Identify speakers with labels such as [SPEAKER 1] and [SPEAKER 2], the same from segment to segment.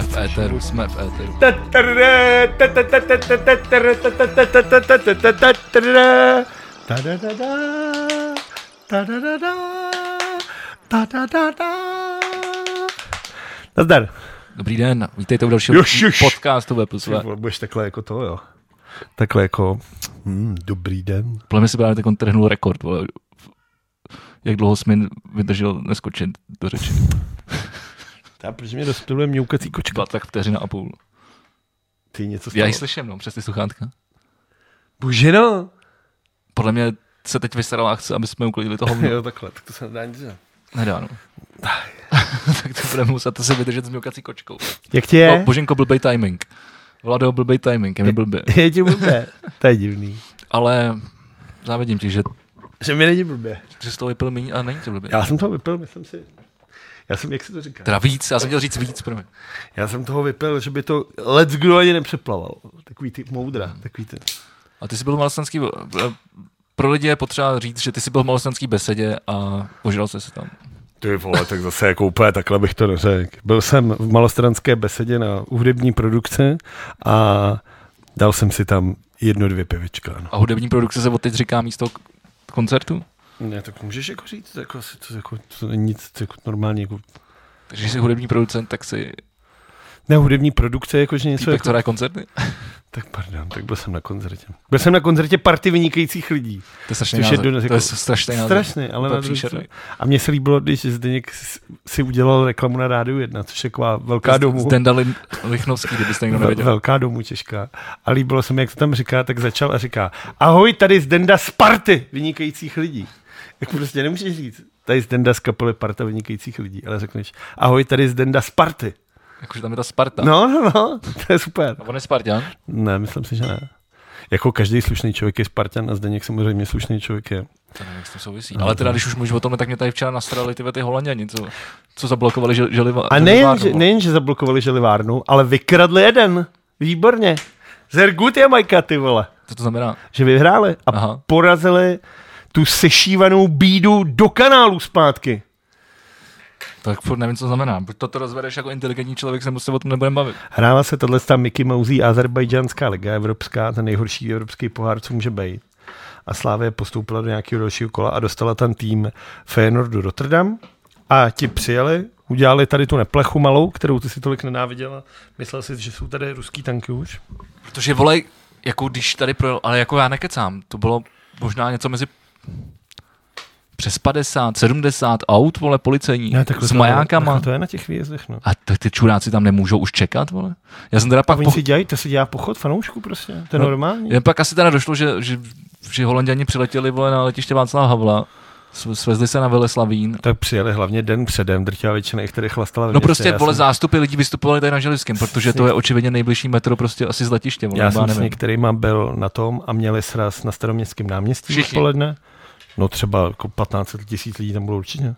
[SPEAKER 1] Jsme v éteru, jsme v éteru.
[SPEAKER 2] Nazdar.
[SPEAKER 1] Dobrý den, vítejte u dalšího
[SPEAKER 2] Jož, jož.
[SPEAKER 1] podcastu ve plus V.
[SPEAKER 2] Ty vole, Budeš takhle jako to, jo. Takhle jako, hmm, dobrý den.
[SPEAKER 1] Podle mě se právě teď trhnul rekord, vole. Jak dlouho jsi mi vydržel neskočit do řeči?
[SPEAKER 2] Já, protože mě rozptiluje mňoukací kočka.
[SPEAKER 1] Byla tak vteřina a půl.
[SPEAKER 2] Ty
[SPEAKER 1] Já
[SPEAKER 2] něco stalo.
[SPEAKER 1] ji slyším, no, přes ty sluchátka.
[SPEAKER 2] Bože no.
[SPEAKER 1] Podle mě se teď vysrala a chce, aby jsme uklidili toho
[SPEAKER 2] Jo, takhle, tak to se nedá nic dělat.
[SPEAKER 1] Nedá, no. tak to budeme muset se vydržet s mňoukací kočkou.
[SPEAKER 2] Jak ti
[SPEAKER 1] O,
[SPEAKER 2] je?
[SPEAKER 1] boženko, blbej timing. Vlado, blbej timing, je mi blbě.
[SPEAKER 2] Je ti blbě. To je divný.
[SPEAKER 1] Ale závidím ti, že,
[SPEAKER 2] Že mi není blbě.
[SPEAKER 1] že jsi toho vypil méně a není to blbě.
[SPEAKER 2] Já jsem toho vypil, myslím si. Já jsem, jak se to říká?
[SPEAKER 1] Teda víc, já jsem chtěl říct víc, první.
[SPEAKER 2] Já jsem toho vypil, že by to let kdo ani nepřeplaval. Takový ty moudra, takový ty.
[SPEAKER 1] A ty jsi byl v malostanský, pro lidi je potřeba říct, že ty jsi byl v malostanský besedě a požral jsi se tam.
[SPEAKER 2] Ty vole, tak zase jako úplně takhle bych to neřekl. Byl jsem v malostranské besedě na hudební produkce a dal jsem si tam jedno, dvě pivička. No.
[SPEAKER 1] A hudební produkce se od teď říká místo k- koncertu?
[SPEAKER 2] Ne, tak můžeš jako říct, jako, asi to, jako, to není nic to jako normální. Jako...
[SPEAKER 1] Takže když jsi hudební producent, tak si
[SPEAKER 2] Ne, hudební produkce, jakože něco
[SPEAKER 1] týpek,
[SPEAKER 2] jako...
[SPEAKER 1] co hraje koncerty?
[SPEAKER 2] Tak pardon, tak byl jsem na koncertě. Byl jsem na koncertě party vynikajících lidí.
[SPEAKER 1] To je strašný
[SPEAKER 2] Což je
[SPEAKER 1] název.
[SPEAKER 2] dodnes
[SPEAKER 1] To
[SPEAKER 2] jako
[SPEAKER 1] je strašný název.
[SPEAKER 2] Strašný, ale
[SPEAKER 1] Úplně
[SPEAKER 2] na druhou
[SPEAKER 1] příšerný.
[SPEAKER 2] stranu- A mně se líbilo, když Zdeněk s- si udělal reklamu na Rádiu 1, což je taková velká domů.
[SPEAKER 1] Zdenda Lin- Lichnovský, kdybyste někdo
[SPEAKER 2] Ve-
[SPEAKER 1] nevěděl.
[SPEAKER 2] Velká domů Češka. A líbilo se mi, jak to tam říká, tak začal a říká, ahoj, tady z Denda z party vynikajících lidí. Jak prostě nemůžeš říct, tady z Denda z kapely parta vynikajících lidí, ale řekneš, ahoj, tady z Denda z party.
[SPEAKER 1] Jakože tam je ta Sparta.
[SPEAKER 2] No, no, no, to je super.
[SPEAKER 1] A on je Spartan?
[SPEAKER 2] Ne, myslím si, že ne. Jako každý slušný člověk je Spartan a Zdeněk samozřejmě slušný člověk je.
[SPEAKER 1] To nevím, jak s tím
[SPEAKER 2] No,
[SPEAKER 1] souvisí. Ale teda, když už mluvím o tomhle, tak mě tady včera nastrali ty ty Holanděni, co, co zablokovali žel, želiva,
[SPEAKER 2] A nejen,
[SPEAKER 1] no.
[SPEAKER 2] že, nejen, že zablokovali želivárnu, ale vykradli jeden. Výborně. Zergut je Majka, ty vole.
[SPEAKER 1] Co to znamená?
[SPEAKER 2] že vyhráli a
[SPEAKER 1] Aha.
[SPEAKER 2] Aha. porazili tu sešívanou bídu do kanálu zpátky.
[SPEAKER 1] Tak furt nevím, co to znamená. Buď to, to rozvedeš jako inteligentní člověk, se se o tom nebudeme bavit.
[SPEAKER 2] Hrála se tahle ta Mickey Mousey azerbajdžanská liga evropská, ten nejhorší evropský pohár, co může být. A Slávě postoupila do nějakého dalšího kola a dostala tam tým Feyenoord do Rotterdam a ti přijeli, udělali tady tu neplechu malou, kterou ty si tolik nenáviděla. Myslel si, že jsou tady ruský tanky už.
[SPEAKER 1] Protože volej, jako když tady projel, ale jako já nekecám, to bylo možná něco mezi přes 50, 70 aut, vole, policejní, s majákama.
[SPEAKER 2] To, to je na těch výjezdech, no.
[SPEAKER 1] A tak ty čuráci tam nemůžou už čekat, vole? Já jsem teda pak,
[SPEAKER 2] Oni
[SPEAKER 1] po,
[SPEAKER 2] si dělají, to se dělá pochod fanoušku prostě, to je
[SPEAKER 1] No,
[SPEAKER 2] normální.
[SPEAKER 1] jen pak asi teda došlo, že, že, že holanděni přiletěli, vole, na letiště Václava Havla, s- svezli se na Veleslavín.
[SPEAKER 2] Tak přijeli hlavně den předem, drtivá většina jich tady chlastala ve
[SPEAKER 1] No
[SPEAKER 2] městě.
[SPEAKER 1] prostě,
[SPEAKER 2] já
[SPEAKER 1] vole,
[SPEAKER 2] jsem,
[SPEAKER 1] zástupy lidí vystupovali tady na Želivském, protože to je očividně nejbližší metro prostě asi z letiště, vole,
[SPEAKER 2] já
[SPEAKER 1] nebo
[SPEAKER 2] jsem s
[SPEAKER 1] nevím.
[SPEAKER 2] některýma byl na tom a měli sraz na staroměstském náměstí
[SPEAKER 1] Všichni.
[SPEAKER 2] odpoledne. No třeba jako 15 tisíc lidí tam bylo určitě.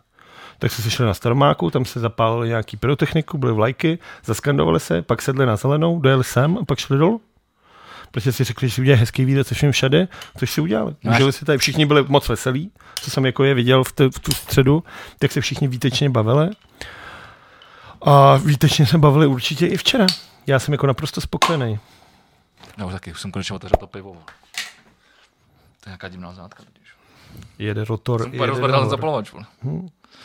[SPEAKER 2] Tak se sešli na Staromáku, tam se zapálili nějaký pyrotechniku, byly vlajky, zaskandovali se, pak sedli na zelenou, dojeli sem a pak šli dolů. Protože si řekli, že si udělají hezký výlet se všem všade, což si udělali.
[SPEAKER 1] No a-
[SPEAKER 2] Užili si tady, všichni byli moc veselí, co jsem jako je viděl v, t- v tu středu, tak se všichni výtečně bavili. A výtečně se bavili určitě i včera. Já jsem jako naprosto spokojený.
[SPEAKER 1] Já už taky, už jsem konečně otevřel to pivo. vole. To je nějaká divná zátka. totiž.
[SPEAKER 2] Jede rotor,
[SPEAKER 1] Jsem
[SPEAKER 2] jede
[SPEAKER 1] úplně rozvrtal
[SPEAKER 2] rotor.
[SPEAKER 1] zapalovač, vole.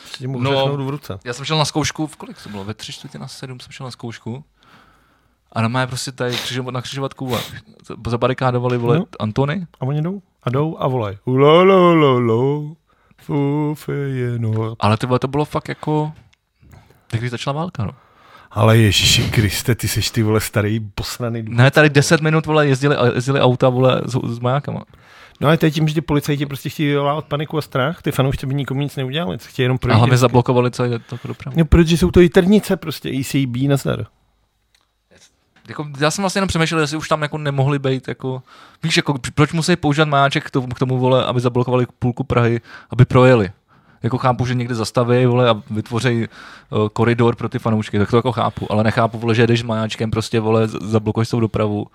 [SPEAKER 2] Ještě mu
[SPEAKER 1] No.
[SPEAKER 2] no. v ruce.
[SPEAKER 1] Já jsem šel na zkoušku, v kolik to bylo? Ve tři čtvrtě na sedm jsem šel na zkoušku. A na má prostě tady křižo- na křižovatku a z- zabarikádovali vole
[SPEAKER 2] No.
[SPEAKER 1] Antony.
[SPEAKER 2] A oni jdou a jdou a volají. Lo, lo, lo, lo. Fu, fe, je, no.
[SPEAKER 1] Ale ty vole, to bylo fakt jako... Tak když začala válka, no.
[SPEAKER 2] Ale Ježíši Kriste, ty seš ty vole starý posraný.
[SPEAKER 1] Ne, tady 10 minut, vole, jezdili, jezdili auta, vole, s, s majákama.
[SPEAKER 2] No a to je tím, že ti policajti prostě chtějí vyvolávat paniku a strach, ty fanoušci by nikomu nic neudělali, co chtějí jenom
[SPEAKER 1] A
[SPEAKER 2] projít.
[SPEAKER 1] hlavně zablokovali celý to dopravu.
[SPEAKER 2] No, protože jsou to jiternice prostě, ECB nazdar.
[SPEAKER 1] Jako, já jsem vlastně jenom přemýšlel, jestli už tam jako nemohli být, jako, víš, jako, proč musí používat majáček k tomu, k tomu vole, aby zablokovali půlku Prahy, aby projeli. Jako chápu, že někde zastaví vole, a vytvoří uh, koridor pro ty fanoušky, tak to jako chápu, ale nechápu, vole, že jdeš majáčkem, prostě vole, z- zablokuješ tou dopravu.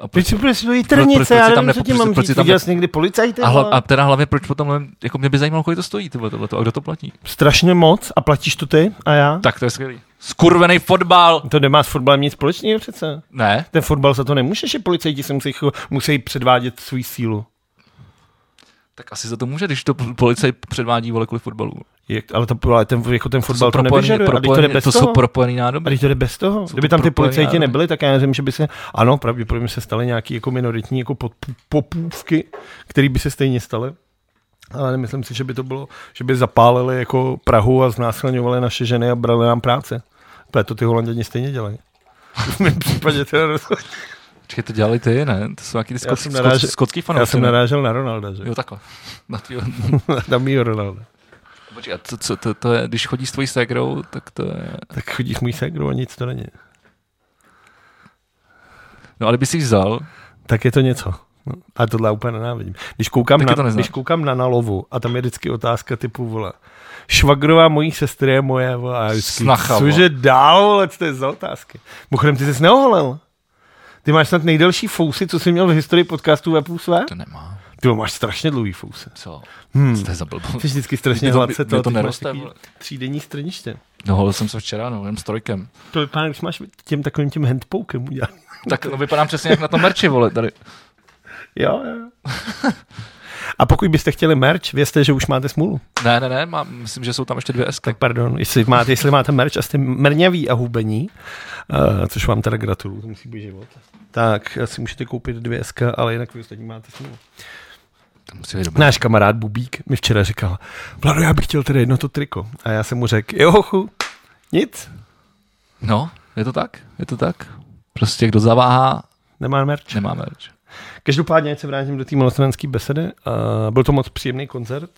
[SPEAKER 1] A, proč,
[SPEAKER 2] Proč jsou prostě to jiternice,
[SPEAKER 1] proč
[SPEAKER 2] já
[SPEAKER 1] si tam
[SPEAKER 2] nevím, co tím
[SPEAKER 1] nepo-
[SPEAKER 2] mám
[SPEAKER 1] proč si
[SPEAKER 2] říct,
[SPEAKER 1] tam
[SPEAKER 2] viděl
[SPEAKER 1] ne-
[SPEAKER 2] jsi někdy policajty?
[SPEAKER 1] a, hla,
[SPEAKER 2] vole?
[SPEAKER 1] a teda hlavně, proč potom, nevím,
[SPEAKER 2] No.
[SPEAKER 1] jako mě by zajímalo, kolik to stojí, tyhle, tohleto, a kdo to platí.
[SPEAKER 2] Strašně moc a platíš to ty a já?
[SPEAKER 1] Tak to je skvělý. Skurvený fotbal!
[SPEAKER 2] To nemá s fotbalem nic společného přece.
[SPEAKER 1] Ne,
[SPEAKER 2] Ten fotbal za to nemůže, že policajti se musí, cho- musí předvádět svůj sílu.
[SPEAKER 1] tak asi za to může, když to policaj předvádí vole kvůli fotbalu.
[SPEAKER 2] Jak, ale, to, ale ten, jako ten
[SPEAKER 1] To, jsou
[SPEAKER 2] fotbal to,
[SPEAKER 1] propojený,
[SPEAKER 2] nevyžaduje. A když to jde
[SPEAKER 1] propojený,
[SPEAKER 2] bez
[SPEAKER 1] to
[SPEAKER 2] toho.
[SPEAKER 1] jsou propojený
[SPEAKER 2] A
[SPEAKER 1] nádoby.
[SPEAKER 2] když to jde bez toho, kdyby
[SPEAKER 1] to
[SPEAKER 2] tam ty
[SPEAKER 1] propojený
[SPEAKER 2] policajti
[SPEAKER 1] národy.
[SPEAKER 2] nebyli, tak já nevím, že by se, ano, pravděpodobně se staly nějaké jako minoritní jako pod, popůvky, které by se stejně staly. Ale nemyslím si, že by to bylo, že by zapálili jako Prahu a znásilňovali naše ženy a brali nám práce. Protože to ty holanděni stejně dělají. V mém případě teda rozhodně.
[SPEAKER 1] Počkej, to dělali ty, ne? To jsou nějaký ty
[SPEAKER 2] Já
[SPEAKER 1] skot,
[SPEAKER 2] jsem
[SPEAKER 1] skot,
[SPEAKER 2] narážel-
[SPEAKER 1] skotský fanoušci.
[SPEAKER 2] Já jsem
[SPEAKER 1] ne?
[SPEAKER 2] narážel na Ronalda, že?
[SPEAKER 1] Jo, takhle. Na tvýho...
[SPEAKER 2] Na mýho Ronalda.
[SPEAKER 1] Počkej, a to, co, to, to, je, když chodí s tvojí ségrou, tak to je...
[SPEAKER 2] Tak chodíš můj segrou a nic to není.
[SPEAKER 1] No ale bys si vzal,
[SPEAKER 2] Tak je to něco. No, a tohle já úplně nenávidím. Když koukám,
[SPEAKER 1] Taky to
[SPEAKER 2] na,
[SPEAKER 1] neznáš.
[SPEAKER 2] když koukám na Nalovu a tam je vždycky otázka typu, vole, švagrová mojí sestry je moje, vole, a já vždycky,
[SPEAKER 1] Snacha, vole.
[SPEAKER 2] cože dál, vole, co to je za otázky. Mimochodem, ty jsi neoholel. Ty máš snad nejdelší fousy, co jsi měl v historii podcastu Webu své?
[SPEAKER 1] to nemá.
[SPEAKER 2] Ty vole, máš strašně dlouhý fousy.
[SPEAKER 1] Co?
[SPEAKER 2] Hmm.
[SPEAKER 1] Co to je za blbost?
[SPEAKER 2] Jsi vždycky strašně
[SPEAKER 1] Mě to-
[SPEAKER 2] hladce
[SPEAKER 1] mě
[SPEAKER 2] to,
[SPEAKER 1] to
[SPEAKER 2] ty máš
[SPEAKER 1] neroste,
[SPEAKER 2] takový
[SPEAKER 1] vole.
[SPEAKER 2] třídenní strniště.
[SPEAKER 1] No, holil jsem se včera, no, jen s trojkem.
[SPEAKER 2] To vypadá, když máš těm takovým tím handpoukem udělat.
[SPEAKER 1] Tak no, vypadám přesně jak na tom merči, vole, tady.
[SPEAKER 2] Jo, jo. A pokud byste chtěli merch, vězte, že už máte smůlu.
[SPEAKER 1] Ne, ne, ne, mám, myslím, že jsou tam ještě dvě S.
[SPEAKER 2] Tak pardon, jestli máte, jestli máte merch a jste mrňaví a hubení, uh, což vám teda gratuluju, to musí být život. Tak si můžete koupit dvě SK, ale jinak vy ostatní máte smůlu.
[SPEAKER 1] To musí být dobré.
[SPEAKER 2] Náš kamarád Bubík mi včera říkal, Vlado, já bych chtěl teda jedno to triko. A já jsem mu řekl, jo, chu, nic,
[SPEAKER 1] No, je to tak, je to tak. Prostě kdo zaváhá,
[SPEAKER 2] nemá merch.
[SPEAKER 1] nemá merč.
[SPEAKER 2] Každopádně, ať se vrátím do té malostranské besedy, uh, byl to moc příjemný koncert,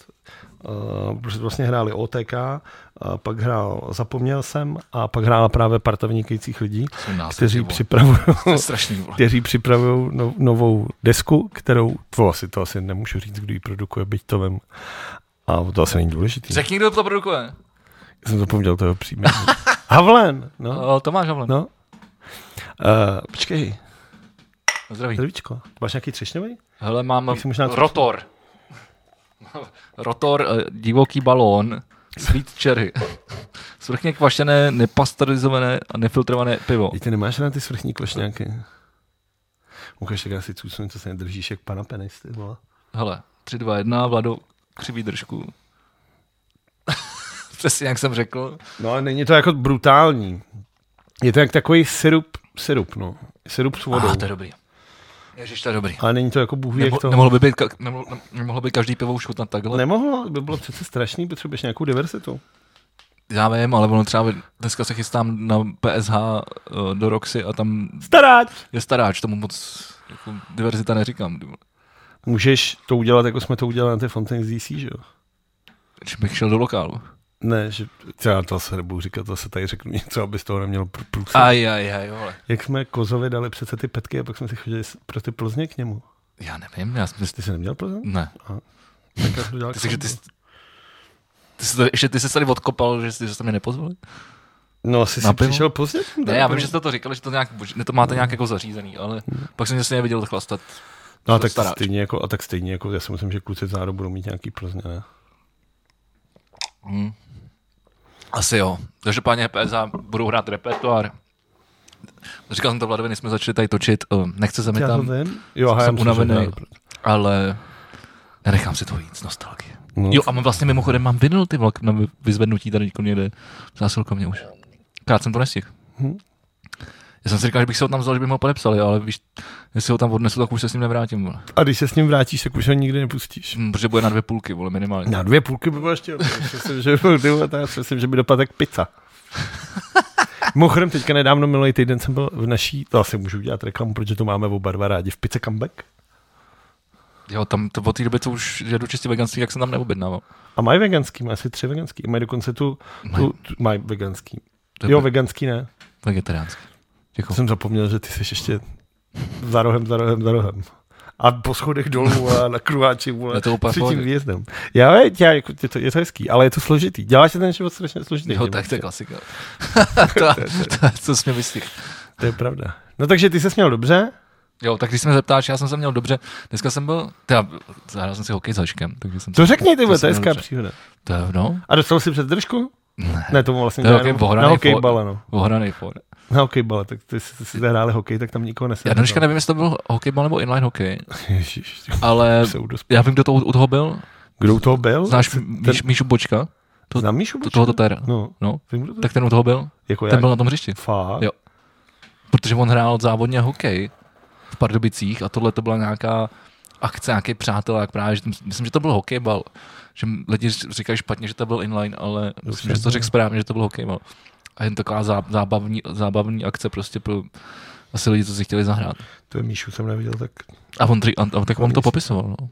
[SPEAKER 2] uh, protože vlastně hráli OTK, uh, pak hrál Zapomněl jsem a pak hrála právě parta vynikajících lidí,
[SPEAKER 1] Jsem násil,
[SPEAKER 2] kteří
[SPEAKER 1] ty vole.
[SPEAKER 2] připravují
[SPEAKER 1] To je strašný, vole.
[SPEAKER 2] kteří připravují no, novou desku, kterou, to asi, to asi nemůžu říct, kdo ji produkuje, byť to vím. A to asi není důležitý. Řek...
[SPEAKER 1] Řekni, kdo to produkuje.
[SPEAKER 2] Jsem zapomněl toho příjmení. Havlen, no.
[SPEAKER 1] O, Tomáš Havlen.
[SPEAKER 2] no. Uh, počkej,
[SPEAKER 1] No, Zdraví.
[SPEAKER 2] zdravíčko. Máš nějaký třešňový?
[SPEAKER 1] Hele, mám
[SPEAKER 2] Tak si možná-
[SPEAKER 1] rotor. rotor, eh, divoký balón, sweet cherry. Svrchně kvašené, nepasterizované a nefiltrované pivo.
[SPEAKER 2] Teď ty nemáš rád ty svrchní klošňáky. Ukaž, tak já si cucnu, co se nedržíš jak pana penis, ty vole.
[SPEAKER 1] Hele, 3, 2, 1, Vlado, křiví držku. Přesně jak jsem řekl.
[SPEAKER 2] No ale není to jako brutální. Je to jak takový syrup, syrup, no. Syrup s vodou.
[SPEAKER 1] Ah,
[SPEAKER 2] Ah,
[SPEAKER 1] to je dobrý. Ježiš, to je dobrý.
[SPEAKER 2] ale není to jako bůh ví,
[SPEAKER 1] Nemo,
[SPEAKER 2] jak to...
[SPEAKER 1] nemohlo, by být, ka- nemohlo, nemohlo by každý pivo ušutnat takhle.
[SPEAKER 2] Nemohlo, no, by bylo přece strašný, potřebuješ nějakou diversitu.
[SPEAKER 1] Já vím, ale ono třeba dneska se chystám na PSH eh, do Roxy a tam
[SPEAKER 2] Staráč!
[SPEAKER 1] je staráč, tomu moc jako, diverzita neříkám. ty vole.
[SPEAKER 2] Můžeš to udělat, jako jsme to udělali na té Fontaine z DC, že jo?
[SPEAKER 1] Že bych šel do lokálu.
[SPEAKER 2] Ne, že já to se nebudu říkat, to se tady řeknu něco, aby z toho neměl pr- průser.
[SPEAKER 1] Aj, aj, aj, vole.
[SPEAKER 2] Jak jsme Kozovi dali přece ty petky a pak jsme si chodili s- pro ty Plzně k němu.
[SPEAKER 1] Já nevím, já jsem...
[SPEAKER 2] Ty jsi neměl Plzeň?
[SPEAKER 1] Ne.
[SPEAKER 2] Tak já jsem to dělal
[SPEAKER 1] Mm. Ty jsi, že ty,
[SPEAKER 2] k
[SPEAKER 1] jsi- ty, jsi to, ještě ty jsi tady odkopal, že, jsi, že jste mě nepozvali?
[SPEAKER 2] tomu. No, asi
[SPEAKER 1] na
[SPEAKER 2] jsi
[SPEAKER 1] pivo?
[SPEAKER 2] přišel pozdě.
[SPEAKER 1] Ne, já vím, že jste to říkali, že to, nějak, že to máte nějak jako zařízený, ale pak jsem tě stejně viděl chlastat.
[SPEAKER 2] No, a
[SPEAKER 1] to
[SPEAKER 2] tak
[SPEAKER 1] staráč.
[SPEAKER 2] stejně jako, a tak stejně jako, já si myslím, že kluci v záru budou mít nějaký Plzně, ne?
[SPEAKER 1] Hmm. Asi jo. Každopádně PSA budou hrát repertoár. Říkal jsem to Vladovi, než jsme začali tady točit, eh, nechce se mi
[SPEAKER 2] Já to
[SPEAKER 1] tam,
[SPEAKER 2] vím. Jo, aha, já
[SPEAKER 1] jsem
[SPEAKER 2] myslím, že
[SPEAKER 1] unavený.
[SPEAKER 2] v Záru.
[SPEAKER 1] ale nenechám si to jít z nostalgie.
[SPEAKER 2] No,
[SPEAKER 1] Jo, a mám vlastně mimochodem mám vinyl ty vlak na vy- vyzvednutí tady někdo někde v zásilkovně už. Krát jsem to nestihl.
[SPEAKER 2] Hm.
[SPEAKER 1] Já jsem si říkal, že bych se ho tam vzal, že by ho podepsali, ale víš, jestli ho tam odnesu, tak už se s ním nevrátím, vole.
[SPEAKER 2] A když se s ním vrátíš, tak už ho nikdy nepustíš.
[SPEAKER 1] Hm, protože bude na dvě půlky, vole, minimálně.
[SPEAKER 2] Na dvě půlky by bylo ještě dobrý. myslím, že, by, ty vole, to já si myslím, že by dopadl jak pizza. Mimochodem, teďka nedávno minulý týden jsem byl v naší, to asi můžu udělat reklamu, protože to máme oba dva rádi, v Pizza Comeback.
[SPEAKER 1] Jo, tam to, od té doby, co už jedu čistě veganský, jak jsem tam neobjednával.
[SPEAKER 2] A mají veganský, mají asi tři veganský. A mají dokonce tu, tu, tu mají veganský.
[SPEAKER 1] To je
[SPEAKER 2] jo,
[SPEAKER 1] ve-
[SPEAKER 2] veganský ne.
[SPEAKER 1] Jako- vegetariánský.
[SPEAKER 2] To
[SPEAKER 1] Děkuji.
[SPEAKER 2] jsem zapomněl, že ty jsi ještě za rohem, za rohem, za rohem. A po schodech dolů a na kruháči, vole,
[SPEAKER 1] Je No, to úplně v
[SPEAKER 2] třetím
[SPEAKER 1] pohodě.
[SPEAKER 2] výjezdem. Já, vím, já, jako, je, to, je to hezký, ale je to složitý. Děláš si ten život strašně složitý.
[SPEAKER 1] Jo,
[SPEAKER 2] tím,
[SPEAKER 1] tak to
[SPEAKER 2] prostě.
[SPEAKER 1] je klasika. to, to, to, jsi mě vystihl.
[SPEAKER 2] to je pravda. No takže ty se měl dobře,
[SPEAKER 1] Jo, tak když se mě zeptáš, já jsem se měl dobře. Dneska jsem byl, teda, zahrál jsem si hokej s Haškem, takže jsem
[SPEAKER 2] To řekni, ty vole,
[SPEAKER 1] se
[SPEAKER 2] to je
[SPEAKER 1] měl
[SPEAKER 2] hezká
[SPEAKER 1] dobře.
[SPEAKER 2] příhoda.
[SPEAKER 1] To je, no,
[SPEAKER 2] A dostal jsi před držku? Ne, ne tomu vlastně
[SPEAKER 1] To je
[SPEAKER 2] dělá
[SPEAKER 1] hokej,
[SPEAKER 2] jenom-
[SPEAKER 1] vohraný
[SPEAKER 2] na hokejbale,
[SPEAKER 1] fot.
[SPEAKER 2] no.
[SPEAKER 1] Ohraný for.
[SPEAKER 2] Na hokejbale, tak ty jsi jsi hráli hokej, tak tam nikoho nesedl. no.
[SPEAKER 1] Já dneška nevím, jestli to byl hokejbal nebo inline hokej,
[SPEAKER 2] Ježiš, ty
[SPEAKER 1] ale
[SPEAKER 2] pseudospěl.
[SPEAKER 1] já vím, kdo to u u toho byl.
[SPEAKER 2] Kdo u toho byl?
[SPEAKER 1] Znáš
[SPEAKER 2] Ten-
[SPEAKER 1] Míš, Míšu Bočka? to-
[SPEAKER 2] Znám Míšu
[SPEAKER 1] To,
[SPEAKER 2] Bočka?
[SPEAKER 1] tohoto téra.
[SPEAKER 2] No,
[SPEAKER 1] No,
[SPEAKER 2] vím, kdo to
[SPEAKER 1] tak ten u toho byl.
[SPEAKER 2] Jako
[SPEAKER 1] Ten
[SPEAKER 2] já.
[SPEAKER 1] byl na tom hřišti.
[SPEAKER 2] Fakt?
[SPEAKER 1] Jo. Protože on hrál závodně hokej v Pardubicích a tohle to byla nějaká akce, nějaký přátelák právě, že tam, myslím, že to byl hokejbal. Že m- lidi ř- říkají špatně, že to byl inline, ale myslím, že to řekl správně, že to byl hokejbal. A jen taková zá, zábavní, zábavní akce prostě pro asi lidi, co si chtěli zahrát.
[SPEAKER 2] To je Míšu jsem neviděl, tak...
[SPEAKER 1] A on, dři- a, a, tak on
[SPEAKER 2] Jistě.
[SPEAKER 1] to popisoval. No.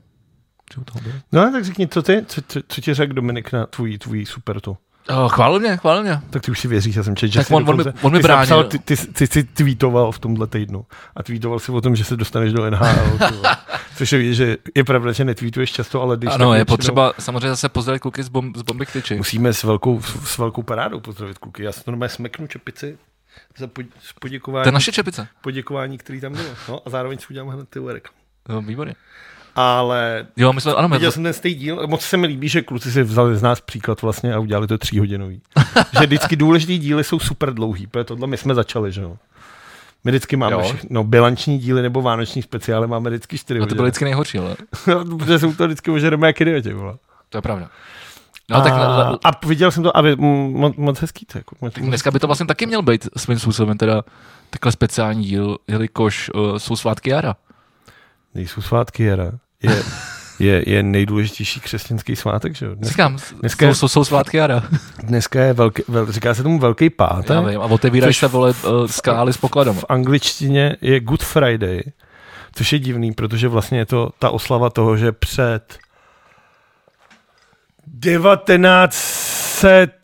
[SPEAKER 1] Že u toho byl.
[SPEAKER 2] No ale tak řekni, co ty, co, co, co ti řekl Dominik na tvůj, tvůj supertu?
[SPEAKER 1] Eh, Chválil mě, chválil mě.
[SPEAKER 2] Tak ty už si věříš, já jsem četl, že
[SPEAKER 1] Tak
[SPEAKER 2] jsi
[SPEAKER 1] on- on mi- on mi
[SPEAKER 2] ty jsi
[SPEAKER 1] bránil.
[SPEAKER 2] napsal, ty, ty, ty, ty, tweetoval v tomhle týdnu a tweetoval si o tom, že se dostaneš do NHL. ty vole. Což je, vidět, že je pravda, že netweetuješ často, ale když... tak
[SPEAKER 1] Ano, je
[SPEAKER 2] většinou-
[SPEAKER 1] potřeba samozřejmě zase pozdravit kluky z, bomb, z Bomby Tyči.
[SPEAKER 2] Musíme s velkou, s velkou parádou pozdravit kluky. Já se to normálně smeknu čepici za pod, s
[SPEAKER 1] To je
[SPEAKER 2] poděkování,
[SPEAKER 1] naše čepice.
[SPEAKER 2] poděkování, který tam bylo. No, a zároveň si udělám hned ty reklamu.
[SPEAKER 1] No, výborně.
[SPEAKER 2] Ale
[SPEAKER 1] Jo, my jsme, ano, my
[SPEAKER 2] Viděl jsem ten stejný díl a moc se mi líbí, že kluci si vzali z nás příklad vlastně a udělali to tříhodinový. že vždycky důležitý díly jsou super dlouhý, protože tohle my jsme začali, že jo. My vždycky máme
[SPEAKER 1] Jo.
[SPEAKER 2] všechno, bilanční díly nebo vánoční speciály máme vždycky čtyři
[SPEAKER 1] no, to bylo
[SPEAKER 2] hodiny. No,
[SPEAKER 1] vždycky nejhorší, ale
[SPEAKER 2] Protože jsou to vždycky ožereme jak idioti, vole.
[SPEAKER 1] To je pravda. No, a, tak le, le,
[SPEAKER 2] a viděl jsem to, a vy, m, moc, moc hezký to. Jako, moc,
[SPEAKER 1] dneska by to vlastně taky měl být svým způsobem teda takhle speciální díl, jelikož uh, jsou svátky jara.
[SPEAKER 2] Nejsou svátky jara. Je, je, je nejdůležitější křesťanský svátek, že jo. Dnes,
[SPEAKER 1] Říkám,
[SPEAKER 2] dneska-
[SPEAKER 1] dneska, jsou, jsou, jsou svátky jara.
[SPEAKER 2] dneska je velký, vel, říká se tomu velký
[SPEAKER 1] Já
[SPEAKER 2] pátek.
[SPEAKER 1] vím, a otevírají
[SPEAKER 2] Což
[SPEAKER 1] se vole uh, skály s pokladem.
[SPEAKER 2] v angličtině je Good Friday, což je divný, protože vlastně je to ta oslava toho, že před 1900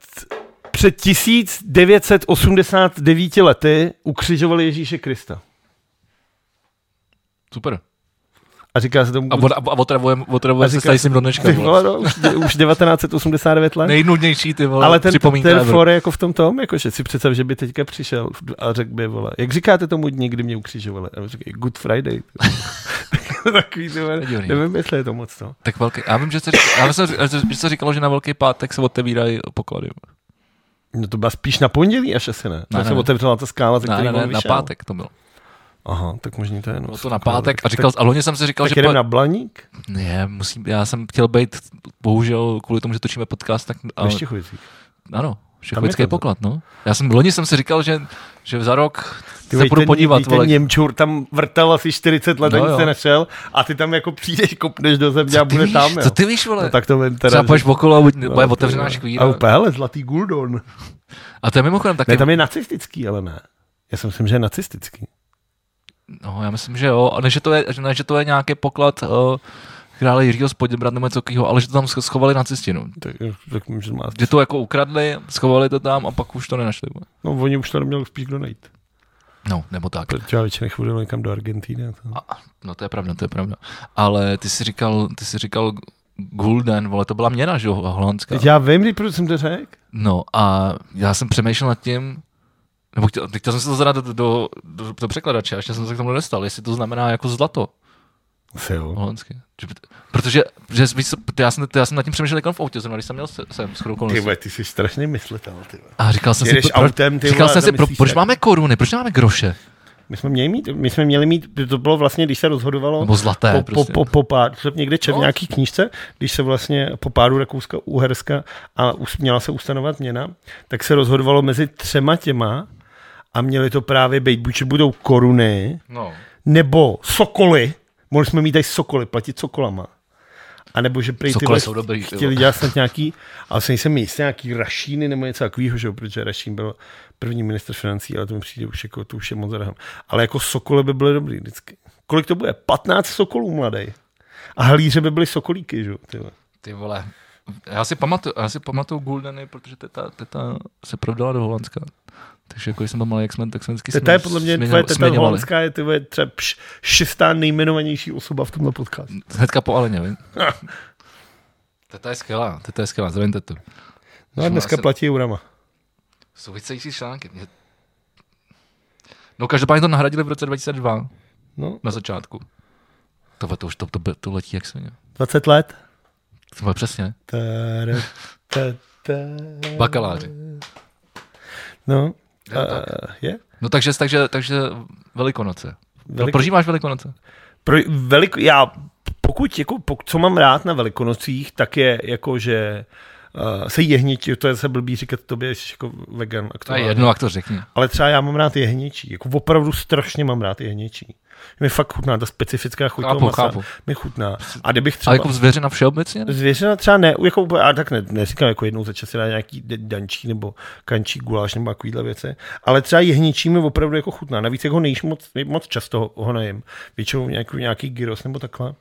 [SPEAKER 2] před 1989 lety ukřižovali Ježíše Krista.
[SPEAKER 1] Super.
[SPEAKER 2] A říká se tomu...
[SPEAKER 1] A, od- a, a otravujeme
[SPEAKER 2] A
[SPEAKER 1] otravuje se
[SPEAKER 2] říká
[SPEAKER 1] tady s tím do dneška.
[SPEAKER 2] Ty
[SPEAKER 1] vole.
[SPEAKER 2] vole, no, už, už 1989 let.
[SPEAKER 1] Nejnudnější ty vole,
[SPEAKER 2] ale ten,
[SPEAKER 1] připomínka.
[SPEAKER 2] ten
[SPEAKER 1] ever.
[SPEAKER 2] for je jako v tom tom, jako, že si představ, že by teďka přišel a řekl by, vole, jak říkáte tomu dní, kdy mě ukřižovali? A on říká, Good Friday. Takový, ty vole,
[SPEAKER 1] To je divný.
[SPEAKER 2] nevím, jestli je to moc no. to.
[SPEAKER 1] Tak velký, já vím, že se, řík- já myslím, že- že se říkalo, že na velký pátek se otevírají poklady.
[SPEAKER 2] No to byla spíš na pondělí až asi ne.
[SPEAKER 1] Ne,
[SPEAKER 2] To se
[SPEAKER 1] ne, ne.
[SPEAKER 2] otevřela ta skála, ze
[SPEAKER 1] Ne,
[SPEAKER 2] který
[SPEAKER 1] ne, ne,
[SPEAKER 2] on
[SPEAKER 1] na
[SPEAKER 2] vyšel.
[SPEAKER 1] pátek to bylo.
[SPEAKER 2] Aha, tak možná to je. No,
[SPEAKER 1] Bylo to
[SPEAKER 2] sakra,
[SPEAKER 1] na pátek a
[SPEAKER 2] tak-
[SPEAKER 1] říkal, a loni jsem si říkal,
[SPEAKER 2] tak,
[SPEAKER 1] že
[SPEAKER 2] tak jedem
[SPEAKER 1] po-
[SPEAKER 2] na Blaník?
[SPEAKER 1] Ne, musím, já jsem chtěl být, bohužel kvůli tomu, že točíme podcast, tak
[SPEAKER 2] Ale...
[SPEAKER 1] ale,
[SPEAKER 2] Ještě chujicích.
[SPEAKER 1] ano, šechovický
[SPEAKER 2] to.
[SPEAKER 1] poklad, no. Já jsem, loni jsem si říkal, že, že za rok
[SPEAKER 2] Ty
[SPEAKER 1] ty
[SPEAKER 2] vej,
[SPEAKER 1] se půjdu
[SPEAKER 2] ten-
[SPEAKER 1] podívat,
[SPEAKER 2] vej, ten
[SPEAKER 1] vole.
[SPEAKER 2] Němčur tam vrtal asi 40 let,
[SPEAKER 1] No
[SPEAKER 2] no,
[SPEAKER 1] jo.
[SPEAKER 2] se našel a ty tam jako přijdeš, kopneš do země a
[SPEAKER 1] co ty
[SPEAKER 2] bude
[SPEAKER 1] víš,
[SPEAKER 2] tam. jo.
[SPEAKER 1] co ty víš, vole?
[SPEAKER 2] No, tak to vím teda.
[SPEAKER 1] Třeba
[SPEAKER 2] že-
[SPEAKER 1] půjdeš okolo a bude,
[SPEAKER 2] No,
[SPEAKER 1] bude
[SPEAKER 2] ty
[SPEAKER 1] otevřená
[SPEAKER 2] vole.
[SPEAKER 1] škvíra.
[SPEAKER 2] A úplně, hele, zlatý guldon.
[SPEAKER 1] A to je mimochodem taky,
[SPEAKER 2] Ne, tam je nacistický, ale ne. Já si myslím, že je nacistický.
[SPEAKER 1] no já myslím, že jo, a ne, že to je, ne, že to je nějaký poklad uh, krále Jiřího z Poděbrad nebo něco takového, ale že to tam sch- schovali na cestinu.
[SPEAKER 2] Tak, tak můžu má...
[SPEAKER 1] Že to jako ukradli, schovali to tam a pak už to nenašli. vole.
[SPEAKER 2] No, oni už to neměli spíš kdo najít.
[SPEAKER 1] No, nebo tak.
[SPEAKER 2] Protože já většinou chodil někam do Argentíny. a to-
[SPEAKER 1] A, no to je pravda, to je pravda. Ale ty jsi říkal, ty jsi říkal Gulden, vole, to byla měna, že jo, holandská.
[SPEAKER 2] Já vím, že proč jsem to řekl.
[SPEAKER 1] No a já jsem přemýšlel nad tím, nebo chtěl, chtěl jsem se to zadat do, do, do, do překladače, až jsem se k tomu nedostal, jestli to znamená jako zlato
[SPEAKER 2] Asi jo.
[SPEAKER 1] holandsky. Že by- Protože že, víš co, to já, jsem, to já jsem nad tím přemýšlel jako v autě, zrovna, když jsem měl se- sem s chodou
[SPEAKER 2] Ty vole, ty jsi strašný myslitel, ty vole.
[SPEAKER 1] A říkal jsem si,
[SPEAKER 2] Jedeš
[SPEAKER 1] pro,
[SPEAKER 2] autem, ty
[SPEAKER 1] říkal
[SPEAKER 2] vole,
[SPEAKER 1] jsem si pro,
[SPEAKER 2] zamyslíš
[SPEAKER 1] proč
[SPEAKER 2] se.
[SPEAKER 1] máme koruny, proč nemáme groše?
[SPEAKER 2] My jsme měli mít, my jsme měli mít, to bylo vlastně, když se rozhodovalo
[SPEAKER 1] Nebo zlaté
[SPEAKER 2] po, po,
[SPEAKER 1] prostě.
[SPEAKER 2] po, po pádu, jsem někde čet v
[SPEAKER 1] No.
[SPEAKER 2] nějaký knížce, když se vlastně po pádu Rakouska, Uherska a us- měla se ustanovat měna, tak se rozhodovalo mezi třema těma a měli to právě být, buď že budou koruny,
[SPEAKER 1] No.
[SPEAKER 2] nebo sokoly, mohli jsme mít tady sokoly, platit sokolama. A nebo že prý ty
[SPEAKER 1] Sokoly
[SPEAKER 2] vole
[SPEAKER 1] jsou dobrý, ty
[SPEAKER 2] chtěli
[SPEAKER 1] vole.
[SPEAKER 2] dělat snad nějaký, ale jsem jsem jistý, nějaký Rašíny nebo něco takového, že jo, protože Rašín byl první minister financí, ale to mi přijde už jako, to už je moc drahám. Ale jako sokoly by byly dobrý vždycky. Kolik to bude? 15 sokolů mladej. A halíře by byly sokolíky, že jo, ty vole.
[SPEAKER 1] Ty vole. Já si pamatuju, já si pamatuju Guldeny, protože teta, teta se prodala do Holandska. Takže jako když jsem byl malý, jak jsme, tak jsem vždycky
[SPEAKER 2] Teta
[SPEAKER 1] smě-
[SPEAKER 2] je podle mě,
[SPEAKER 1] směňo-
[SPEAKER 2] tvoje teta
[SPEAKER 1] směňovali.
[SPEAKER 2] holandská je ty vole, třeba pš- šestá nejmenovanější osoba v tomhle podcastu.
[SPEAKER 1] Hnedka po Aleně, vím. teta je skvělá, teta je skvělá, zdravím tetu.
[SPEAKER 2] No a dneska
[SPEAKER 1] Asi-
[SPEAKER 2] platí eurama.
[SPEAKER 1] Související články. Mě- No každopádně to nahradili v roce 2002,
[SPEAKER 2] No,
[SPEAKER 1] na začátku. Tohle to už to, to, to letí jak svině.
[SPEAKER 2] 20 let.
[SPEAKER 1] To bylo přesně.
[SPEAKER 2] Tere, te,
[SPEAKER 1] Bakaláři.
[SPEAKER 2] No,
[SPEAKER 1] Jo,
[SPEAKER 2] a, je?
[SPEAKER 1] No takže, takže, takže Velikonoce. Velik... No,
[SPEAKER 2] Velik-
[SPEAKER 1] prožíváš Velikonoce?
[SPEAKER 2] Pro, velik, já, pokud, jako, pokud, co mám rád na Velikonocích, tak je jako, že uh, se jehničí, to je se blbý říkat tobě, jsi jako vegan.
[SPEAKER 1] To je
[SPEAKER 2] aktuálně.
[SPEAKER 1] jedno, jak to řekni.
[SPEAKER 2] Ale třeba já mám rád jehničí, jako opravdu strašně mám rád jehničí. Mi fakt chutná, ta specifická chuť
[SPEAKER 1] Chápu,
[SPEAKER 2] toho masa
[SPEAKER 1] chápu.
[SPEAKER 2] mi chutná. A kdybych
[SPEAKER 1] Ale
[SPEAKER 2] třeba...
[SPEAKER 1] jako zvěřina všeobecně? ne?
[SPEAKER 2] Zvěřina třeba ne, jako, úplně- a tak ne, neříkám, jako jednou za čas se dá nějaký de- dančí nebo kančí guláš nebo takovýhle věci, ale třeba jehničí mi opravdu jako chutná. Navíc jako nejíš moc, moc často ho, ho nejím. Většinou nějaký, nějaký gyros nebo takhle.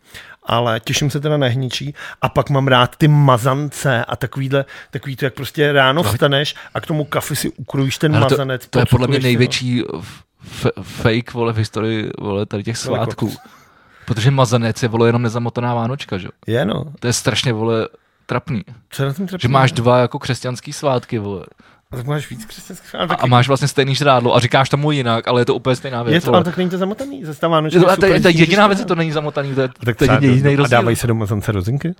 [SPEAKER 2] Ale těším se teda na jehničí a pak mám rád ty mazance a takovýhle, takový to, jak prostě ráno vstaneš a k tomu kafi si ukrojíš ten
[SPEAKER 1] No, Ale to,
[SPEAKER 2] mazanec.
[SPEAKER 1] to je podle mě
[SPEAKER 2] procukuješ si ho.
[SPEAKER 1] největší f- fake vole v historii vole, tady těch
[SPEAKER 2] Velikonoc.
[SPEAKER 1] svátků. Protože mazanec je vole jenom nezamotaná vánočka, že? jo?
[SPEAKER 2] Je no,
[SPEAKER 1] To je strašně vole trapný.
[SPEAKER 2] co je na tom trapné?
[SPEAKER 1] Že máš dva jako křesťanský svátky vole.
[SPEAKER 2] Tak máš víc křesťanských
[SPEAKER 1] A, a máš vlastně stejný žrádlo a říkáš tomu jinak, ale je to úplně stejná
[SPEAKER 2] je
[SPEAKER 1] věc.
[SPEAKER 2] to, ale
[SPEAKER 1] vole.
[SPEAKER 2] tak není to zamotaný, zase ta vánoční
[SPEAKER 1] Je to, ale to,
[SPEAKER 2] super
[SPEAKER 1] je to
[SPEAKER 2] sníží
[SPEAKER 1] jediná
[SPEAKER 2] to.
[SPEAKER 1] věc, že to není zamotaný, to je,
[SPEAKER 2] A tak
[SPEAKER 1] to je
[SPEAKER 2] třeba
[SPEAKER 1] jediný
[SPEAKER 2] do, a
[SPEAKER 1] rozdíl.
[SPEAKER 2] dávají se do mazance rozinky?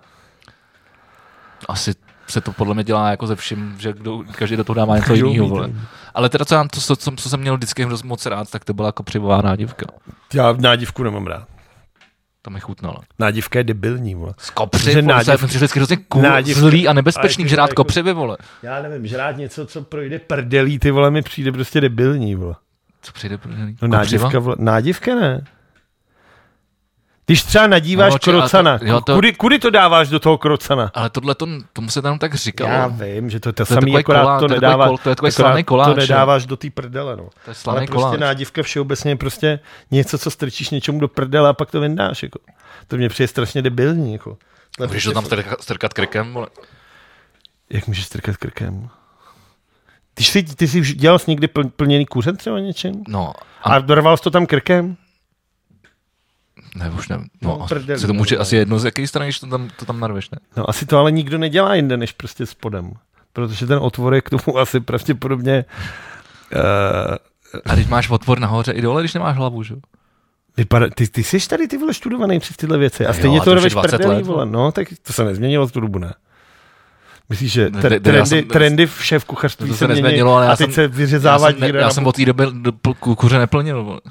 [SPEAKER 1] Asi se to podle mě dělá jako ze vším, že kdo, každý do toho dává něco
[SPEAKER 2] Každý
[SPEAKER 1] jiného.
[SPEAKER 2] umí,
[SPEAKER 1] Vole.
[SPEAKER 2] to umí.
[SPEAKER 1] Ale teda, co, já- co, co, co jsem měl vždycky hrozně moc rád, tak to byla jako přivováná dívka.
[SPEAKER 2] Já nádivku nemám rád.
[SPEAKER 1] To mi chutnalo.
[SPEAKER 2] Nádivka je debilní, vole.
[SPEAKER 1] Z kopři,
[SPEAKER 2] Protože
[SPEAKER 1] vole, nádiv...
[SPEAKER 2] nádivky-
[SPEAKER 1] jsem přišel vždycky hrozně cool,
[SPEAKER 2] nádivky-
[SPEAKER 1] zlý a
[SPEAKER 2] ale
[SPEAKER 1] nebezpečný
[SPEAKER 2] ty
[SPEAKER 1] žrát
[SPEAKER 2] jako-
[SPEAKER 1] kopřivy, vole.
[SPEAKER 2] Já nevím, žrát něco, co projde prdelí, ty vole, mi přijde prostě debilní, vole.
[SPEAKER 1] Co přijde? pro-
[SPEAKER 2] No
[SPEAKER 1] kopřiva?
[SPEAKER 2] nádivka, vole. Nádivka ne. Když třeba nadíváš
[SPEAKER 1] No,
[SPEAKER 2] no,
[SPEAKER 1] či- ale to-
[SPEAKER 2] krocana,
[SPEAKER 1] jo, to-
[SPEAKER 2] to... kudy, kudy to dáváš do toho krocana?
[SPEAKER 1] Ale tohle to, tomu se tam tak říkalo.
[SPEAKER 2] Já vím, že to je to,
[SPEAKER 1] To je
[SPEAKER 2] samý,
[SPEAKER 1] takový
[SPEAKER 2] akorát
[SPEAKER 1] kolá-
[SPEAKER 2] to
[SPEAKER 1] to je takový
[SPEAKER 2] nedává,
[SPEAKER 1] kol- to je takový
[SPEAKER 2] akorát
[SPEAKER 1] slaný koláč,
[SPEAKER 2] to
[SPEAKER 1] jo.
[SPEAKER 2] nedáváš do té prdele, no.
[SPEAKER 1] To je slaný
[SPEAKER 2] Ale
[SPEAKER 1] prostě koláč.
[SPEAKER 2] prostě nádivka všeobecně je prostě něco, co strčíš něčemu do prdele a pak to vyndáš, jako. To mě přijde strašně debilní, jako. Ale
[SPEAKER 1] Můžeš
[SPEAKER 2] prostě
[SPEAKER 1] to tam strkat, strkat krkem, vole.
[SPEAKER 2] Jak můžeš strkat krkem? Ty jsi, ty jsi už dělal jsi někdy pl- plněný kuřem třeba něčím?
[SPEAKER 1] No, a,
[SPEAKER 2] A dorval jsi to tam krkem?
[SPEAKER 1] ne, už ne. No,
[SPEAKER 2] No,
[SPEAKER 1] no
[SPEAKER 2] prdeli,
[SPEAKER 1] se to může
[SPEAKER 2] no,
[SPEAKER 1] asi jedno z jaké strany, když to tam, to tam narveš, ne?
[SPEAKER 2] No asi to ale nikdo nedělá jinde, než prostě spodem. Protože ten otvor je k tomu asi pravděpodobně uh,
[SPEAKER 1] A teď máš otvor nahoře i dole, když nemáš hlavu, že? jo?
[SPEAKER 2] vypadá, ty, ty jsi tady ty vole študovaný přes tyhle věci a stejně
[SPEAKER 1] ale to
[SPEAKER 2] to
[SPEAKER 1] už je
[SPEAKER 2] rveš
[SPEAKER 1] 20
[SPEAKER 2] prdelí,
[SPEAKER 1] let,
[SPEAKER 2] vole. No, tak to se nezměnilo z tu dobu, ne? Myslíš, že
[SPEAKER 1] Ne, ne,
[SPEAKER 2] tre-
[SPEAKER 1] ne, já
[SPEAKER 2] trendy,
[SPEAKER 1] jsem-
[SPEAKER 2] trendy v šéf kuchařství
[SPEAKER 1] To
[SPEAKER 2] se,
[SPEAKER 1] se
[SPEAKER 2] mění
[SPEAKER 1] nezměnilo, ale
[SPEAKER 2] a
[SPEAKER 1] já
[SPEAKER 2] teď
[SPEAKER 1] jsem-
[SPEAKER 2] se
[SPEAKER 1] Já
[SPEAKER 2] vyřezává
[SPEAKER 1] jsem, ne,
[SPEAKER 2] díra
[SPEAKER 1] já
[SPEAKER 2] na
[SPEAKER 1] jsem od té doby do pl- ku- kuře neplnil, vole.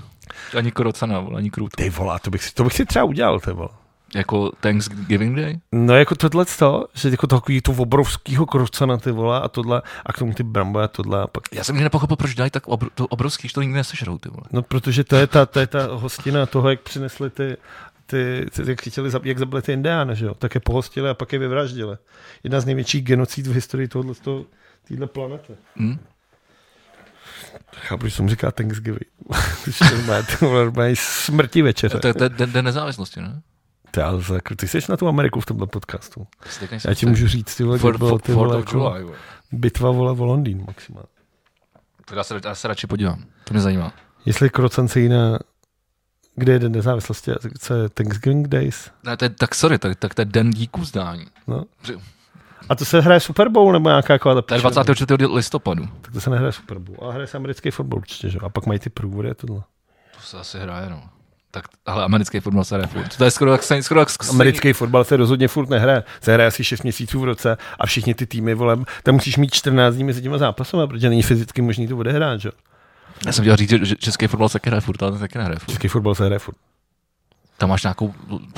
[SPEAKER 1] Ani krocana, vole, ani krůtu.
[SPEAKER 2] Ty vole, to bych, si, to bych si třeba udělal, ty vole.
[SPEAKER 1] Jako Thanksgiving Day?
[SPEAKER 2] No jako tohle to, že jako takový tu obrovskýho krocana ty vole a tohle a k tomu ty bramboje a tohle a pak.
[SPEAKER 1] Já jsem nikdy nepochopil, proč dají tak obr- to obrovský, že to nikdy nesežerou, ty vole.
[SPEAKER 2] No protože to je ta, to je ta hostina toho, jak přinesli ty, ty, ty jak chtěli, zab- jak zabili ty indiány, že jo? Tak je pohostili a pak je vyvraždili. Jedna z největších genocid v historii tohohle z toho, téhle planety.
[SPEAKER 1] Hm?
[SPEAKER 2] Chápu, že jsem říká Thanksgiving. Což je normálně- to je normálně smrti večeře.
[SPEAKER 1] To je- to je den den nezávislosti, ne?
[SPEAKER 2] Ty, ale zak- ty jsi na tu Ameriku v tomhle podcastu.
[SPEAKER 1] To si teď nejsem
[SPEAKER 2] Já ti
[SPEAKER 1] jistý.
[SPEAKER 2] můžu říct, ty vole,
[SPEAKER 1] For,
[SPEAKER 2] kdy bylo,
[SPEAKER 1] for,
[SPEAKER 2] ty
[SPEAKER 1] for
[SPEAKER 2] vole,
[SPEAKER 1] the
[SPEAKER 2] jako
[SPEAKER 1] July, vole.
[SPEAKER 2] bitva vole o Londýn maximálně.
[SPEAKER 1] Tak já se, já se radši podívám, to mě zajímá.
[SPEAKER 2] Jestli Krocan se jiná, kde je den nezávislosti, a co je Thanksgiving Days.
[SPEAKER 1] Ne, to je, tak sorry, tak, tak to je den díků zdání.
[SPEAKER 2] No.
[SPEAKER 1] Při-
[SPEAKER 2] A to se hraje Super Bowl nebo nějaká jako ta
[SPEAKER 1] To je 24. listopadu.
[SPEAKER 2] Tak to se nehraje Super Bowl, ale hraje se americký fotbal určitě, že? jo? A pak mají ty průvody a tohle.
[SPEAKER 1] To se asi hraje, no. Tak, ale americký fotbal se hraje furt. To je skoro jak, stejný- skoro jak stejný-
[SPEAKER 2] Americký fotbal se rozhodně furt nehraje. Se hraje asi 6 měsíců v roce a všichni ty týmy, vole, tam musíš mít 14 dní mezi těma zápasama, protože není fyzicky možný to odehrát, že? jo?
[SPEAKER 1] Já jsem chtěl říct, že, že český fotbal se taky hraje furt, ale ten taky nehraje furt.
[SPEAKER 2] Český fotbal se hraje furt.
[SPEAKER 1] Tam máš nějakou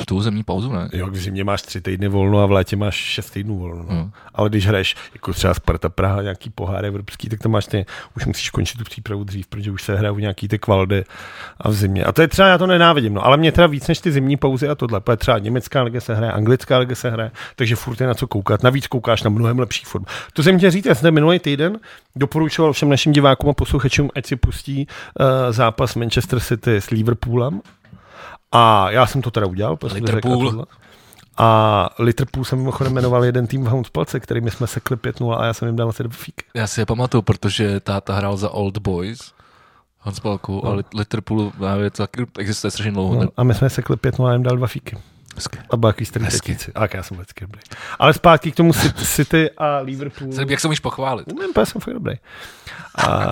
[SPEAKER 1] tu zemní pauzu, ne?
[SPEAKER 2] Jo, v zimě máš 3 týdny volno a v létě máš 6 týdnů volno. No.
[SPEAKER 1] No.
[SPEAKER 2] Ale když hraješ jako třeba Sparta Praha, nějaký pohár evropský, tak tam máš ty, už musíš končit tu přípravu dřív, protože už se hrajou nějaký ty kvaldy a v zimě. A to je třeba, já to nenávidím, no, ale mě teda víc než ty zimní pauzy a tohle. Protože třeba německá liga se hraje, anglická liga se hraje, takže furt je na co koukat. Navíc koukáš na mnohem lepší formu. To jsem chtěl říct, já jsem tady minulý týden doporučoval všem našim divákům a posluchačům, ať si pustí uh, zápas Manchester City s Liverpoolem. A já jsem to teda udělal. protože jsem to řekl na
[SPEAKER 1] Liverpool.
[SPEAKER 2] tohle. A Liverpool jsem mimochodem jmenoval jeden tým v Hounspalce, který my jsme sekli 5-0 a já jsem jim dal asi dva fíky.
[SPEAKER 1] Já si je pamatuju, protože táta hrál za Old Boys, Hans Palku, no. a Lit- Liverpool právě taky existuje strašně dlouho.
[SPEAKER 2] No,
[SPEAKER 1] No.
[SPEAKER 2] a my jsme sekli 5-0 a jim dal dva fíky. A byl jaký starý
[SPEAKER 1] Hezky.
[SPEAKER 2] tetíci. A tak já jsem byl vždycky dobrý. Ale zpátky k tomu City- City a Liverpool.
[SPEAKER 1] Jak se můžeš pochválit?
[SPEAKER 2] Umím, já jsem fakt dobrý. A,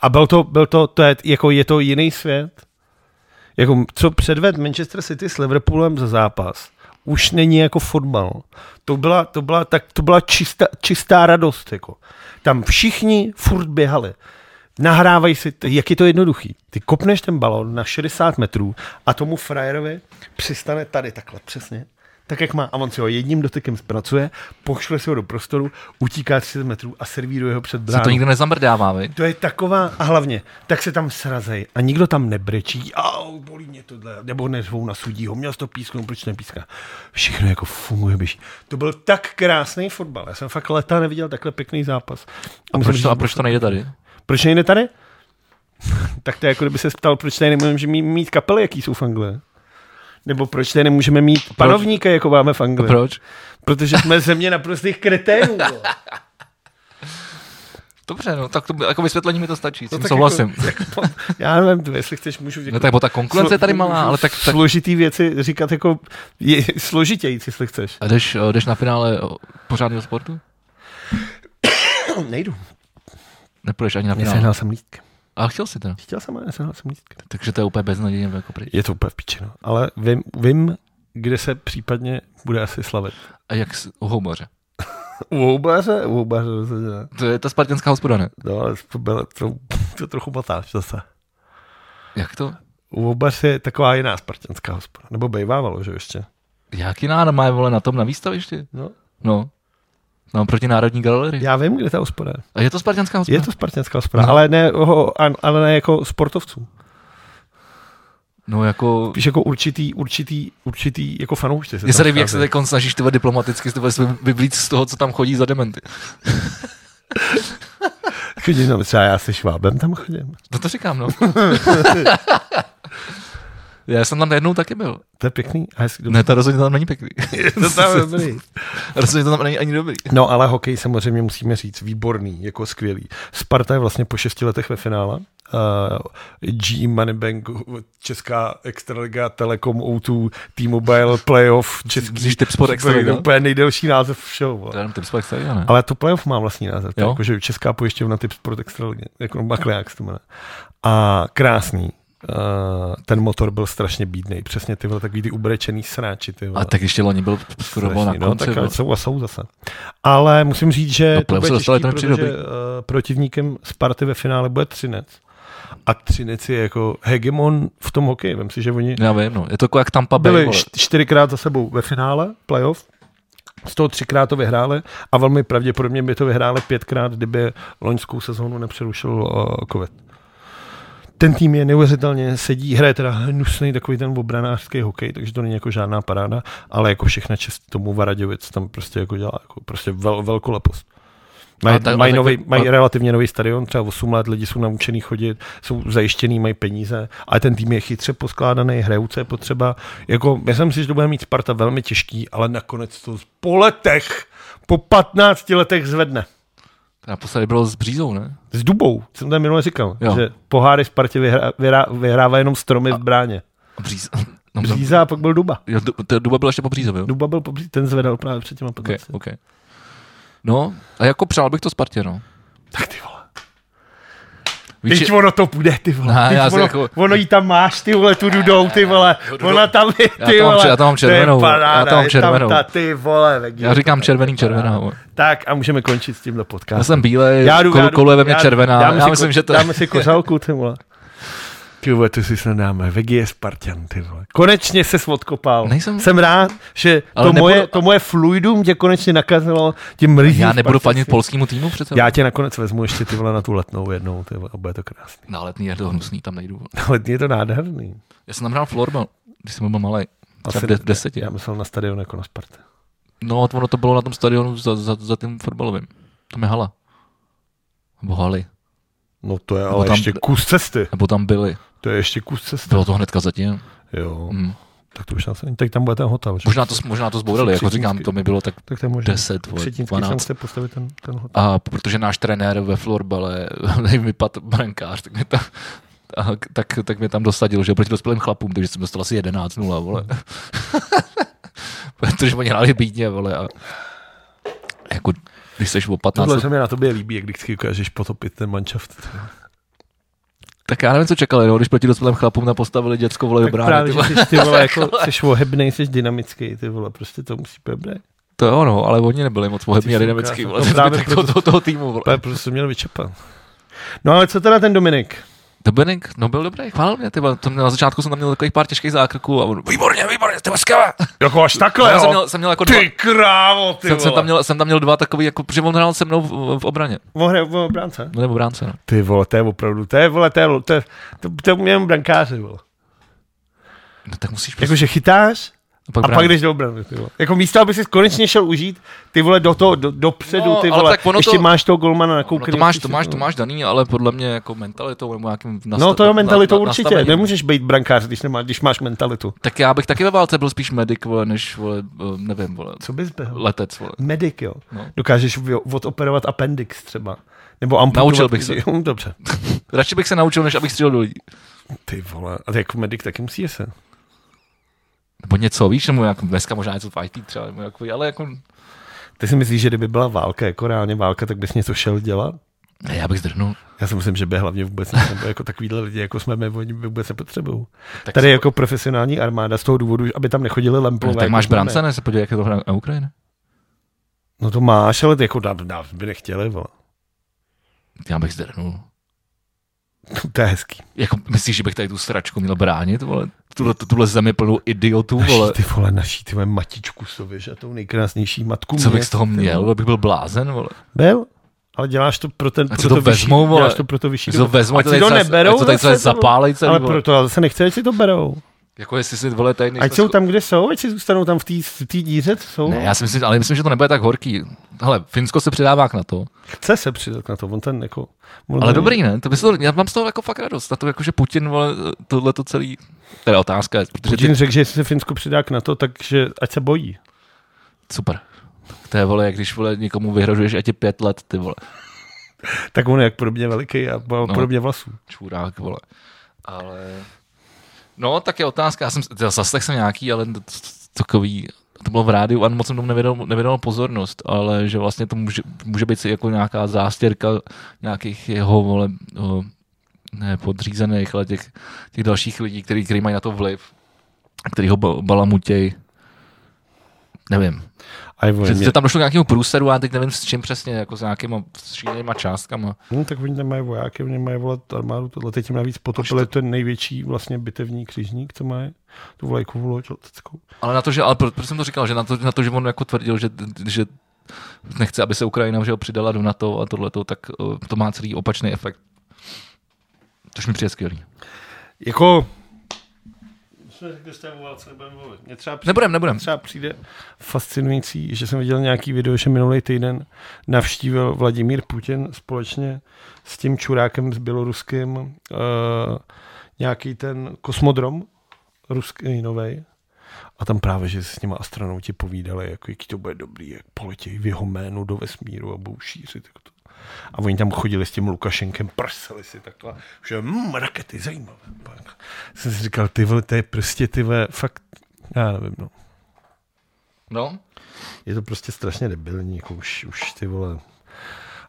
[SPEAKER 2] a byl to, byl to, to je, jako je to jiný svět. Jako, co předved Manchester City s Liverpoolem za zápas, už není jako fotbal. To byla, to byla, tak, to byla čistá, čistá radost. Jako. Tam všichni furt běhali. Nahrávají si, t- jak je to jednoduchý. Ty kopneš ten balon na 60 metrů a tomu frajerovi přistane tady takhle přesně. Tak jak má. A on si ho jedním dotykem zpracuje, pošle si ho do prostoru, utíká 30 metrů a servíruje ho před
[SPEAKER 1] Se
[SPEAKER 2] bránou.
[SPEAKER 1] to nikdo nezamrdává, vy?
[SPEAKER 2] To je taková, a hlavně, tak se tam srazej a nikdo tam nebrečí, au, bolí mě tohle, nebo neřvou na sudího, měl jsi to písknout, proč to nepíská. Všechno jako funguje, běží. To byl tak krásný fotbal, já jsem fakt leta neviděl takhle pěkný zápas.
[SPEAKER 1] A proč, to, a proč to nejde tady?
[SPEAKER 2] proč nejde tady? tak to je jako kdyby se ptal, proč tady nemůžeme mít, mít kapely, jaký jsou v Anglii. Nebo proč tady nemůžeme mít panovníka, jako máme v Anglii.
[SPEAKER 1] Proč?
[SPEAKER 2] Protože jsme země naprostých kreténů. vole.
[SPEAKER 1] Dobře, no, tak to, by- jako vysvětlení mi to stačí, s tím
[SPEAKER 2] tak
[SPEAKER 1] souhlasím.
[SPEAKER 2] Jako, jako, já nevím, to, jestli chceš, můžu
[SPEAKER 1] No tak, bo ta konkurence je tady malá, ale tak, tak
[SPEAKER 2] Složitý věci říkat jako je, složitějíc, jestli chceš.
[SPEAKER 1] a jdeš, eh, jdeš na finále eh, pořádného sportu?
[SPEAKER 2] Nejdu.
[SPEAKER 1] No. Nepůjdeš ani na finále.
[SPEAKER 2] Nesehnal jsem lístky.
[SPEAKER 1] Ale chtěl jsi to.
[SPEAKER 2] Chtěl jsem, ale nesehnal jsem lístky.
[SPEAKER 1] Takže to je úplně beznadějně jako pryč.
[SPEAKER 2] Je to úplně v piči, no. Ale vím, vím, kde se případně bude asi slavit.
[SPEAKER 1] A jak s- u houbaře?
[SPEAKER 2] U houbaře? U houbaře rozhodně ne.
[SPEAKER 1] To je ta spartanská hospoda, ne?
[SPEAKER 2] No, ale to, bylo- to, to trochu matáš zase.
[SPEAKER 1] Jak to?
[SPEAKER 2] U houbaře je taková jiná spartanská hospoda. Nebo bejvávalo, že ještě.
[SPEAKER 1] Jaký náda má vole na tom na výstavišti?
[SPEAKER 2] No.
[SPEAKER 1] No. No, proti Národní galerii.
[SPEAKER 2] Já vím, kde ta hospoda je.
[SPEAKER 1] A je to spartanská hospoda?
[SPEAKER 2] Je to spartanská hospoda,
[SPEAKER 1] No.
[SPEAKER 2] ale ne, ho, an- ale ne jako sportovců.
[SPEAKER 1] No, jako...
[SPEAKER 2] Spíš jako určitý, určitý, určitý jako fanoušci. se
[SPEAKER 1] Je
[SPEAKER 2] tam
[SPEAKER 1] se líbí, jak se
[SPEAKER 2] scházejí.
[SPEAKER 1] teď snažíš ty vole, diplomaticky ty vole, se vyblít z toho, co tam chodí za dementy.
[SPEAKER 2] Chodím tam, třeba já se švábem tam chodím.
[SPEAKER 1] No to říkám, no. Já jsem tam jednou taky byl.
[SPEAKER 2] To je pěkný a hezký.
[SPEAKER 1] Ne, to rozhodně tam není pěkný.
[SPEAKER 2] Je to tam dobrý.
[SPEAKER 1] rozhodně to tam není ani dobrý.
[SPEAKER 2] No ale hokej samozřejmě musíme říct, výborný, jako skvělý. Sparta je vlastně po šesti letech ve finále. Uh, G Moneybank, Česká extraliga, Telekom, O2, T-Mobile, playoff, Český.
[SPEAKER 1] Myslíš Tipsport
[SPEAKER 2] To je
[SPEAKER 1] Extraliga?
[SPEAKER 2] úplně nejdelší název všeho. vole.
[SPEAKER 1] To je jenom Tipsport Extraliga, ne?
[SPEAKER 2] Ale to playoff má vlastní název, to je
[SPEAKER 1] Jo.
[SPEAKER 2] jako, že Česká pojišťovna typ Sport Extra, jako Makleák se to jmenuje. A krásný. Uh, ten motor byl strašně bídný. Přesně tyhle takový ty ubrečený sráči. Ty vole.
[SPEAKER 1] A tak ještě loni byl skoro
[SPEAKER 2] Strašný,
[SPEAKER 1] na
[SPEAKER 2] no,
[SPEAKER 1] konci.
[SPEAKER 2] tak
[SPEAKER 1] No,
[SPEAKER 2] ale jsou a jsou zase. Ale musím říct, že
[SPEAKER 1] No,
[SPEAKER 2] to
[SPEAKER 1] playoff
[SPEAKER 2] bude
[SPEAKER 1] se dostali,
[SPEAKER 2] těžký,
[SPEAKER 1] to nepřijde
[SPEAKER 2] protože uh, protivníkem Sparty ve finále bude Třinec. A Třinec je jako hegemon v tom hokeji. Vem si, že oni
[SPEAKER 1] Já vím, no. Je to jako jak Tampa Bay,
[SPEAKER 2] byli
[SPEAKER 1] vole.
[SPEAKER 2] št- čtyřikrát za sebou ve finále playoff, z toho třikrát to vyhráli a velmi pravděpodobně by to vyhráli pětkrát, kdyby loňskou sezónu nepřerušil uh, COVID. Ten tým je neuvěřitelně, sedí, hraje teda hnusný takový ten obranářský hokej, takže to není jako žádná paráda, ale jako všechna čest tomu Varaděvic tam prostě jako dělá jako prostě vel, velkolepost. Mají,
[SPEAKER 1] A tak- a
[SPEAKER 2] mají,
[SPEAKER 1] tak-
[SPEAKER 2] nový,
[SPEAKER 1] a-
[SPEAKER 2] mají relativně nový stadion, třeba 8 let, lidi jsou naučený chodit, jsou zajištěný, mají peníze, ale ten tým je chytře poskládaný, hrajou, co je potřeba. Jako, myslím si, že to bude mít Sparta velmi těžký, ale nakonec to po letech, po 15 letech zvedne.
[SPEAKER 1] To naposledy bylo s Břízou, ne?
[SPEAKER 2] S Dubou, co jsem tam minule říkal,
[SPEAKER 1] Jo.
[SPEAKER 2] že poháry Spartě vyhrá, vyhrá, vyhrává jenom stromy v bráně.
[SPEAKER 1] A Bříza. No, no.
[SPEAKER 2] Bříza a pak byl Duba.
[SPEAKER 1] Jo, Du- to Duba byla ještě po Břízovi, jo?
[SPEAKER 2] Duba byl, po Bří- ten zvedal právě před těma
[SPEAKER 1] Okay,
[SPEAKER 2] 15. Okay.
[SPEAKER 1] okay. No, a jako přál bych to Spartě, no.
[SPEAKER 2] Tak ty vole.
[SPEAKER 1] Víš,
[SPEAKER 2] Teď
[SPEAKER 1] že-
[SPEAKER 2] ono to půjde, ty vole.
[SPEAKER 1] Ne,
[SPEAKER 2] Teď
[SPEAKER 1] já si
[SPEAKER 2] ono,
[SPEAKER 1] jako-
[SPEAKER 2] ono, jí tam máš, ty vole, tu dudou, ty vole.
[SPEAKER 1] Dudou-
[SPEAKER 2] Ona tam je,
[SPEAKER 1] Já
[SPEAKER 2] ty
[SPEAKER 1] tam mám
[SPEAKER 2] vole.
[SPEAKER 1] čer- já tam mám
[SPEAKER 2] To je
[SPEAKER 1] červenou, já
[SPEAKER 2] paráda,
[SPEAKER 1] tam mám
[SPEAKER 2] je
[SPEAKER 1] červenou.
[SPEAKER 2] ta, ty vole, Vegi,
[SPEAKER 1] já říkám
[SPEAKER 2] to je
[SPEAKER 1] červený,
[SPEAKER 2] paráda.
[SPEAKER 1] červená. vole.
[SPEAKER 2] Tak a můžeme končit s tímhle
[SPEAKER 1] Já
[SPEAKER 2] podcastem.
[SPEAKER 1] jsem bílej, kol, koluje ve mně červená. Já,
[SPEAKER 2] si
[SPEAKER 1] myslím,
[SPEAKER 2] ko-
[SPEAKER 1] že to...
[SPEAKER 2] Dáme si kořálku, ty vole. Ty vole, to si nedáme. Vegi je Spartan, ty vole. Konečně se odkopal.
[SPEAKER 1] Nejsem-
[SPEAKER 2] Jsem rád, že to,
[SPEAKER 1] Ale nebudu-
[SPEAKER 2] moje, to moje fluidum tě konečně nakazilo tím rizím
[SPEAKER 1] Já nebudu
[SPEAKER 2] Spartancům.
[SPEAKER 1] fanit polskému týmu přece.
[SPEAKER 2] Já tě nakonec vezmu ještě ty vole na tu letnou jednou, ty vole, a bude to krásný.
[SPEAKER 1] Na letní je to hnusný, tam nejdu. vole.
[SPEAKER 2] Ale je to nádherný.
[SPEAKER 1] Já jsem tam hrál florbal, když jsem byl malý. Třeba v de- v deseti.
[SPEAKER 2] Já myslel na stadion jako na Sparta.
[SPEAKER 1] No a ono to bylo na tom stadionu za, za, za tím fotbalovým. Tam je hala. Nebo haly.
[SPEAKER 2] No to je
[SPEAKER 1] Nebo
[SPEAKER 2] ale
[SPEAKER 1] tam-
[SPEAKER 2] ještě kus cesty.
[SPEAKER 1] Nebo tam byly.
[SPEAKER 2] To je ještě kus cesty.
[SPEAKER 1] Bylo to hnedka zatím.
[SPEAKER 2] No. Jo.
[SPEAKER 1] Mm.
[SPEAKER 2] Tak to už nás není. Tak tam bude ten hotel, že?
[SPEAKER 1] Možná to, možná to zbourali, jako
[SPEAKER 2] Křetínský.
[SPEAKER 1] říkám, to mi bylo tak
[SPEAKER 2] Tak to je možné.
[SPEAKER 1] 10, vole,
[SPEAKER 2] Předtínský jsem
[SPEAKER 1] 12.
[SPEAKER 2] chce postavit ten, ten hotel.
[SPEAKER 1] A protože náš trenér ve florbale vypadl brankář, tak mě tam, a, tak, tak mě tam dosadil, že proti dospělým chlapům, takže jsem dostal asi 11-0, vole. protože oni hráli bídně, vole. A jako, když seš o 15
[SPEAKER 2] Tohle
[SPEAKER 1] let
[SPEAKER 2] se mi na tobě líbí, jak vždycky ukážeš potopit ten manšaft.
[SPEAKER 1] Tak já nevím, co čekali, no, když proti dospělým chlapům napostavili děcko vole
[SPEAKER 2] Tak právě,
[SPEAKER 1] brány.
[SPEAKER 2] že
[SPEAKER 1] Ty,
[SPEAKER 2] jsi, ty vole, jako, jsi ohebnej, jsi dynamický, ty vole, prostě to musí být dobré.
[SPEAKER 1] to jo, no, ale oni nebyli moc pohybní a
[SPEAKER 2] Ty jsou
[SPEAKER 1] dynamický,
[SPEAKER 2] krásná.
[SPEAKER 1] vole, ten
[SPEAKER 2] No právě
[SPEAKER 1] zbytek
[SPEAKER 2] proto-
[SPEAKER 1] toho, toho týmu, vole.
[SPEAKER 2] Ale prostě měl vyčepat. No ale co teda ten Dominik?
[SPEAKER 1] Dominik, no byl dobrý, chválil mě, ty vole, to mě, na začátku jsem tam měl takových pár těžkých zákroků a on, výborně, výborně, ty vole, skvěle.
[SPEAKER 2] Jako až takhle,
[SPEAKER 1] Já jsem
[SPEAKER 2] jo?
[SPEAKER 1] měl, jsem měl jako dva,
[SPEAKER 2] Ty krávo, ty
[SPEAKER 1] jsem, jsem, tam
[SPEAKER 2] vole.
[SPEAKER 1] měl, jsem tam měl dva takový, jako, protože on hrál se mnou v, v obraně,
[SPEAKER 2] O hře- o bránce?
[SPEAKER 1] no, nebo v bránce, no.
[SPEAKER 2] Ty vole, to je opravdu, to je vole, to je, to je, to, to je jenom brankáři, vole.
[SPEAKER 1] no tak musíš prostě,
[SPEAKER 2] Jakože chytáš
[SPEAKER 1] a pak,
[SPEAKER 2] a pak
[SPEAKER 1] bránu.
[SPEAKER 2] jdeš do obrany, ty vole. Jako místo, aby si konečně šel užít, ty vole, do toho, do, dopředu,
[SPEAKER 1] No,
[SPEAKER 2] ty
[SPEAKER 1] ale
[SPEAKER 2] vole,
[SPEAKER 1] tak ono
[SPEAKER 2] ještě
[SPEAKER 1] to-
[SPEAKER 2] máš toho golmana nakoukaný.
[SPEAKER 1] No to máš, to máš, to máš daný, ale podle mě jako mentalitou nebo nějakým nasta-
[SPEAKER 2] No to
[SPEAKER 1] na-
[SPEAKER 2] jo, mentalitou
[SPEAKER 1] na-
[SPEAKER 2] určitě.
[SPEAKER 1] nastavením.
[SPEAKER 2] Nemůžeš být brankář, když, nemá, když máš mentalitu.
[SPEAKER 1] Tak já bych taky ve válce byl spíš medic, vole, než, vole, eh, nevím, vole,
[SPEAKER 2] Co bys byl?
[SPEAKER 1] letec, vole.
[SPEAKER 2] Medic, jo.
[SPEAKER 1] No.
[SPEAKER 2] Dokážeš vy- odoperovat appendix třeba. Nebo amputovat.
[SPEAKER 1] Naučil bych se.
[SPEAKER 2] Jo, Dobře.
[SPEAKER 1] Radši bych se naučil, než abych střílel do lidí.
[SPEAKER 2] Ty vole, ale jako medic taky musí se.
[SPEAKER 1] Nebo něco, víš, nebo jako dneska možná něco v IT třeba, nebo jako, ale jako,
[SPEAKER 2] Ty si myslíš, že kdyby byla válka, jako reálně válka, tak bys něco šel dělat?
[SPEAKER 1] ne, já bych zdrhnul.
[SPEAKER 2] Já si myslím, že by hlavně vůbec ne, nebo jako takovýhle lidi, jako jsme my, oni vůbec nepotřebují.
[SPEAKER 1] Tak
[SPEAKER 2] Tady
[SPEAKER 1] se-
[SPEAKER 2] jako profesionální armáda z toho důvodu, aby tam nechodili
[SPEAKER 1] No,
[SPEAKER 2] lemplové.
[SPEAKER 1] tak
[SPEAKER 2] jako
[SPEAKER 1] máš
[SPEAKER 2] jsme my.
[SPEAKER 1] brance, ne? Se podívej, jak je to na na Ukrajině.
[SPEAKER 2] No to máš, ale ty jako dáv, dáv by nechtěli, vole.
[SPEAKER 1] Já bych zdrhnul.
[SPEAKER 2] To je hezký.
[SPEAKER 1] Jako, myslíš, že bych tady tu sračku měl bránit, vole? Tuhle, tuhle zemi plnou idiotů, vole.
[SPEAKER 2] Naší, ty vole, naší, ty vole, matičku sověš a tou nejkrásnější matku
[SPEAKER 1] Co bych
[SPEAKER 2] měst,
[SPEAKER 1] z toho
[SPEAKER 2] ty
[SPEAKER 1] měl?
[SPEAKER 2] vole.
[SPEAKER 1] Abych byl blázen, vole.
[SPEAKER 2] Byl, ale děláš to pro ten,
[SPEAKER 1] A co
[SPEAKER 2] pro
[SPEAKER 1] to
[SPEAKER 2] vyšší,
[SPEAKER 1] vezmou, vole?
[SPEAKER 2] děláš to pro to vyšší.
[SPEAKER 1] Když to
[SPEAKER 2] dobro.
[SPEAKER 1] vezmu,
[SPEAKER 2] Ať
[SPEAKER 1] tady
[SPEAKER 2] si to
[SPEAKER 1] celé-
[SPEAKER 2] neberou,
[SPEAKER 1] ať to tady celé
[SPEAKER 2] zase, vole.
[SPEAKER 1] zapálej celý,
[SPEAKER 2] ale
[SPEAKER 1] vole.
[SPEAKER 2] proto já zase nechci, ať si to berou.
[SPEAKER 1] Jako jestli si, vole, tady nejsme...
[SPEAKER 2] Ať jsou
[SPEAKER 1] scho-
[SPEAKER 2] tam, kde jsou, ať si zůstanou tam v té v té díře, co jsou.
[SPEAKER 1] Ne, já si myslím, ale myslím, že to nebude tak horký. Hele, Finsko se přidává k NATO,
[SPEAKER 2] Chce se přidat na to, on ten jako... on
[SPEAKER 1] ale
[SPEAKER 2] ten-
[SPEAKER 1] dobrý, ne? To by se to, já mám z toho jako fakt radost. A to jako, že Putin, vole, tohle to celý, teda otázka, je, protože
[SPEAKER 2] Putin
[SPEAKER 1] ty,
[SPEAKER 2] řekl, že jestli se Finsko přidá k NATO, takže ať se bojí.
[SPEAKER 1] super. To je, vole, jak když, vole, někomu vyhrožuješ, a tě pět let, ty, vole,
[SPEAKER 2] Tak on je jak podobně veliký a má
[SPEAKER 1] No.
[SPEAKER 2] podobně vlasů.
[SPEAKER 1] čurák, vole. Ale... No, tak je otázka, já jsem, teda zaslech jsem nějaký, ale t- t- takový, to bylo v rádiu a moc jsem tomu nevědal, nevědal pozornost, ale že vlastně to může, může být si jako nějaká zástěrka nějakých jeho, vole, o, ne podřízených, ale těch, těch dalších lidí, který, který mají na to vliv, a který ho ba- balamutěj. Nevím.
[SPEAKER 2] A je vole,
[SPEAKER 1] Že,
[SPEAKER 2] mě...
[SPEAKER 1] že tam došlo k nějakému průseru, já teď nevím s čím přesně, jako s nějakýma střílenýma částkama.
[SPEAKER 2] no, tak oni tam mají vojáky, oni mají volat armádu, tohle teď jim navíc potopili ten největší vlastně bitevní křižník, co mají, tu vlajkovou loď leteckou.
[SPEAKER 1] Ale na to, že, ale pro- proč jsem to říkal, že na to, na to že on jako tvrdil, že, že nechce, aby se Ukrajina že ho přidala do NATO a tohleto, tak eh, to má celý opačný efekt. Což mi přijde skvělý.
[SPEAKER 2] Jako... Jsme řekli, že o válce nebudeme mluvit. Mě třeba přijde,
[SPEAKER 1] Nebudem, nebudem.
[SPEAKER 2] třeba přijde fascinující, že jsem viděl nějaký video, že minulý týden navštívil Vladimír Putin společně s tím čurákem s běloruským uh, nějaký ten kosmodrom ruský novej. A tam právě, že se s těma astronauti povídali, jako jaký to bude dobrý, jak poletějí v jeho jménu do vesmíru a budou šířit. Jako to. A oni tam chodili s tím Lukašenkem, prseli si takhle, že mmm, rakety, zajímavé. Pak jsem si říkal, ty vole, to je prostě, ty vole, fakt, já nevím, no.
[SPEAKER 1] No,
[SPEAKER 2] Je to prostě strašně debilní, jako už, už ty vole,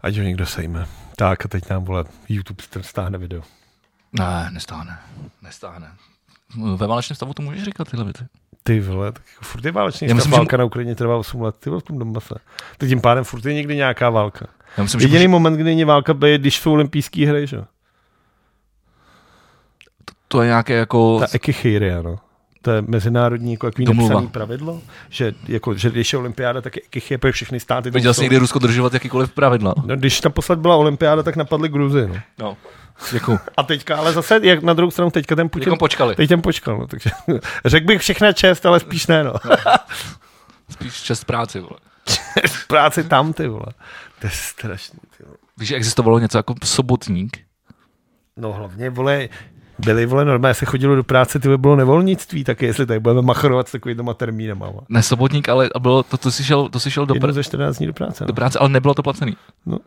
[SPEAKER 2] ať ho někdo sejme. Tak a teď nám, vole, YouTube str- stáhne video.
[SPEAKER 1] ne, nestáhne. Nestáhne. Ve válečném stavu to můžeš říkat tyhle věci.
[SPEAKER 2] Ty vole, tak jako furt je válečný
[SPEAKER 1] Já
[SPEAKER 2] stav,
[SPEAKER 1] myslím, že-
[SPEAKER 2] válka na Ukrajině trvá 8 let, ty vole v tom Donbase. Tak tím pádem furt je někdy nějaká válka.
[SPEAKER 1] Já myslím, že
[SPEAKER 2] Jediný
[SPEAKER 1] Jediný... může,
[SPEAKER 2] moment, kdy není válka, je, když jsou olympijské hry, že? jo?
[SPEAKER 1] to je nějaké jako...
[SPEAKER 2] Ta ekichýria, no. To je mezinárodní jako jaký
[SPEAKER 1] Domluva.
[SPEAKER 2] nepsaný pravidlo, že, jako, že když je olympiáda, tak je ekichýrie, protože všechny státy... tam
[SPEAKER 1] Viděl
[SPEAKER 2] jsou.
[SPEAKER 1] jsi někdy Rusko držovat jakýkoliv pravidla?
[SPEAKER 2] No, když naposled byla olympiáda, tak napadly Gruzi, no.
[SPEAKER 1] No. Děkuju.
[SPEAKER 2] A teďka, ale zase, jak na druhou stranu, teďka ten Putin
[SPEAKER 1] Děkuju počkali.
[SPEAKER 2] Teď jsem počkal, no, takže řekl bych všechna čest, ale spíš ne, no.
[SPEAKER 1] Spíš čest práci, vole.
[SPEAKER 2] V práci tam, ty vole. To je strašný, ty vole.
[SPEAKER 1] Víš, že existovalo něco jako sobotník?
[SPEAKER 2] No hlavně, vole, byly, vole, normálně se chodilo do práce, ty vole, bylo nevolnictví, taky jestli tady budeme machrovat s takovýma termínama, vole.
[SPEAKER 1] Ne sobotník, ale bylo to, to, jsi šel, to jsi šel do,
[SPEAKER 2] Jednou
[SPEAKER 1] pr-
[SPEAKER 2] ze 14 dní do práce,
[SPEAKER 1] do
[SPEAKER 2] no.
[SPEAKER 1] práce, ale nebylo to placený.
[SPEAKER 2] No.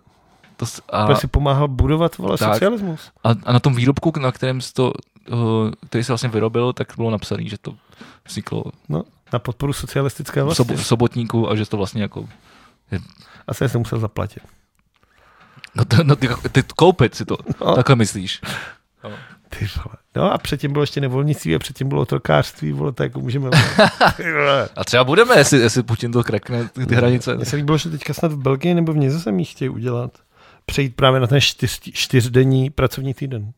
[SPEAKER 1] To, s- a...
[SPEAKER 2] Protože si pomáhal budovat, vole,
[SPEAKER 1] Tak.
[SPEAKER 2] socialismus.
[SPEAKER 1] A, a na tom výrobku, na kterém se to, uh, který se vlastně vyrobil, tak bylo napsané, že to vzniklo
[SPEAKER 2] No, na podporu socialistické
[SPEAKER 1] v,
[SPEAKER 2] vlasti.
[SPEAKER 1] sobo, v sobotníku a že to vlastně jako...
[SPEAKER 2] Asi jsem musel zaplatit.
[SPEAKER 1] No, to, no ty, ty koupit si to,
[SPEAKER 2] No.
[SPEAKER 1] no. takhle myslíš. Jo.
[SPEAKER 2] Ty vole. No a předtím bylo ještě nevolnictví a předtím bylo otrokářství, vole, tak jako můžeme... volat. Ty vole.
[SPEAKER 1] A třeba budeme, jestli, jestli Putin to krekne, ty ty hranice.
[SPEAKER 2] Mně se líbilo, že teďka snad v Belgii nebo v Nizozemí chtějí udělat. Přejít právě na ten čtyř, čtyřdenní pracovní týden.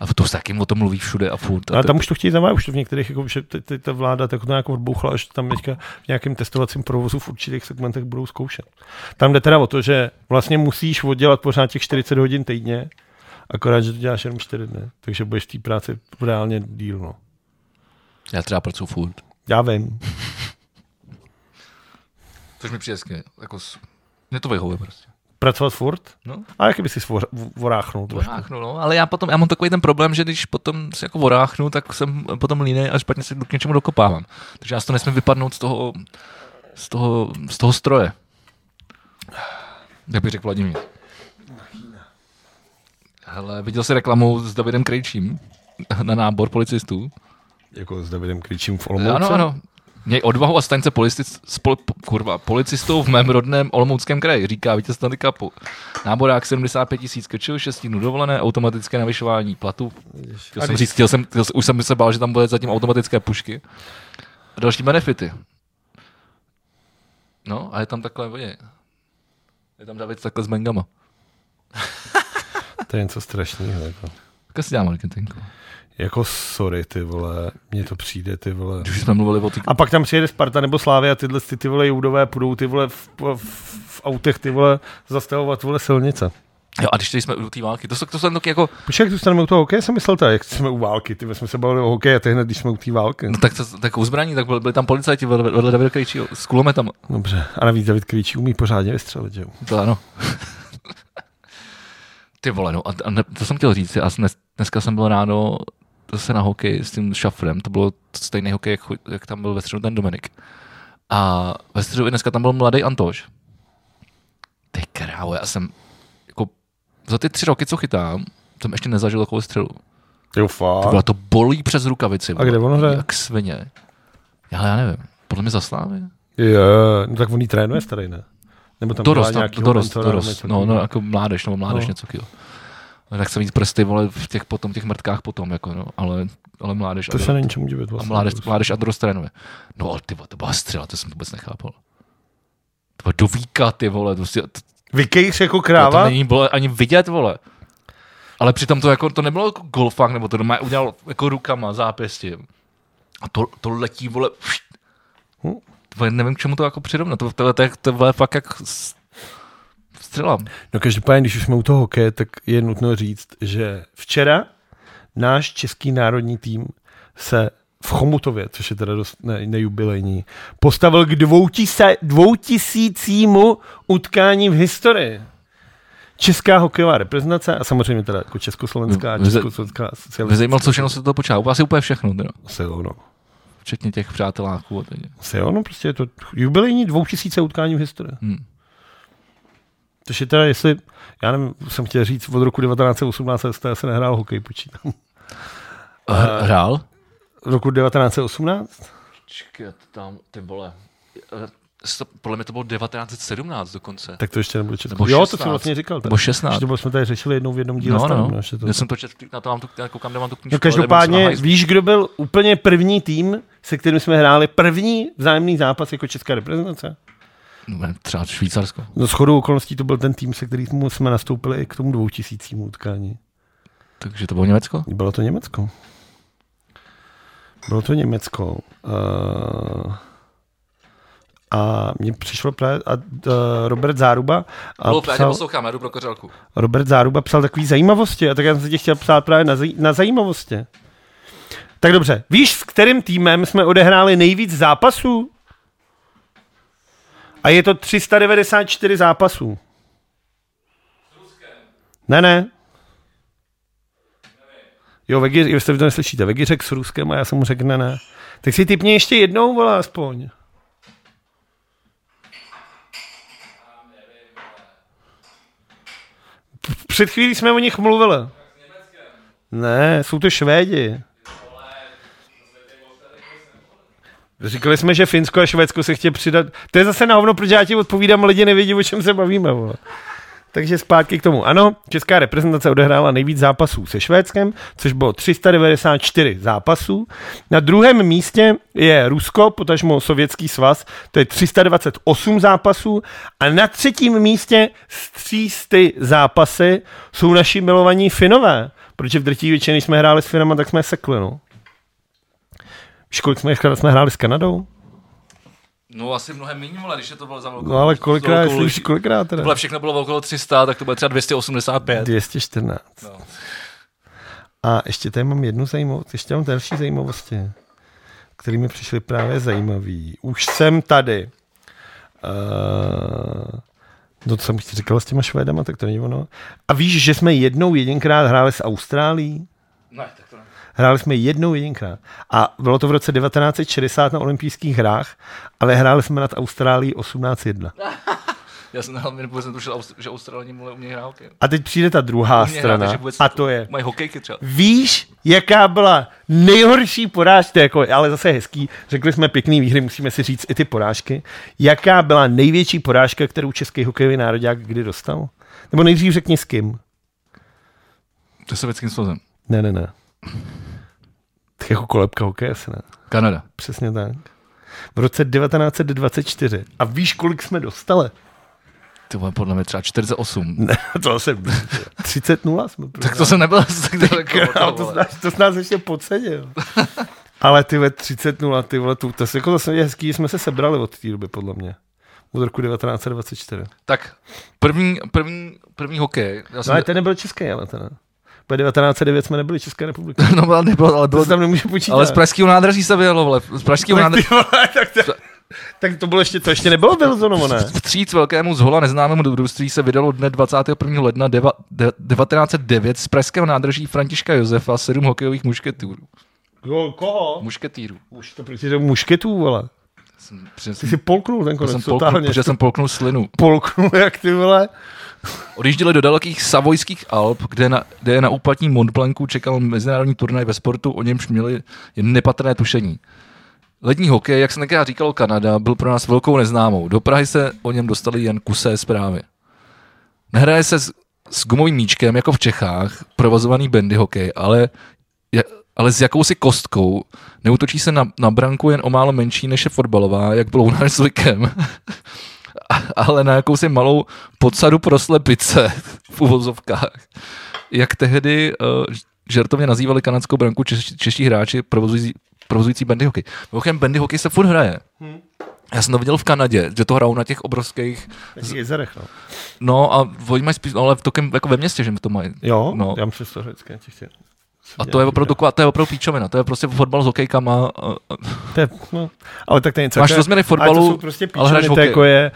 [SPEAKER 1] A to se taky o tom mluví všude a furt. A
[SPEAKER 2] Ale
[SPEAKER 1] to-
[SPEAKER 2] No, tam už to chtějí zavádět, už to v některých, jako, že te- te- ta vláda tak to nějak odbouchla, až to tam teďka v nějakém testovacím provozu v určitých segmentech budou zkoušet. Tam jde teda o to, že vlastně musíš oddělat pořád těch 40 hodin týdně, akorát, že to děláš jenom 4 dny, takže budeš v té práci reálně díl, no.
[SPEAKER 1] Já třeba pracuji furt.
[SPEAKER 2] Já vím.
[SPEAKER 1] Což mi přijde hezky, jako s... Mě to vyhovuje prostě.
[SPEAKER 2] Pracovat furt?
[SPEAKER 1] No.
[SPEAKER 2] A jak by si svoř- v- voráchnul trošku?
[SPEAKER 1] Voráchnu, no, ale já potom, já mám takový ten problém, že když potom se jako voráchnu, tak jsem potom línej a špatně se k něčemu dokopávám. Takže já si to nesmím vypadnout z toho, z toho, z toho stroje. Jak bych řekl Vladimír. Hele, viděl jsi reklamu s Davidem Krejčím na nábor policistů?
[SPEAKER 2] Jako s Davidem Kryčím v Olomouci?
[SPEAKER 1] Ano, ano. Měj odvahu a staň se policistou, spol, po- kurva, policistou v mém rodném Olomouckém kraji, říká vítěz Stanley Cupu. Náborák 75 tisíc krčil, 6 dnů dovolené, automatické navyšování platu. Chtěl
[SPEAKER 2] A
[SPEAKER 1] jsem
[SPEAKER 2] když-
[SPEAKER 1] říct, chtěl jsem, chtěl, jsem- už jsem se bál, že tam bude zatím automatické pušky. A další benefity. No, a je tam takhle, podívej. Je tam David takhle s mengama.
[SPEAKER 2] To je něco strašného. Jako.
[SPEAKER 1] Takhle si dělá marketing.
[SPEAKER 2] jako sorry, ty vole, mně to přijde, ty vole.
[SPEAKER 1] Když jsme mluvili o té
[SPEAKER 2] A pak tam přijede Sparta nebo Slávy a tyhle ty, ty vole joudové půjdou ty vole v, v, v autech ty vole zastavovat vole silnice.
[SPEAKER 1] Jo, a když tady jsme u té války, to, jsou- to jsem taky jako,
[SPEAKER 2] Počkej, jak zůstaneme u toho hokeje, jsem myslel tak, jak jsme u války, ty vole, jsme se bavili o hokeji a teď hned, když jsme u té války.
[SPEAKER 1] no tak, to, tak u zbraní, tak byli, byli tam policajti vedle, vedle Davida Krejčího s kulometem.
[SPEAKER 2] Dobře, a navíc David Krejčí umí pořádně vystřelit, že jo.
[SPEAKER 1] To ano. Ty vole, no, a, a ne, to jsem chtěl říct, já dnes, dneska jsem byl ráno zase na hokej s tím šafrem, to bylo stejný hokej, jak, cho- jak tam byl ve středu ten Dominik. A ve středu i dneska tam byl mladý Antoš. Ty krávo, já jsem jako za ty tři roky, co chytám, jsem ještě nezažil takovou střelu. To
[SPEAKER 2] Jo, fakt.
[SPEAKER 1] bylo to bolí přes rukavici. vole.
[SPEAKER 2] kde on hraje?
[SPEAKER 1] Jak svině. Já, já nevím, podle mě za slávy.
[SPEAKER 2] Je, no tak on jí trénuje starý, ne? Nebo tam
[SPEAKER 1] dorost,
[SPEAKER 2] dělá
[SPEAKER 1] tam,
[SPEAKER 2] nějakýho
[SPEAKER 1] dorost,
[SPEAKER 2] mentora,
[SPEAKER 1] dorost,
[SPEAKER 2] něco
[SPEAKER 1] no, no,
[SPEAKER 2] takového?
[SPEAKER 1] jako mládež, nebo mládež
[SPEAKER 2] No.
[SPEAKER 1] no. něco, jo. A Tak jsem víc prsty, vole, v těch potom, těch mrtkách potom, jako, no, ale, ale mládež.
[SPEAKER 2] To
[SPEAKER 1] a,
[SPEAKER 2] se není čemu divit
[SPEAKER 1] a
[SPEAKER 2] vlastně.
[SPEAKER 1] mládež, mládež a dorost trénuje. No, ale ty vole, to byla střela, to jsem vůbec nechápal. To bylo do víka, ty vole, prostě, to,
[SPEAKER 2] Vykejš jako
[SPEAKER 1] No, to, to
[SPEAKER 2] kráva?
[SPEAKER 1] není bylo ani vidět, vole. Ale přitom to, jako, to nebylo jako golfák, nebo to doma udělal jako rukama, zápěstí. A to, to letí, vole, pšt.
[SPEAKER 2] Hm.
[SPEAKER 1] Vole, nevím, k čemu to jako přirovnat. To, to, to, to, to, vole, fakt jak s- střela.
[SPEAKER 2] No každopádně, když už jsme u toho hokeje, tak je nutno říct, že včera náš český národní tým se v Chomutově, což je teda dost ne, nejubilejní, postavil k dvoutise, dvoutisícímu utkání v historii. Česká hokejová reprezentace a samozřejmě teda jako československá,
[SPEAKER 1] No, vy-
[SPEAKER 2] československá
[SPEAKER 1] Mě
[SPEAKER 2] socialistická.
[SPEAKER 1] zajímalo, co všechno se do toho počítá. Asi úplně všechno, teda.
[SPEAKER 2] Asi jo, no.
[SPEAKER 1] včetně těch přáteláků. A teď.
[SPEAKER 2] Asi jo, no prostě je to jubilejní dvoutisíce utkání v historii.
[SPEAKER 1] Hmm.
[SPEAKER 2] Což je teda, jestli, já nevím, jsem chtěl říct, od roku 1918 jste se nehrál hokej, počítám.
[SPEAKER 1] Hr- Hrál?
[SPEAKER 2] Roku 1918?
[SPEAKER 1] Čekaj, tam, ty vole. Eh, Podle mě to bylo 1917 dokonce.
[SPEAKER 2] Tak to ještě nebude český.
[SPEAKER 1] Nebo
[SPEAKER 2] jo, to
[SPEAKER 1] 16.
[SPEAKER 2] jsem vlastně říkal.
[SPEAKER 1] Nebo 16.
[SPEAKER 2] Ještě jsme tady řešili jednou v jednom díle.
[SPEAKER 1] No,
[SPEAKER 2] stanu,
[SPEAKER 1] no,
[SPEAKER 2] no, ještě to-
[SPEAKER 1] Já jsem to četl, na to mám tu, já koukám, kde mám tu knížku.
[SPEAKER 2] No,
[SPEAKER 1] ale nevím, co
[SPEAKER 2] každopádně,
[SPEAKER 1] tam mají-
[SPEAKER 2] víš, kdo byl úplně první tým, se kterým jsme hráli první vzájemný zápas jako česká reprezentace?
[SPEAKER 1] No, ne, třeba Švýcarsko.
[SPEAKER 2] No shodou okolností to byl ten tým, se kterým jsme nastoupili i k tomu dvoutisícímu utkání.
[SPEAKER 1] Takže to bylo Německo?
[SPEAKER 2] Bylo to Německo. Bylo to Německo. Uh, a mně přišlo právě, a, uh, Robert Záruba a
[SPEAKER 1] Bylo, jako já tě
[SPEAKER 2] psal,
[SPEAKER 1] poslouchám, já jdu pro kořelku.
[SPEAKER 2] Robert Záruba psal takový zajímavosti a tak já jsem se tě chtěl psát právě na, zaj, na zajímavosti. Tak dobře, víš, s kterým týmem jsme odehráli nejvíc zápasů? A je to 394 zápasů. Ne, ne. Jo, Vegi, jo, jste vy to neslyšíte. Vegi řekl s Ruskem a já jsem mu řekl ne, ne. Tak si typně ještě jednou, volá aspoň. Před chvílí jsme o nich mluvili. Ne, jsou to Švédi. Říkali jsme, že Finsko a Švédsko se chtějí přidat. To je zase na hovno, protože já ti odpovídám, lidi nevědí, o čem se bavíme. Vole. Takže zpátky k tomu. Ano, česká reprezentace odehrála nejvíc zápasů se Švédskem, což bylo 394 zápasů. Na druhém místě je Rusko, potažmo Sovětský svaz, to je 328 zápasů. A na třetím místě z 300 zápasy jsou naši milovaní Finové. Protože v drtí většině, když jsme hráli s Finama, tak jsme je sekli, no. Víš, kolik jsme, jsme hráli s Kanadou?
[SPEAKER 1] No asi mnohem méně, ale když je to bylo za velkou.
[SPEAKER 2] No ale kolikrát, jestli kolikrát teda?
[SPEAKER 1] Tohle všechno bylo okolo 300, tak to bude třeba 285.
[SPEAKER 2] 214.
[SPEAKER 1] No.
[SPEAKER 2] A ještě tady mám jednu zajímavost, ještě mám další zajímavosti, které mi přišly právě zajímavý. Už jsem tady. Uh, no, co jsem ti říkal s těma Švédama, tak to není ono. A víš, že jsme jednou jedinkrát hráli s Austrálií?
[SPEAKER 1] Ne, tak to ne.
[SPEAKER 2] Hráli jsme jednou jedinkrát. A bylo to v roce 1960 na olympijských hrách, ale hráli jsme nad Austrálií 18-1.
[SPEAKER 1] Já jsem hlavně nebo jsem tušil, Aust- že Australani mluví umějí hrát hokej.
[SPEAKER 2] A teď přijde ta druhá
[SPEAKER 1] Umějí hrát,
[SPEAKER 2] strana.
[SPEAKER 1] takže vůbec
[SPEAKER 2] A to je.
[SPEAKER 1] Mají hokejky třeba.
[SPEAKER 2] Víš, jaká byla nejhorší porážka, jako, ale zase hezký, řekli jsme pěkný výhry, musíme si říct i ty porážky. Jaká byla největší porážka, kterou český hokejový národák kdy dostal? Nebo nejdřív řekni s kým.
[SPEAKER 1] To je sovětským svazem.
[SPEAKER 2] Ne, ne, ne. Tak jako kolebka hokeje asi ne.
[SPEAKER 1] Kanada.
[SPEAKER 2] Přesně tak. V roce 1924. A víš, kolik jsme dostali?
[SPEAKER 1] Ty vole, podle mě třeba 48.
[SPEAKER 2] Ne, to asi 30 0 jsme prohráli.
[SPEAKER 1] Tak to jsem nebyl asi tak
[SPEAKER 2] Král,
[SPEAKER 1] daleko.
[SPEAKER 2] to, nás, to jsi nás ještě podcenil. Ale ty ve 30 0, ty vole, tu, to se jako zase je hezký, jsme se sebrali od té doby, podle mě. Od roku 1924.
[SPEAKER 1] Tak první, první, první hokej. Já
[SPEAKER 2] No
[SPEAKER 1] jsem,
[SPEAKER 2] ale ten nebyl český, ale ten. Po 1909 jsme nebyli Česká republika.
[SPEAKER 1] no, ale nebylo, ale
[SPEAKER 2] To
[SPEAKER 1] bylo,
[SPEAKER 2] se tam nemůže počítat.
[SPEAKER 1] ale z pražského nádraží se vyjelo, vole. Z pražského
[SPEAKER 2] tak,
[SPEAKER 1] nádraží.
[SPEAKER 2] ty vole, tak, to, tak to bylo ještě, to ještě nebylo Wilsonovo, ne?
[SPEAKER 1] Vstříc velkému zhola neznámému dobrodružství se vydalo dne 21. ledna deva, de, 1909 z pražského nádraží Františka Josefa sedm hokejových mušketýrů.
[SPEAKER 2] Jo, koho?
[SPEAKER 1] Mušketýrů.
[SPEAKER 2] Už to proti tomu mušketů, vole.
[SPEAKER 1] Jsem, přinesl,
[SPEAKER 2] Ty si polknul ten
[SPEAKER 1] jsem
[SPEAKER 2] konec,
[SPEAKER 1] polknul,
[SPEAKER 2] totálně.
[SPEAKER 1] protože jsem polknul slinu.
[SPEAKER 2] Polknul, jak ty vole.
[SPEAKER 1] Odjížděli do dalekých savojských Alp, kde, na, kde na úplatním Mont Blancu čekal mezinárodní turnaj ve sportu, o němž měli jen nepatrné tušení. Lední hokej, jak se tenkrát říkalo Kanada, byl pro nás velkou neznámou. Do Prahy se o něm dostali jen kusé zprávy. Nehraje se s, s gumovým míčkem, jako v Čechách, provozovaný bandy hokej, ale, je- ale s jakousi kostkou. Neutočí se na, na branku jen o málo menší, než je fotbalová, jak bylo u nás zvykem. ale na jakousi malou podsadu pro slepice v uvozovkách. Jak tehdy uh, žertovně nazývali kanadskou branku češi, čeští hráči provozující, provozující bandy hokej. Mimochodem, bandy hokej se furt hraje. Já jsem to viděl v Kanadě, že to hrajou na těch obrovských,
[SPEAKER 2] Tak jezerech, no.
[SPEAKER 1] no a oni mají spíš, ale v tokem, jako ve městě, že to mají.
[SPEAKER 2] Jo,
[SPEAKER 1] No.
[SPEAKER 2] no. já myslím, že to řecké těch chtěl.
[SPEAKER 1] A to je opravdu, taková- to je opravdu píčovina, to je prostě fotbal s hokejkama. eh, a- a-
[SPEAKER 2] To je, no, ale tak to je něco.
[SPEAKER 1] Máš
[SPEAKER 2] jako-
[SPEAKER 1] rozměry
[SPEAKER 2] ale to
[SPEAKER 1] fotbalu,
[SPEAKER 2] jsou prostě
[SPEAKER 1] ale hraješ
[SPEAKER 2] píčoviny,
[SPEAKER 1] hokej.
[SPEAKER 2] to jako je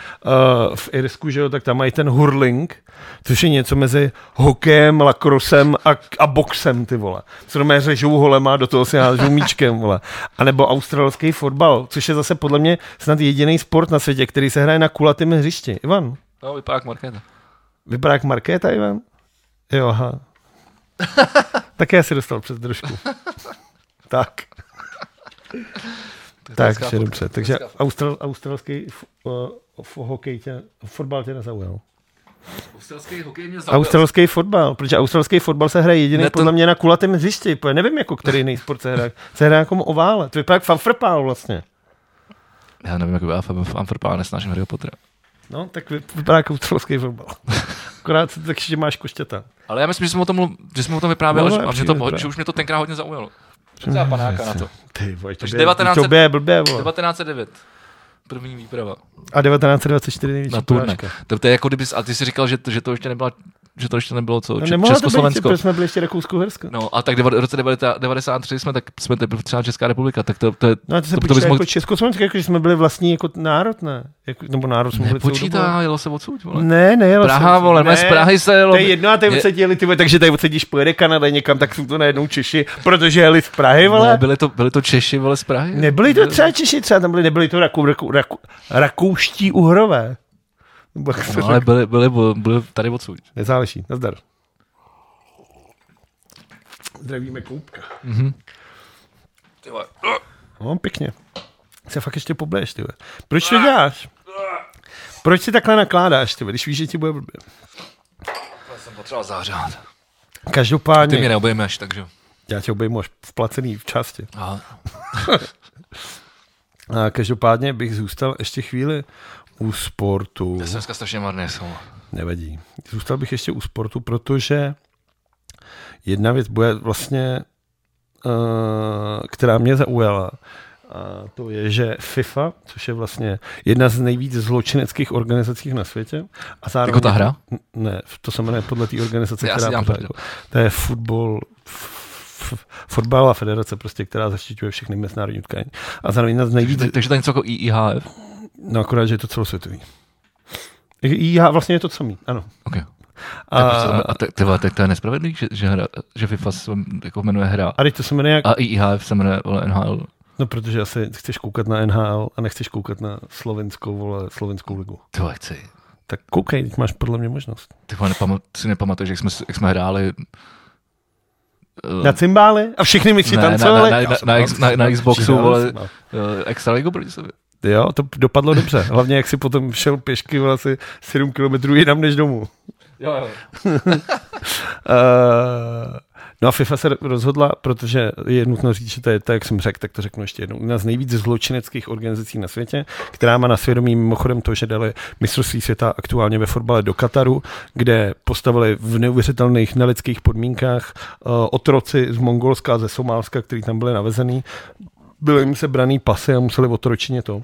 [SPEAKER 2] uh, v Irsku, že jo, tak tam mají ten hurling, což je něco mezi hokejem, lakrosem a, a boxem, ty vole. Co doma řežou holema, do toho si hážou míčkem, vole. A nebo australský fotbal, což je zase podle mě snad jediný sport na světě, který se hraje na kulatém hřišti. Ivan,
[SPEAKER 1] No, vypadá jak Markéta.
[SPEAKER 2] vypadá jak Markéta, Ivan? Jo, aha. Také já si dostal přes držku. tak.
[SPEAKER 1] To je
[SPEAKER 2] Tak,
[SPEAKER 1] hezká
[SPEAKER 2] vše
[SPEAKER 1] fotka.
[SPEAKER 2] dobře. Takže austral, australský f, uh, f, hokej tě, fotbal tě nezaujal.
[SPEAKER 1] Australský hokej mě zaujal.
[SPEAKER 2] Australský fotbal, protože australský fotbal se hraje jediný
[SPEAKER 1] Ne,
[SPEAKER 2] to...
[SPEAKER 1] to-
[SPEAKER 2] podle mě na kulatém hřišti. protože nevím, jako který jiný sport se hraje. Se hraje jako ovále. To vypadá jak fanfrpál vlastně.
[SPEAKER 1] Já nevím, jak vypadá Fab- Amfrpá, nesnáším Harry Pottera.
[SPEAKER 2] No, tak vy- vypadá jako australský fotbal. Akorát se tak, že máš koštěta.
[SPEAKER 1] Ale já myslím, že jsme o tom, mluv- že jsme o tom vyprávěli,
[SPEAKER 2] No,
[SPEAKER 1] že, a
[SPEAKER 2] ne,
[SPEAKER 1] že,
[SPEAKER 2] přijde
[SPEAKER 1] to,
[SPEAKER 2] dobrá.
[SPEAKER 1] že už mě to tenkrát hodně zaujalo. Třeba panáka na to.
[SPEAKER 2] Ty voj, to
[SPEAKER 1] Takže
[SPEAKER 2] je
[SPEAKER 1] 19
[SPEAKER 2] tobě, blbě, vole.
[SPEAKER 1] 1909. První výprava
[SPEAKER 2] A 1924 největší
[SPEAKER 1] na turné.
[SPEAKER 2] porážka.
[SPEAKER 1] To, to je jako kdyby, a ty si říkal, že to, že to ještě nebyla, že to ještě nebylo co,
[SPEAKER 2] No,
[SPEAKER 1] Če-
[SPEAKER 2] nemohla to být,
[SPEAKER 1] Československo.
[SPEAKER 2] protože jsme byli ještě Rakousko-Hersko.
[SPEAKER 1] No a tak deva- v roce 1993 jsme, tak, jsme teprve třeba Česká republika, tak to, to je...
[SPEAKER 2] No a to se
[SPEAKER 1] to- to
[SPEAKER 2] to,
[SPEAKER 1] bys
[SPEAKER 2] počítá
[SPEAKER 1] mohl-
[SPEAKER 2] jako Československo, jako že jsme byli vlastní jako národ, ne? Jako, nebo národ jsme byli celou dobu.
[SPEAKER 1] Počítá, jelo se odsud, vole.
[SPEAKER 2] Ne, ne, jelo
[SPEAKER 1] Praha,
[SPEAKER 2] se-
[SPEAKER 1] vole,
[SPEAKER 2] No, ne,
[SPEAKER 1] ne, z Prahy se jelo.
[SPEAKER 2] To je jedno a tady
[SPEAKER 1] Je-
[SPEAKER 2] odsedí jeli, ty vole, takže tady odsedíš pojede Kanada někam, tak jsou to najednou Češi, protože jeli z Prahy,
[SPEAKER 1] Ne,
[SPEAKER 2] vole.
[SPEAKER 1] byli to, byli to Češi, vole, z Prahy.
[SPEAKER 2] Nebyli to třeba Češi, třeba tam byli, nebyli to raku, raku, raku, rakouští uhrové. Nebo jak se
[SPEAKER 1] No, ale
[SPEAKER 2] řekne.
[SPEAKER 1] byli, byli, byli, byli tady odsud.
[SPEAKER 2] Nezáleží, nazdar. Zdravíme Koupka. No, pěkně. Se fakt ještě pobleješ, ty vole. Proč to děláš? Proč si takhle nakládáš, ty vole, když víš, že ti bude blbě?
[SPEAKER 1] Třeba zahřát.
[SPEAKER 2] Každopádně,
[SPEAKER 1] Ty mě neobejmeš, takže...
[SPEAKER 2] já tě obejmu až vplacený v části.
[SPEAKER 1] Aha.
[SPEAKER 2] A každopádně bych zůstal ještě chvíli u sportu.
[SPEAKER 1] Já jsem dneska strašně marný, jsem.
[SPEAKER 2] Nevadí. Zůstal bych ještě u sportu, protože jedna věc bude vlastně, eh, která mě zaujala, a to je, že FIFA, což je vlastně jedna z nejvíc zločineckých organizací na světě. A zároveň,
[SPEAKER 1] Jako ta hra?
[SPEAKER 2] Ne, to se jmenuje podle té organizace,
[SPEAKER 1] Já si
[SPEAKER 2] která
[SPEAKER 1] dělám
[SPEAKER 2] pořád-
[SPEAKER 1] prdel.
[SPEAKER 2] to je fotbal, f- f- fotbalová federace, prostě, která zaštiťuje všechny mezinárodní utkání. A zároveň jedna z nejvíc
[SPEAKER 1] Takže to je něco jako IIHF?
[SPEAKER 2] No akorát, že je to celosvětový. I já vlastně je to samý, ano.
[SPEAKER 1] OK. prostě
[SPEAKER 2] A,
[SPEAKER 1] A te- ty vole, tak to je nespravedlivý, že, že, hra, že FIFA se jako jmenuje hra.
[SPEAKER 2] a teď to se jmenuje jak,
[SPEAKER 1] A IIHF se jmenuje vole, NHL.
[SPEAKER 2] no protože asi chceš koukat na NHL a nechceš koukat na slovenskou, vole, slovenskou ligu.
[SPEAKER 1] Ty vole, chci.
[SPEAKER 2] Tak koukej, teď máš podle mě možnost.
[SPEAKER 1] Ty vole, nepamat, si nepamatuješ, jak jsme, jak jsme hráli... eh,
[SPEAKER 2] Na cymbály a všechny mi si
[SPEAKER 1] Ne,
[SPEAKER 2] tancovali.
[SPEAKER 1] na- na- na-
[SPEAKER 2] Já jsem
[SPEAKER 1] na-
[SPEAKER 2] mal-
[SPEAKER 1] X- na- na Xboxu,
[SPEAKER 2] Přidal
[SPEAKER 1] vole.
[SPEAKER 2] jsem, no.
[SPEAKER 1] eh, extra ligu proti sobě.
[SPEAKER 2] Jo, to dopadlo dobře. Hlavně, jak si potom šel pěšky vole, asi 7 kilometrů jinam než domů.
[SPEAKER 1] Jo, jo.
[SPEAKER 2] Uh, no a FIFA se rozhodla, protože je nutno říct, že to je to, jak jsem řekl, tak to řeknu ještě jednou. Jedna z nejvíc zločineckých organizací na světě, která má na svědomí mimochodem to, že dali mistrovství světa aktuálně ve fotbale do Kataru, kde postavili v neuvěřitelných nelidských podmínkách uh, otroci z Mongolska a ze Somálska, kteří tam byli navezený. Byly jim sebraný pasy a museli otročině to.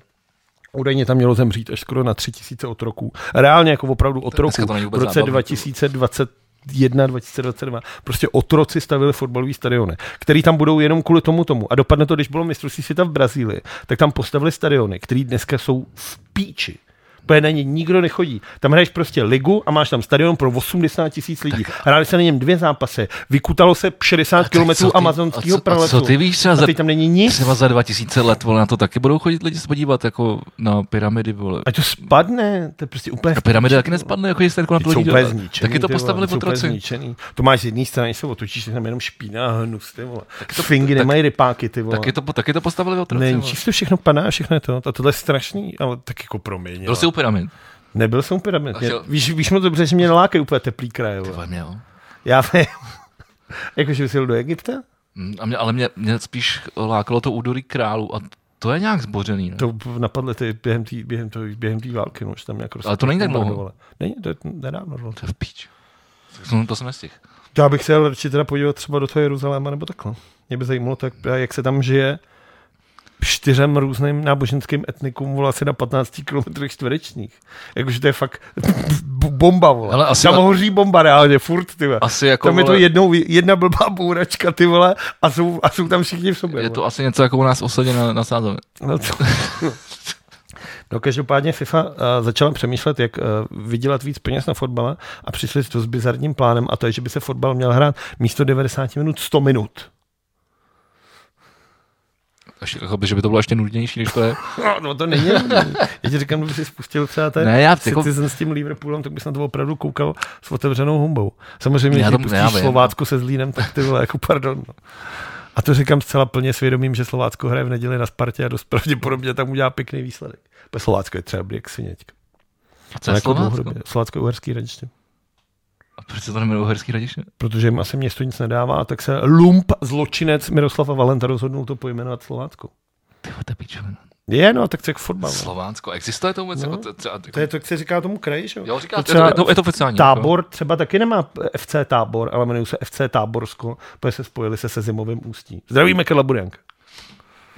[SPEAKER 2] Údajně tam mělo zemřít až skoro na tři tisíce otroků. Reálně jako opravdu otroků.
[SPEAKER 1] to není
[SPEAKER 2] V
[SPEAKER 1] vůbec
[SPEAKER 2] roce
[SPEAKER 1] zábavný,
[SPEAKER 2] 2021, 2022. Prostě otroci stavili fotbalové stadiony, který tam budou jenom kvůli tomu tomu. A dopadne to, když bylo mistrovství světa v Brazílii, tak tam postavili stadiony, které dneska jsou v píči. Úplně na ně nikdo nechodí. Tam hraješ prostě ligu a máš tam stadion pro 80 tisíc lidí. Hráli se na něm dvě zápasy. Vykutalo se 60
[SPEAKER 1] co ty-
[SPEAKER 2] kilometrů
[SPEAKER 1] a
[SPEAKER 2] amazonského
[SPEAKER 1] co- a co
[SPEAKER 2] pralesu.
[SPEAKER 1] ty víš třeba
[SPEAKER 2] A
[SPEAKER 1] za-
[SPEAKER 2] teď tam není nic.
[SPEAKER 1] Třeba za 2000 let, vole, na to taky budou chodit lidi se podívat, jako na pyramidy, vole.
[SPEAKER 2] A to spadne, to je prostě úplně v
[SPEAKER 1] A pyramidy taky nespadly, jako jestli jako na
[SPEAKER 2] Teď
[SPEAKER 1] to
[SPEAKER 2] jsou
[SPEAKER 1] lidi
[SPEAKER 2] úplně
[SPEAKER 1] dělat.
[SPEAKER 2] zničený,
[SPEAKER 1] Taky to
[SPEAKER 2] ty vole,
[SPEAKER 1] postavili
[SPEAKER 2] jsou úplně
[SPEAKER 1] otroci.
[SPEAKER 2] zničený. To máš z jedné strany, se otočíš, tak tam jenom špína a hnus, ty vole. To, Fingy tak, nemají rypáky, ty vole.
[SPEAKER 1] Taky to, taky to postavili otroci.
[SPEAKER 2] ne,
[SPEAKER 1] vole.
[SPEAKER 2] číst to všechno padá, všechno je to. A tohle je strašný, ale tak jako promiň.
[SPEAKER 1] Byl
[SPEAKER 2] ale-
[SPEAKER 1] jsi u pyramid.
[SPEAKER 2] Nebyl jsem u pyramid.
[SPEAKER 1] A
[SPEAKER 2] Mě,
[SPEAKER 1] chtěl-
[SPEAKER 2] víš, víš moc dobře, že mě nelákají úplně teplý kraje. vole.
[SPEAKER 1] Vole, mě, jo.
[SPEAKER 2] Já vím. Jakože bys jel do Egypta?
[SPEAKER 1] Mm, A mě, ale mě, mě spíš lákalo to údolí králu a to je nějak zbořený. Ne?
[SPEAKER 2] To napadly ty během té během tý- během tý války, no, že tam nějak
[SPEAKER 1] Ale to není tak dlouho.
[SPEAKER 2] bombardovali. Není, to je nedávno. no.
[SPEAKER 1] To je v píč. Tak jsem- To jsem nestihl.
[SPEAKER 2] Já bych se jel radši teda podívat třeba do toho Jeruzaléma nebo takhle. Mě by zajímalo, tak, eh, jak se tam žije čtyřem různým náboženským etnikům vole asi na 15 km čtverečních. Jakože to je fakt b- bomba, vole.
[SPEAKER 1] Hele, asi
[SPEAKER 2] tam
[SPEAKER 1] na-
[SPEAKER 2] hoří bomba reálně, furt, ty vole.
[SPEAKER 1] Asi jako,
[SPEAKER 2] Tam je to
[SPEAKER 1] vole,
[SPEAKER 2] jednou, jedna blbá bouračka, ty vole, a jsou, a jsou tam všichni v sobě.
[SPEAKER 1] je to
[SPEAKER 2] vole.
[SPEAKER 1] asi něco jako u nás osadě na, na sázově.
[SPEAKER 2] No, co? no každopádně FIFA uh, začala přemýšlet, jak uh, vydělat víc peněz na fotbale a přišli s dost bizarním plánem a to je, že by se fotbal měl hrát místo 90 minut 100 minut.
[SPEAKER 1] Až, jako by, že by to bylo ještě nudnější, než to je.
[SPEAKER 2] No, no to není. Já ti říkám, kdyby si spustil třeba ten
[SPEAKER 1] Ne, já- jako-
[SPEAKER 2] Citizen s tím Liverpoolem, tak bys na to opravdu koukal s otevřenou humbou. Samozřejmě,
[SPEAKER 1] Já
[SPEAKER 2] když
[SPEAKER 1] tomu- já
[SPEAKER 2] pustíš
[SPEAKER 1] vím, no.
[SPEAKER 2] Slovácku se Zlínem, tak ty vole, jako pardon. No. A to říkám zcela plně svědomím, že Slovácko hraje v neděli na Spartě a dost pravděpodobně tam udělá pěkný výsledek. Protože Slovácko je třeba jak sviněčka.
[SPEAKER 1] A
[SPEAKER 2] jako
[SPEAKER 1] co je Slovácko?
[SPEAKER 2] Slovácko je uherský radiště.
[SPEAKER 1] A proč se to nemenuje Uherský radiště?
[SPEAKER 2] Protože jim asi město nic nedává, tak se lump zločinec Miroslava Valenta rozhodnul to pojmenovat Slovácko.
[SPEAKER 1] Ty vole, to je píčovina.
[SPEAKER 2] Je, no, tak to je jak fotbal. no.
[SPEAKER 1] Slovánsko, existuje to vůbec?
[SPEAKER 2] No,
[SPEAKER 1] Jako, to, třeba,
[SPEAKER 2] To je to, jak se říká tomu kraji, že
[SPEAKER 1] jo, říká,
[SPEAKER 2] To
[SPEAKER 1] to, je to,
[SPEAKER 2] třeba-
[SPEAKER 1] je to, je to oficiální.
[SPEAKER 2] Tábor třeba taky nemá FC Tábor, ale jmenuje se FC Táborsko, protože se spojili se se Zimovým ústí. Zdravíme Karla Burjanka.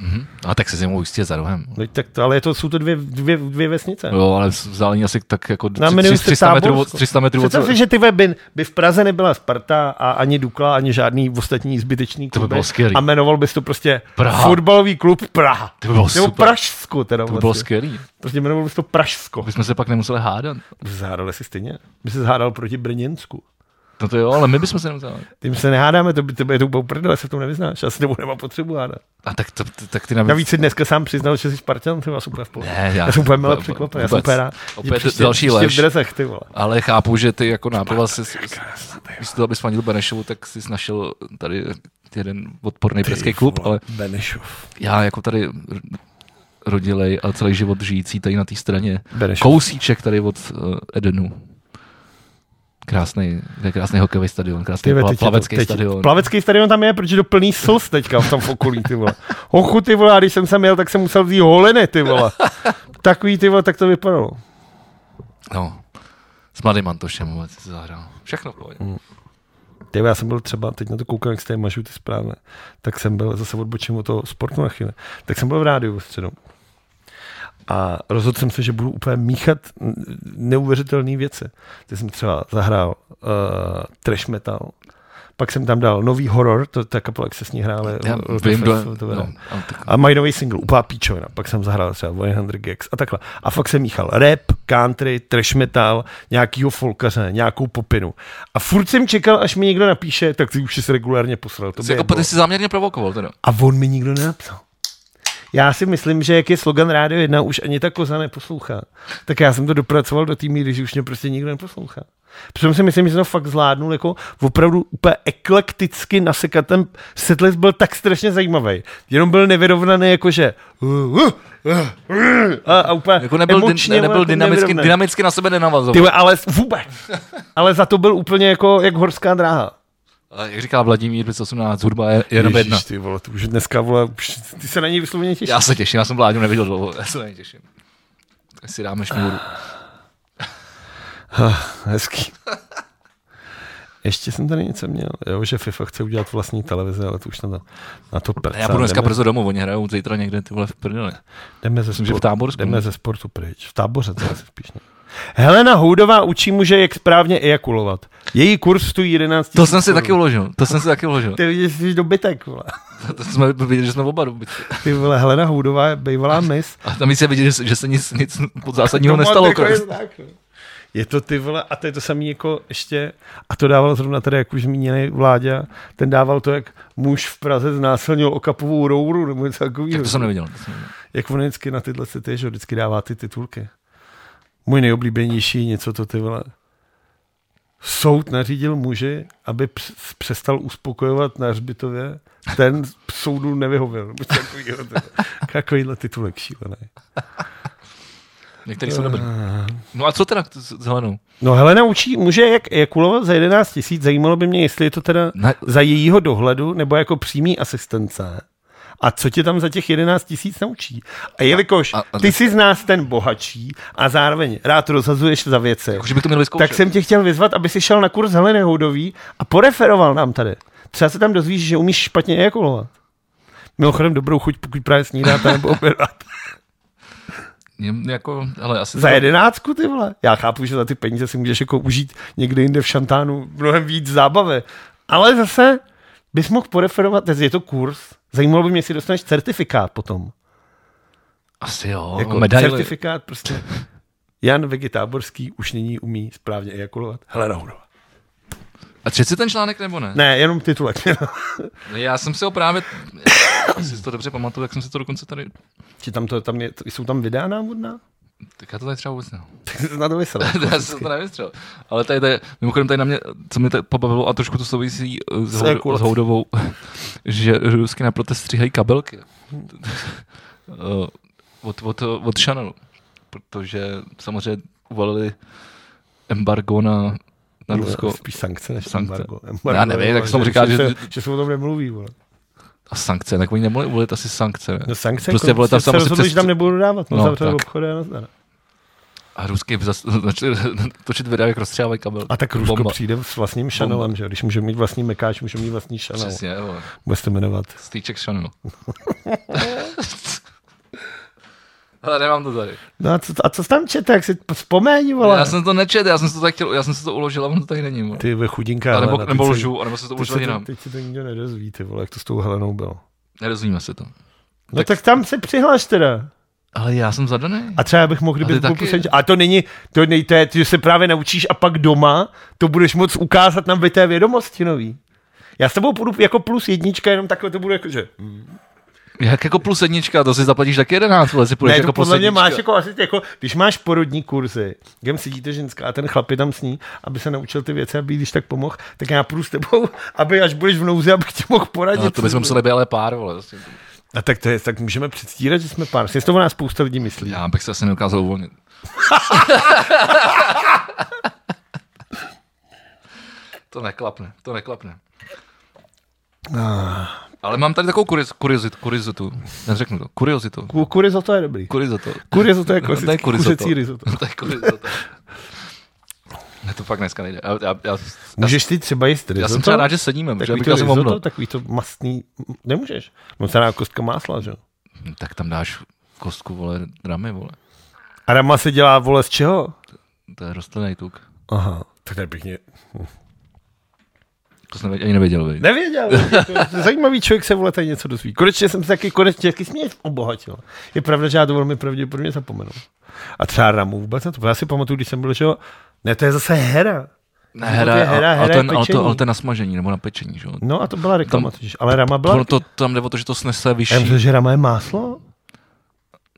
[SPEAKER 1] Mhm. A tak se zimou jistě za rohem.
[SPEAKER 2] No, tak to, ale je to, jsou to dvě, dvě, dvě vesnice.
[SPEAKER 1] Jo, ale vzdálení asi tak jako
[SPEAKER 2] Na
[SPEAKER 1] tři-
[SPEAKER 2] jmenuje
[SPEAKER 1] tři-
[SPEAKER 2] se
[SPEAKER 1] 300 metrů, od,
[SPEAKER 2] Táborsko.
[SPEAKER 1] 300 metrů od
[SPEAKER 2] Představ si, že ty ve- by, by v Praze nebyla Sparta a ani Dukla, ani žádný ostatní zbytečný
[SPEAKER 1] by
[SPEAKER 2] klub.
[SPEAKER 1] bylo skvělý.
[SPEAKER 2] a jmenoval bys to prostě
[SPEAKER 1] Praha.
[SPEAKER 2] fotbalový klub Praha.
[SPEAKER 1] To by bylo
[SPEAKER 2] Nebo
[SPEAKER 1] super.
[SPEAKER 2] Pražsko teda
[SPEAKER 1] To by bylo
[SPEAKER 2] vlastně.
[SPEAKER 1] skvělý.
[SPEAKER 2] Prostě jmenoval bys to Pražsko.
[SPEAKER 1] My jsme se pak nemuseli hádat.
[SPEAKER 2] Zhádali si stejně. By se zhádal proti Brněnsku.
[SPEAKER 1] No to jo, ale my bychom se nemuseli. hádat.
[SPEAKER 2] Tím se nehádáme, to by to, by to úplně prdele, se v tom nevyznáš. Asi nebo nemá potřebu hádat.
[SPEAKER 1] A tak, to, to, tak ty navíc...
[SPEAKER 2] Navíc si dneska sám přiznal, že jsi Spartan, ty vás úplně v pohodě.
[SPEAKER 1] Ne, já-
[SPEAKER 2] já jsem úplně mile
[SPEAKER 1] vůbec.
[SPEAKER 2] překvapen, já jsem úplně rád.
[SPEAKER 1] Opět další lež.
[SPEAKER 2] lež. v dresech, ty vole.
[SPEAKER 1] Ale chápu, že ty jako nápava si, když to aby sfanil Benešovu, tak jsi našel tady jeden odporný pražský klub, ale
[SPEAKER 2] Benešov.
[SPEAKER 1] já jako tady r- rodilej a celý život žijící tady na té straně.
[SPEAKER 2] Benešov.
[SPEAKER 1] Kousíček tady od eh, Edenu. Krásný, to je krásný hokejový stadion, krásný
[SPEAKER 2] Ty ve,
[SPEAKER 1] pla,
[SPEAKER 2] teď je to-
[SPEAKER 1] plavecký
[SPEAKER 2] teď,
[SPEAKER 1] stadion.
[SPEAKER 2] Plavecký stadion tam je, protože je to plný slz teďka v tom v okolí, ty vole. Hochu, ty vole, a když jsem sem jel, tak jsem musel vzít holeny, ty vole. Takový, ty vole, tak to vypadalo.
[SPEAKER 1] No. S mladým Antošem vůbec si zahrál. Všechno bylo. Mm.
[SPEAKER 2] Ty, vole, já jsem byl třeba, teď na to koukám, jak jste je mažu ty správné, tak jsem byl, zase odbočím od toho sportu na chvíli, tak jsem byl v rádiu ve středu. A rozhodl jsem se, že budu úplně míchat mm, neuvěřitelné věci. Ty jsem třeba zahrál uh, trash metal, pak jsem tam dal nový horor, to ta kapela, jak se s ní hráli.
[SPEAKER 1] Já
[SPEAKER 2] eh, to
[SPEAKER 1] vím,
[SPEAKER 2] fest-
[SPEAKER 1] kdo
[SPEAKER 2] to bylo.
[SPEAKER 1] no, ale tak-
[SPEAKER 2] A mají nový single, úplná píčovina. Pak jsem zahrál třeba 100 gigs a takhle. A fakt jsem míchal rap, country, trash metal, nějakýho folkaře, nějakou popinu. A furt jsem čekal, až mi někdo napíše, tak ty už jsi regulárně posral. To
[SPEAKER 1] Jsi
[SPEAKER 2] by
[SPEAKER 1] jako,
[SPEAKER 2] jeblo.
[SPEAKER 1] ty jsi záměrně provokoval teda.
[SPEAKER 2] A on mi nikdo nenapsal. Já si myslím, že jak je slogan Rádio 1, už ani ta koza neposlouchá. Tak já jsem to dopracoval do té míry, že už mě prostě nikdo neposlouchá. Přitom si myslím, že jsem to fakt zvládnul jako opravdu úplně eklekticky nasekat. Ten setlist byl tak strašně zajímavý. Jenom byl nevyrovnaný jakože a, a úplně
[SPEAKER 1] Jako nebyl,
[SPEAKER 2] emočně,
[SPEAKER 1] emočně, nebyl
[SPEAKER 2] jako
[SPEAKER 1] dynamicky,
[SPEAKER 2] nevyrovnaný.
[SPEAKER 1] dynamicky na sebe
[SPEAKER 2] Ty,
[SPEAKER 1] nenavazoval.
[SPEAKER 2] vole, ale vůbec. Ale za to byl úplně jako jak horská dráha.
[SPEAKER 1] A Jak říká Vladimír 518, hudba je jenom jedna.
[SPEAKER 2] Ježiš, ty vole, to už dneska, vole, už, ty se na něj vysloveně těšíš.
[SPEAKER 1] Já se těším, já jsem Vláďu neviděl dlouho, já se na něj těším. Tak si dáme šňůru.
[SPEAKER 2] Ah, Hezký. Ještě jsem tady něco měl, jo, že FIFA chce udělat vlastní televize, ale to už na to, na to prcá.
[SPEAKER 1] Ne, Já budu dneska
[SPEAKER 2] jdeme,
[SPEAKER 1] brzo domů, oni hrajou zítra někde ty vole v prdeli.
[SPEAKER 2] jdeme ze
[SPEAKER 1] myslím, že v
[SPEAKER 2] sportu,
[SPEAKER 1] Táborsku.
[SPEAKER 2] Jdeme ze sportu pryč. V táboře to asi spíš ne. Helena Houdová učí muže, jak správně ejakulovat. Její kurz stojí 11
[SPEAKER 1] To
[SPEAKER 2] 000
[SPEAKER 1] jsem si
[SPEAKER 2] korun.
[SPEAKER 1] taky uložil, to jsem si taky uložil.
[SPEAKER 2] Ty vidíš, jsi dobytek, vole.
[SPEAKER 1] To jsme viděli, že jsme oba dobytci.
[SPEAKER 2] Ty vole, Helena Houdová je bývalá mis.
[SPEAKER 1] A tam se vidět, že, se- že se nic, nic pod zásadního
[SPEAKER 2] To má
[SPEAKER 1] nestalo.
[SPEAKER 2] takový
[SPEAKER 1] Kres.
[SPEAKER 2] znak, no. Je to ty vole, a to je to samý jako ještě, a to dával zrovna tady, jak už zmíněný vládě, ten dával to, jak muž v Praze znásilnil okapovou rouru, nebo něco
[SPEAKER 1] Tak
[SPEAKER 2] takového.
[SPEAKER 1] to jsem neviděl. to jsem neviděl.
[SPEAKER 2] Jak on vždycky na tyhle ty, že vždycky dává ty titulky. Můj nejoblíbenější, něco to ty vole. Soud nařídil muži, aby ps- přestal uspokojovat na hřbitově. Ten soudu nevyhověl. nebo něco takovýho, ty vole. Takovýhle titulek šílený.
[SPEAKER 1] Některý jsou dobrý.
[SPEAKER 2] Ah.
[SPEAKER 1] No a co teda Jako, t- s s Helenou?
[SPEAKER 2] No Helena učí muže, jak ejakulovat za 11 tisíc. Zajímalo by mě, jestli je to teda
[SPEAKER 1] Ne,
[SPEAKER 2] za jejího dohledu nebo jako přímý asistence. A co tě tam za těch 11 tisíc naučí? A jelikož
[SPEAKER 1] a- a-
[SPEAKER 2] ty jsi z nás ten bohačí a zároveň rád rozhazuješ za věci,
[SPEAKER 1] jakože bych to měl vyzkoušet.
[SPEAKER 2] tak jsem tě chtěl vyzvat, aby si šel na kurz Heleny Houdový a poreferoval nám tady. Třeba se tam dozvíš, že umíš špatně ejakulovat. Mimochodem dobrou chuť, pokud právě snídáte nebo obědáte.
[SPEAKER 1] Jem- Jako, ale asi
[SPEAKER 2] Za jedenáctku, ty vole. Já chápu, že za ty peníze si můžeš jako užít někde jinde v šantánu mnohem víc zábavy. Ale zase bys mohl poreferovat, je to kurz, zajímalo by mě, jestli dostaneš certifikát potom.
[SPEAKER 1] Asi jo,
[SPEAKER 2] Jako
[SPEAKER 1] jako medaily.
[SPEAKER 2] certifikát prostě. Jan Vegi Táborský už nyní umí správně ejakulovat. Hele, Houdová.
[SPEAKER 1] A četl jsi ten článek nebo ne?
[SPEAKER 2] Ne, jenom titulek.
[SPEAKER 1] No Já jsem si ho právě, jestli si to dobře pamatuju, tak jsem si to dokonce tady,
[SPEAKER 2] Či tam to, tam je, jsou tam videa návodná?
[SPEAKER 1] tak já to tady třeba vůbec ne.
[SPEAKER 2] Tak jsi na to vysel.
[SPEAKER 1] já jsem to nevystřel. Ale tady, tady, mimochodem tady na mě, co mě tady pobavilo a trošku to souvisí eh, s, hou,
[SPEAKER 2] ejakulací.
[SPEAKER 1] s Houdovou, že rusky na protest stříhají kabelky.
[SPEAKER 2] Hmm.
[SPEAKER 1] Eh, od, od, od Chanelu. Protože samozřejmě uvalili embargo na, na Rusko
[SPEAKER 2] Spíš sankce než
[SPEAKER 1] Sankce.
[SPEAKER 2] embargo.
[SPEAKER 1] Já nevím, tak
[SPEAKER 2] že-
[SPEAKER 1] jsem říkal, že-
[SPEAKER 2] se, že se o tom nemluví. Vole.
[SPEAKER 1] a sankce. Tak oni nemohli uvolit asi sankce. Ne?
[SPEAKER 2] No sankce,
[SPEAKER 1] Prostě,
[SPEAKER 2] jako,
[SPEAKER 1] vole, tam
[SPEAKER 2] se
[SPEAKER 1] samozřejmě
[SPEAKER 2] rozhodli,
[SPEAKER 1] přes-
[SPEAKER 2] že tam nebudu dávat, no,
[SPEAKER 1] No,
[SPEAKER 2] no zavřeli
[SPEAKER 1] tak.
[SPEAKER 2] obchody a nazdar.
[SPEAKER 1] A rusky zas- začali točit videa, jak rozstřávají kabelky.
[SPEAKER 2] A tak Rusko
[SPEAKER 1] Bomba.
[SPEAKER 2] přijde s vlastním Chanelem, že jo? Když může mít vlastní mekáč, může mít vlastní Chanel.
[SPEAKER 1] Přesně, jo.
[SPEAKER 2] Bude se to jmenovat.
[SPEAKER 1] Stýček Chanelu. Ale nemám to tady.
[SPEAKER 2] No a co, a co jsi tam čete, jak si p- vzpomeň, vole.
[SPEAKER 1] Já jsem to nečet, já jsem si to tak chtěl, já jsem si to uložil, ale ono to tady není. Vole.
[SPEAKER 2] Ty ve chudinka.
[SPEAKER 1] A nebo,
[SPEAKER 2] Helena, teď
[SPEAKER 1] nebo
[SPEAKER 2] se-
[SPEAKER 1] lžu, a nebo se to
[SPEAKER 2] teď se
[SPEAKER 1] uložil jinam.
[SPEAKER 2] Teď se to nikdo nedozví, ty vole, jak to s tou Helenou bylo.
[SPEAKER 1] Nerozumíme se to.
[SPEAKER 2] No tak, tak tam se přihlaš teda.
[SPEAKER 1] Ale já jsem zadaný.
[SPEAKER 2] A třeba bych mohl,
[SPEAKER 1] A
[SPEAKER 2] kdyby
[SPEAKER 1] ty
[SPEAKER 2] byl
[SPEAKER 1] taky.
[SPEAKER 2] pusenč. A to není, to, nej, to je, ty se právě naučíš a pak doma to budeš moc ukázat nám ve té vědomosti nový. Já s tebou půjdu jako plus jednička, jenom takhle to bude jako, že
[SPEAKER 1] Jak jako plus jednička, to si zaplatíš taky 11, vole, si půjdeš
[SPEAKER 2] Ne,
[SPEAKER 1] jako
[SPEAKER 2] jako
[SPEAKER 1] plus
[SPEAKER 2] podle mě
[SPEAKER 1] jednička.
[SPEAKER 2] máš jako asi jako, když máš porodní kurzy, kde sedíte ženská a ten chlap je tam s ní, aby se naučil ty věci, aby jí když tak pomohl, tak já půjdu s tebou, aby až budeš v nouzi, abych ti mohl poradit.
[SPEAKER 1] No, to bychom museli být ale pár, vole.
[SPEAKER 2] a tak, to je, tak můžeme předstírat, že jsme pár. Jestli to o nás spousta lidí myslí.
[SPEAKER 1] Já bych se asi neukázal uvolnit. To neklapne, to neklapne.
[SPEAKER 2] Ah.
[SPEAKER 1] Ale mám tady takovou kuriz, kuriozit, kuriozitu. Neřeknu to. Kuriozitu.
[SPEAKER 2] Ku- Kurizoto je dobrý.
[SPEAKER 1] Kurizoto.
[SPEAKER 2] Kurizoto je
[SPEAKER 1] No, to
[SPEAKER 2] klasický kuřecí risotto.
[SPEAKER 1] To je kurizoto. Ne, to fakt dneska nejde. Já, já, já, já,
[SPEAKER 2] Můžeš ty třeba jíst risotto?
[SPEAKER 1] já jsem třeba rád, že sedíme, protože
[SPEAKER 2] Takový
[SPEAKER 1] bych
[SPEAKER 2] to
[SPEAKER 1] já jsem omdl.
[SPEAKER 2] risotto, takový to mastný, nemůžeš. Mocená kostka másla, že jo?
[SPEAKER 1] Hm, Tak tam dáš kostku, vole, dramy, vole.
[SPEAKER 2] A rama se dělá, vole, z čeho?
[SPEAKER 1] To je rostlinný tuk.
[SPEAKER 2] Aha, tak to je pěkně.
[SPEAKER 1] To jsem nevě- ani nevěděl, vej.
[SPEAKER 2] Nevěděl. Zajímavý člověk se vole tady něco dozví. Konečně jsem se taky konečně taky směš obohatil. Je pravda, že já to velmi pravděpodobně zapomenu. A třeba ramu vůbec na to. Já si pamatuju, když jsem byl, že jo, ne, to je zase hera.
[SPEAKER 1] Ne,
[SPEAKER 2] No, to je
[SPEAKER 1] hera,
[SPEAKER 2] hera,
[SPEAKER 1] hera,
[SPEAKER 2] hera
[SPEAKER 1] ale,
[SPEAKER 2] je
[SPEAKER 1] ten, ale,
[SPEAKER 2] pečení.
[SPEAKER 1] to, ale to je na smažení nebo na pečení, že jo?
[SPEAKER 2] No a to byla reklama,
[SPEAKER 1] Tam-
[SPEAKER 2] totiž. ale rama byla.
[SPEAKER 1] Ono to, tam jde o to, že to snese
[SPEAKER 2] Já
[SPEAKER 1] vyšší.
[SPEAKER 2] myslím, že rama je máslo,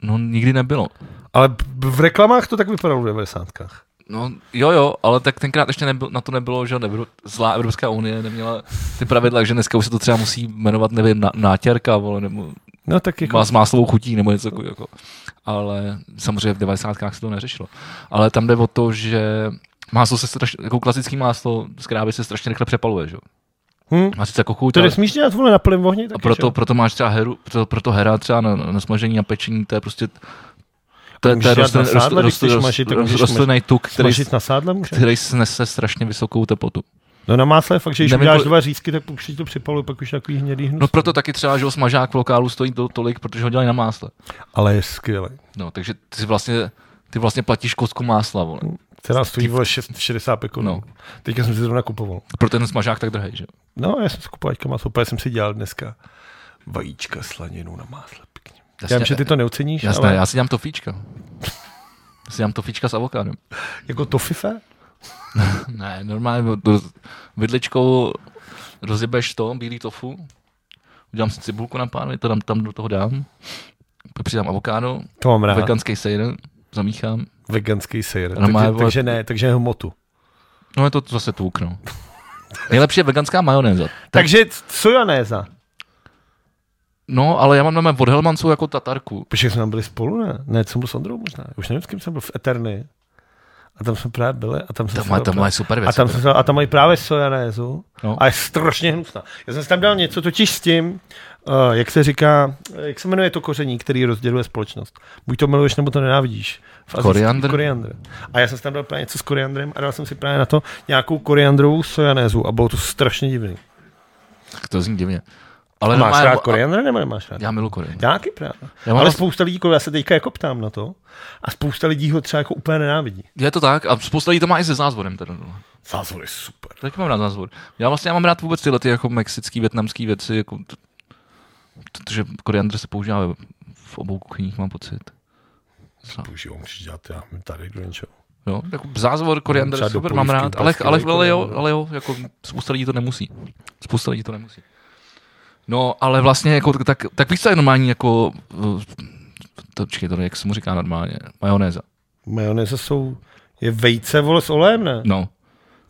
[SPEAKER 1] No, nikdy nebylo.
[SPEAKER 2] ale b- b- v reklamách to tak vypadalo v 90.
[SPEAKER 1] No, jo, jo, ale tak tenkrát ještě nebyl, na to nebylo, že nebylo, zlá Evropská unie neměla ty pravidla, že dneska už se to třeba musí jmenovat, nevím, na, nátěrka, vole, nebo
[SPEAKER 2] No tak jako,
[SPEAKER 1] má s máslovou chutí, nebo něco takového. Jako. Ale samozřejmě v 90. se to neřešilo. Ale tam jde o to, že máslo se strašně, jako klasický máslo z krávy se strašně rychle přepaluje, že jo?
[SPEAKER 2] hm?
[SPEAKER 1] Má sice jako chuť,
[SPEAKER 2] To
[SPEAKER 1] ale-
[SPEAKER 2] nesmíš dělat vole na plném ohni
[SPEAKER 1] a
[SPEAKER 2] taky, že jo?
[SPEAKER 1] proto, proto máš třeba heru, proto, proto hera třeba na, na smažení a pečení, to je prostě to je,
[SPEAKER 2] můžeš
[SPEAKER 1] to je
[SPEAKER 2] dělat na
[SPEAKER 1] rostlin-
[SPEAKER 2] sádle,
[SPEAKER 1] rost-
[SPEAKER 2] když chceš
[SPEAKER 1] rost-
[SPEAKER 2] mažit, tak
[SPEAKER 1] rost-
[SPEAKER 2] můžeš
[SPEAKER 1] rostlinný tuk, který,
[SPEAKER 2] Smažit na sádle může.
[SPEAKER 1] který snese strašně vysokou teplotu.
[SPEAKER 2] No na másle je fakt, že když
[SPEAKER 1] Nevím,
[SPEAKER 2] uděláš
[SPEAKER 1] kolik-
[SPEAKER 2] dva řízky, tak už ti to připaluje, pak už je takový hnědý hnus.
[SPEAKER 1] No proto taky třeba, že jo, smažák v lokálu stojí to, tolik, protože ho dělají na másle.
[SPEAKER 2] Ale je skvělý.
[SPEAKER 1] No, takže ty si vlastně, ty vlastně platíš kostku másla, vole.
[SPEAKER 2] Cena stojí vole šest- 60 pekon. No.
[SPEAKER 1] No.
[SPEAKER 2] Teďka jsem si zrovna kupoval.
[SPEAKER 1] Proto je ten smažák tak drahý, že jo.
[SPEAKER 2] No, já jsem si kupoval teďka maso, úplně jsem si dělal dneska vajíčka slaninu na másle. Pěkně. Já vím, že ty to neoceníš,
[SPEAKER 1] jasné,
[SPEAKER 2] ale
[SPEAKER 1] já si dělám tofíčka. Já si dělám tofíčka s avokádem.
[SPEAKER 2] jako tofife?
[SPEAKER 1] Ne, normálně roz- vidličkou rozjebeš to, bílý tofu, udělám si cibulku na pánvi, to tam, tam do toho dám, pak přidám avokádo,
[SPEAKER 2] To mám rád. Vegan...
[SPEAKER 1] veganský sejr, zamíchám.
[SPEAKER 2] Veganský sejr.
[SPEAKER 1] Ano, má,
[SPEAKER 2] Takže,
[SPEAKER 1] vole-
[SPEAKER 2] takže, ne, takže hmotu.
[SPEAKER 1] No je to zase tuk, no. Nejlepší je veganská majonéza. Tak,
[SPEAKER 2] Takže c- sojanéza.
[SPEAKER 1] no, ale já mám na mém od Helmancu jako tatarku.
[SPEAKER 2] Protože jsme tam byli spolu, ne? Ne, jsem byl s Ondrou možná. Už nevím, s kým jsem byl v Eterny. A tam jsme právě byli. A tam jsem
[SPEAKER 1] To
[SPEAKER 2] si
[SPEAKER 1] má,
[SPEAKER 2] dal
[SPEAKER 1] to
[SPEAKER 2] právě-
[SPEAKER 1] má super věc.
[SPEAKER 2] A tam, jsem, a tam mají právě sojanézu no.
[SPEAKER 1] No.
[SPEAKER 2] a je strašně hnusná. Já jsem si tam dal něco totiž s tím, uh, jak se říká, eh, jak se jmenuje to koření, který rozděluje společnost. Buď to miluješ, nebo to nenávidíš. V azijský-
[SPEAKER 1] Koriandr?
[SPEAKER 2] koriandr. A já jsem si tam dal právě něco s koriandrem a dal jsem si právě na to nějakou koriandrovou sojanézu a bylo to strašně divný.
[SPEAKER 1] Tak to zní divně. Ale
[SPEAKER 2] máš
[SPEAKER 1] normálně-
[SPEAKER 2] rád koriandr nebo nemáš rád?
[SPEAKER 1] Já milu koriandr.
[SPEAKER 2] Já taky právě.
[SPEAKER 1] Já mám
[SPEAKER 2] Ale
[SPEAKER 1] rád-
[SPEAKER 2] spousta lidí, kolem- já se teďka jako ptám na to, a spousta lidí ho třeba jako úplně nenávidí.
[SPEAKER 1] Je to tak a spousta lidí to má i se zázvorem. Teda. no.
[SPEAKER 2] Zázor je super.
[SPEAKER 1] Taky mám rád zázvor. Já vlastně já mám rád vůbec tyhle ty jako mexický, větnamský věci, jako t- protože koriandr se používá ve- v obou kuchyních, mám pocit. Co?
[SPEAKER 2] Používám, můžeš dělat já tady do něčeho.
[SPEAKER 1] Jo, jako zázvor, koriandr,
[SPEAKER 2] Hmm. Třeba do
[SPEAKER 1] super, mám
[SPEAKER 2] polívky
[SPEAKER 1] rád, ale,
[SPEAKER 2] upasky
[SPEAKER 1] ale,
[SPEAKER 2] dají
[SPEAKER 1] ale, jo,
[SPEAKER 2] koriandr.
[SPEAKER 1] ale jo, jako spousta lidí to nemusí. Spousta lidí to nemusí. No, ale vlastně, jako, tak, tak víš, co je normální, jako, eh, to, čekej, to, jak se mu říká normálně, majonéza.
[SPEAKER 2] Majonéza jsou, je vejce, vole, s olejem, ne?
[SPEAKER 1] No,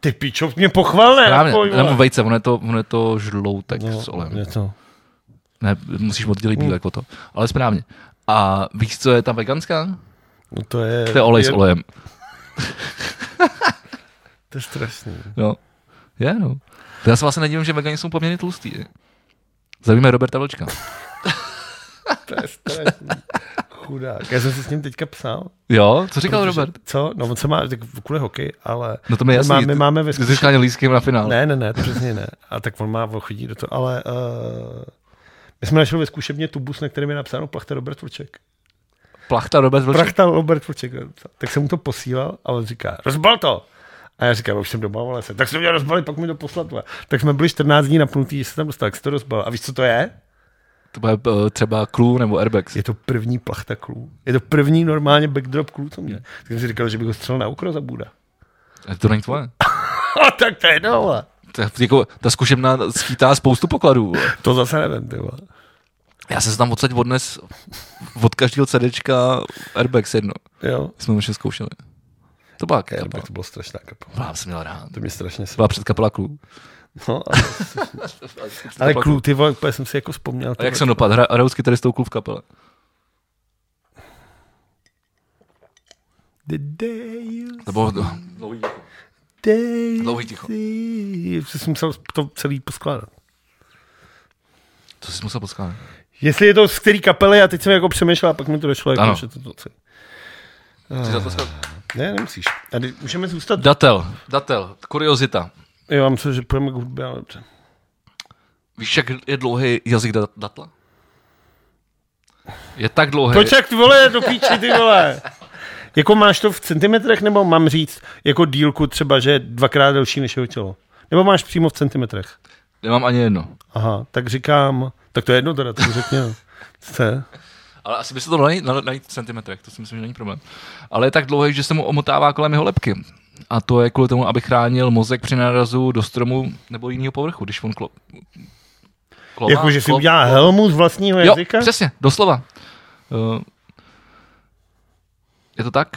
[SPEAKER 2] Ty pičo, mě pochval, ne?
[SPEAKER 1] právě,
[SPEAKER 2] Ahoj, vole.
[SPEAKER 1] nebo vejce, ono je to, ono je to žloutek
[SPEAKER 2] No,
[SPEAKER 1] s olem.
[SPEAKER 2] je to.
[SPEAKER 1] Ne, musíš oddělit
[SPEAKER 2] Hmm.
[SPEAKER 1] bílek o to. Ale správně. A víš, co je ta veganská?
[SPEAKER 2] No to je...
[SPEAKER 1] To je olej s
[SPEAKER 2] je-
[SPEAKER 1] olejem.
[SPEAKER 2] To je strašný.
[SPEAKER 1] Jo. Je, no. To já se vlastně nedivím, že vegani jsou poměrně tlustý. je. Zavíme Roberta Vlčka.
[SPEAKER 2] To je strašný. Chudák. Já jsem se s ním teďka psal.
[SPEAKER 1] Jo, co říkal
[SPEAKER 2] protože-
[SPEAKER 1] Robert?
[SPEAKER 2] Co? No on se má, tak kvůli hokej, ale...
[SPEAKER 1] No to mi je
[SPEAKER 2] my,
[SPEAKER 1] jasný.
[SPEAKER 2] máme, my máme ve
[SPEAKER 1] Ty jsi škáně líským na finále.
[SPEAKER 2] Ne, ne, ne, to přesně ne. A tak on má, on chodí do toho, ale uh, my jsme našli ve zkušebně tubus, na kterém je napsáno Plachta Robert Vlček.
[SPEAKER 1] Plachta Robert Vlček.
[SPEAKER 2] Plachta Robert Vlček. je napsáno. Tak jsem mu to posílal a on říká, rozbal to. A já říkám, už jsem doma, vole se. Tak jsem měl rozbalit, pak mi to poslat. vole. Tak jsme byli 14 dní napnutí, že se tam dostal, jak se to rozbal. A víš, co to je?
[SPEAKER 1] To bude eh, třeba Clue nebo Airbags.
[SPEAKER 2] Je to první plachta klů. Je to první normálně backdrop klů, co mě. Tak jsem si říkal, že bych ho střelil na okro za Buda.
[SPEAKER 1] A To není tvoje.
[SPEAKER 2] A tak to je jedno, vole.
[SPEAKER 1] To je jako, ta zkušebna schytá spoustu pokladů. vole.
[SPEAKER 2] To zase nevím, ty vole.
[SPEAKER 1] Já jsem se tam odsaď odnes od každého CDčka Airbags jedno.
[SPEAKER 2] Jo.
[SPEAKER 1] Jsme už zkoušeli. To byla
[SPEAKER 2] Já,
[SPEAKER 1] kapela.
[SPEAKER 2] tak to bylo strašná kapela.
[SPEAKER 1] Byla jsem měl rád.
[SPEAKER 2] To mě strašně
[SPEAKER 1] To byla předkapela Clue.
[SPEAKER 2] No, ale, ale klů, ty vole, úplně jsem si jako vzpomněl.
[SPEAKER 1] A jak jsem dopadl? Hra, hraju s kytaristou klub v kapele.
[SPEAKER 2] The day you...
[SPEAKER 1] To bylo
[SPEAKER 2] Daisy.
[SPEAKER 1] Dlouhý ticho.
[SPEAKER 2] Jsi si musel to celý poskládat.
[SPEAKER 1] To jsi musel podskávat.
[SPEAKER 2] Jestli je to z který kapely, a teď jsem jako přemýšlel, a pak mi to došlo, jako,
[SPEAKER 1] Ano.
[SPEAKER 2] že to, to celý.
[SPEAKER 1] Jsi zatleskal?
[SPEAKER 2] Ne, nemusíš. Tady můžeme zůstat.
[SPEAKER 1] Datel, datel, kuriozita.
[SPEAKER 2] Jo, mám co, že půjdeme k hudbě, ale dobře.
[SPEAKER 1] Víš, jak je dlouhý jazyk da- datla? Je tak dlouhý.
[SPEAKER 2] Počak, ty vole, do píči, ty vole. Jako máš to v centimetrech, nebo mám říct jako dílku třeba, že je dvakrát delší než jeho tělo? Nebo máš přímo v centimetrech?
[SPEAKER 1] Nemám ani jedno.
[SPEAKER 2] Aha, tak říkám, tak to je jedno teda, to mi řekni. no. Co to je?
[SPEAKER 1] Ale asi by se to dalo najít, na- najít v centimetrech, to si myslím, že není problém. Ale je tak dlouhý, že se mu omotává kolem jeho lebky. A to je kvůli tomu, aby chránil mozek při nárazu do stromu nebo jiného povrchu, když on klop. Klobá,
[SPEAKER 2] Jako, že si udělá helmu z vlastního
[SPEAKER 1] Jo,
[SPEAKER 2] jazyka?
[SPEAKER 1] přesně, doslova. Uh, je to tak?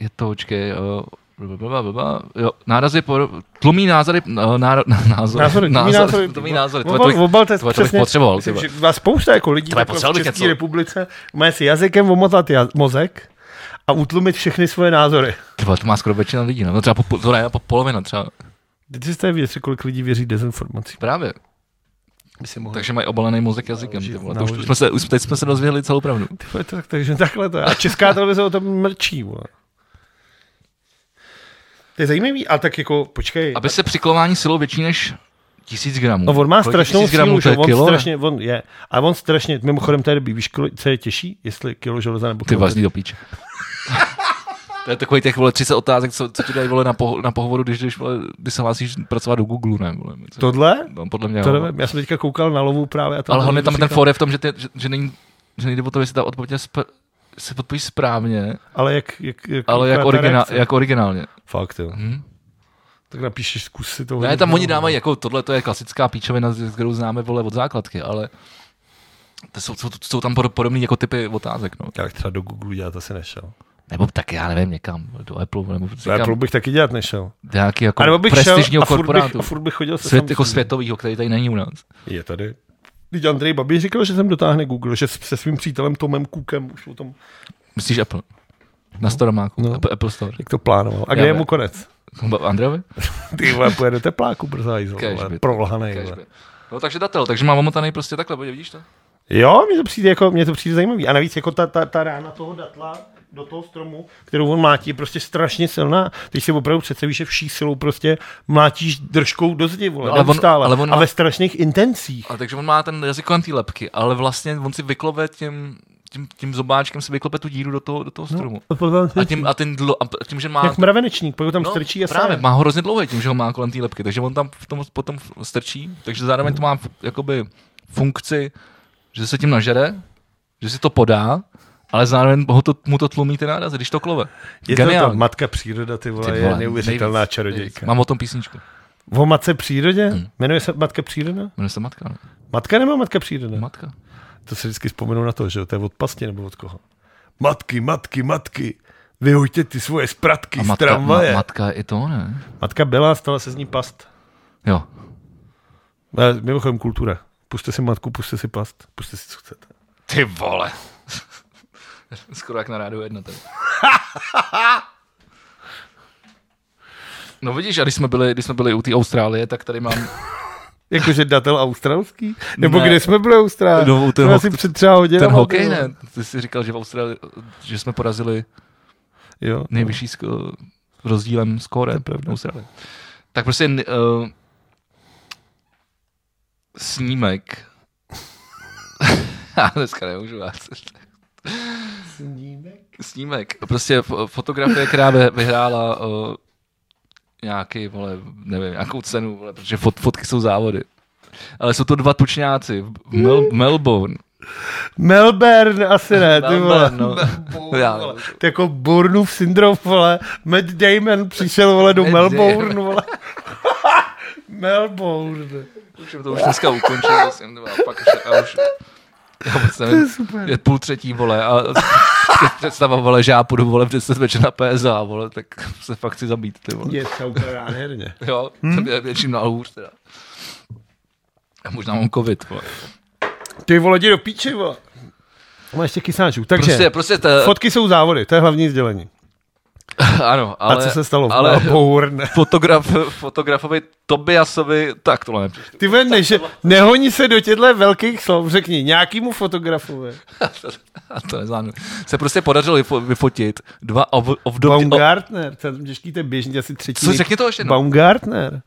[SPEAKER 1] Je to, očkej, uh, blablabla, blablabla. jo, náraz je por... tlumí názory, uh, náro, názory,
[SPEAKER 2] Názory, tvý názory.
[SPEAKER 1] tlumí názory, to,
[SPEAKER 2] Obal-
[SPEAKER 1] to,
[SPEAKER 2] obal, to je
[SPEAKER 1] to, to bych
[SPEAKER 2] přesně-
[SPEAKER 1] potřeboval, ty
[SPEAKER 2] Myslím,
[SPEAKER 1] vole.
[SPEAKER 2] že vás spousta jako lidí
[SPEAKER 1] To je
[SPEAKER 2] jako
[SPEAKER 1] potřeba
[SPEAKER 2] v
[SPEAKER 1] bych
[SPEAKER 2] České
[SPEAKER 1] něco.
[SPEAKER 2] republice má si jazykem omotat jaz- mozek a utlumit všechny svoje názory.
[SPEAKER 1] Ty vole, to má skoro většina lidí, no, No třeba po, po- to ne, po polovina třeba,
[SPEAKER 2] Teď si jste věci, kolik lidí věří dezinformacím.
[SPEAKER 1] právě,
[SPEAKER 2] By si mohli.
[SPEAKER 1] takže mají obalený mozek jazykem,
[SPEAKER 2] Naložit,
[SPEAKER 1] ty vole. to už,
[SPEAKER 2] naložit.
[SPEAKER 1] už jsme se, už, teď jsme se dozvěděli celou pravdu.
[SPEAKER 2] To je to tak, takže takhle to je. A česká televize o tom mlčí. Vole. To je zajímavý, ale tak jako, počkej.
[SPEAKER 1] Aby se přiklování silou větší než tisíc gramů.
[SPEAKER 2] No on má
[SPEAKER 1] Kolik
[SPEAKER 2] strašnou
[SPEAKER 1] tisíc gramů,
[SPEAKER 2] sílu,
[SPEAKER 1] to
[SPEAKER 2] že
[SPEAKER 1] je
[SPEAKER 2] on
[SPEAKER 1] kilo, ne?
[SPEAKER 2] strašně, on je. A on strašně, mimochodem tady víš, kolik- co je těžší? Jestli kilo železa nebo
[SPEAKER 1] Ty
[SPEAKER 2] kilo
[SPEAKER 1] vazní do píče. to je takový těch vole 30 otázek, co, co ti dají vole na, poho- na pohovoru, když, jdeš, vole, když se hlásíš pracovat do Google, ne? Vole, co,
[SPEAKER 2] Tohle?
[SPEAKER 1] no, podle mě.
[SPEAKER 2] To
[SPEAKER 1] jo.
[SPEAKER 2] nevím, já jsem teďka koukal na lovu právě. A to
[SPEAKER 1] ale hlavně tam ten fore v tom, že, ty, že, že, není, že nejde o to, jestli ta odpověď je spr- se podpojí správně,
[SPEAKER 2] Ale jak, jak, jak
[SPEAKER 1] ale
[SPEAKER 2] jaká
[SPEAKER 1] jak,
[SPEAKER 2] ta
[SPEAKER 1] originál,
[SPEAKER 2] reakce?
[SPEAKER 1] jak originálně.
[SPEAKER 2] Fakt, jo.
[SPEAKER 1] Hm?
[SPEAKER 2] Tak napíšeš zkus si to.
[SPEAKER 1] Ne, tam oni
[SPEAKER 2] no.
[SPEAKER 1] dávají, jako tohle to je klasická píčovina, z- kterou známe vole od základky, ale to jsou, jsou, jsou tam podobné jako typy otázek. No.
[SPEAKER 2] Tak třeba do Google dělat asi nešel.
[SPEAKER 1] Nebo tak já nevím, někam do Apple, nebo
[SPEAKER 2] Do Apple
[SPEAKER 1] někam,
[SPEAKER 2] bych taky dělat nešel.
[SPEAKER 1] nějaký
[SPEAKER 2] A nebo
[SPEAKER 1] jako
[SPEAKER 2] bych šel
[SPEAKER 1] prestižního
[SPEAKER 2] a furt bych,
[SPEAKER 1] korporátu.
[SPEAKER 2] a furt bych chodil se
[SPEAKER 1] Svět,
[SPEAKER 2] sám
[SPEAKER 1] jako
[SPEAKER 2] sebou.
[SPEAKER 1] světovýho, který tady není u nás.
[SPEAKER 2] Je tady. Teď Andrej Babiš říkal, že sem dotáhne Google, že s- se svým přítelem Tomem Cookem už o tom,
[SPEAKER 1] Myslíš Apple? Na Storomáku,
[SPEAKER 2] No.
[SPEAKER 1] no. Apple, Apple Store.
[SPEAKER 2] jak to plánoval. A
[SPEAKER 1] Já
[SPEAKER 2] kde je
[SPEAKER 1] ne.
[SPEAKER 2] mu konec?
[SPEAKER 1] Ba- Andrejovi?
[SPEAKER 2] Ty vole, pojede do tepláku brzá jízlo,
[SPEAKER 1] Kéž by.
[SPEAKER 2] prolhanej.
[SPEAKER 1] Kéž
[SPEAKER 2] vole.
[SPEAKER 1] by. No takže datel, takže mám omotaný prostě takhle, podívej, vidíš to?
[SPEAKER 2] Jo, mně to přijde, jako, mně to přijde zajímavý. A navíc jako ta, ta, ta rána toho datla do toho stromu, kterou on mlátí, je prostě strašně silná. Teď si opravdu představíš, že vší silou prostě mlátíš držkou do zdi, vole,
[SPEAKER 1] No,
[SPEAKER 2] ale
[SPEAKER 1] ale on-
[SPEAKER 2] neustále.
[SPEAKER 1] ale on
[SPEAKER 2] A
[SPEAKER 1] má-
[SPEAKER 2] ve strašných intencích.
[SPEAKER 1] A takže on má ten jazyk kolem té lepky, ale vlastně on si vyklope tím, tím, tím zobáčkem si vyklope tu díru do toho, do toho stromu. A tím, a, ten dlo, a tím, že má...
[SPEAKER 2] No. Jak mravenečník, pak ho tam strčí a
[SPEAKER 1] No, právě,
[SPEAKER 2] právě.
[SPEAKER 1] má ho hrozně dlouhý tím, že ho má kolem té lepky, takže on tam v tom, potom strčí, takže zároveň to má f- jakoby funkci, že se tím nažere, že si to podá, ale zároveň ho to, mu to tlumí ty nárazy, když to klove.
[SPEAKER 2] Je to ta
[SPEAKER 1] Geniální.
[SPEAKER 2] matka příroda, ty vole,
[SPEAKER 1] Ty
[SPEAKER 2] je
[SPEAKER 1] vole,
[SPEAKER 2] neuvěřitelná
[SPEAKER 1] nejvíc,
[SPEAKER 2] čarodějka.
[SPEAKER 1] nejvíc. Mám Hmm. o tom písničku.
[SPEAKER 2] O matce přírodě? Jmenuje se matka příroda?
[SPEAKER 1] Jmenuje se Matka. No.
[SPEAKER 2] Matka nebo matka příroda?
[SPEAKER 1] Matka.
[SPEAKER 2] To si vždycky vzpomenu na to, že jo, to je od pasti nebo od koho. Matky, matky, matky, vyhoďte ty svoje spratky
[SPEAKER 1] A
[SPEAKER 2] z
[SPEAKER 1] matka, ma,
[SPEAKER 2] tramvaje.
[SPEAKER 1] matka je i to, ne?
[SPEAKER 2] Matka byla, stala se z ní past.
[SPEAKER 1] Jo.
[SPEAKER 2] Ale Mimochodem kultura. Puste si matku, puste si past, puste si, co chcete.
[SPEAKER 1] Ty vole. Skoro jak na rádu jedno tady. No vidíš, a když jsme byli, když jsme byli u té Austrálie, tak tady mám...
[SPEAKER 2] Jakože datel australský? Nebo
[SPEAKER 1] Ne.
[SPEAKER 2] kde jsme byli austrálí?
[SPEAKER 1] No, u
[SPEAKER 2] to
[SPEAKER 1] toho-
[SPEAKER 2] asi před třeba hodinama.
[SPEAKER 1] Ten hokej,
[SPEAKER 2] bylo.
[SPEAKER 1] ne? Ty jsi říkal, že v Austrálii, že jsme porazili
[SPEAKER 2] Jo.
[SPEAKER 1] nejvyšší sk- rozdílem skóre.
[SPEAKER 2] je pravda.
[SPEAKER 1] v Austrálii. Tak prostě uh, snímek. Já dneska nemůžu vás.
[SPEAKER 2] Snímek?
[SPEAKER 1] Snímek. Prostě fo- fotografie, která vy- vyhrála uh, nějaký, vole, nevím, nějakou cenu, vole, protože fot, fotky jsou závody. Ale jsou to dva tučňáci v Mel- Melbourne.
[SPEAKER 2] Melbourne asi ne, ty vole.
[SPEAKER 1] Melbourne, no. Já nevím.
[SPEAKER 2] To je jako Bournův syndrom, vole. Matt Damon přišel, vole, do
[SPEAKER 1] Matt
[SPEAKER 2] Melbourne, vole. Melbourne.
[SPEAKER 1] Už jsem to už dneska ukončil, já jsem to a pak už, a už já vůbec nevím, je,
[SPEAKER 2] super.
[SPEAKER 1] půl třetí, vole, a teď představa, vole, že já půjdu, vole, v 10 večer na PSA, vole, tak se fakt chci zabít, ty vole.
[SPEAKER 2] Je to úplně nádherně.
[SPEAKER 1] Jo, hmm?
[SPEAKER 2] Hm?
[SPEAKER 1] jsem je větším na hůř, teda. A možná mám covid, vole.
[SPEAKER 2] Ty vole, jdi do píči, vole. Máš ještě kysáčů. Takže
[SPEAKER 1] Prostě, prostě, ta,
[SPEAKER 2] fotky jsou závody, to je hlavní sdělení.
[SPEAKER 1] ano, ale...
[SPEAKER 2] a co se stalo?
[SPEAKER 1] Ale
[SPEAKER 2] Ale... Bourne.
[SPEAKER 1] fotograf, fotografovi Tobiasovi, tak tohle nepřečtu.
[SPEAKER 2] Ty ven, než, nehoní se do těchto velkých slov, řekni, nějakýmu fotografovi.
[SPEAKER 1] A to neznám. Se prostě podařilo vyfo- vyfotit dva ob, období...
[SPEAKER 2] Baumgartner, to je těžký, to je běžně asi třetí.
[SPEAKER 1] Co,
[SPEAKER 2] nej-
[SPEAKER 1] řekni to ještě jednou.
[SPEAKER 2] Baumgartner.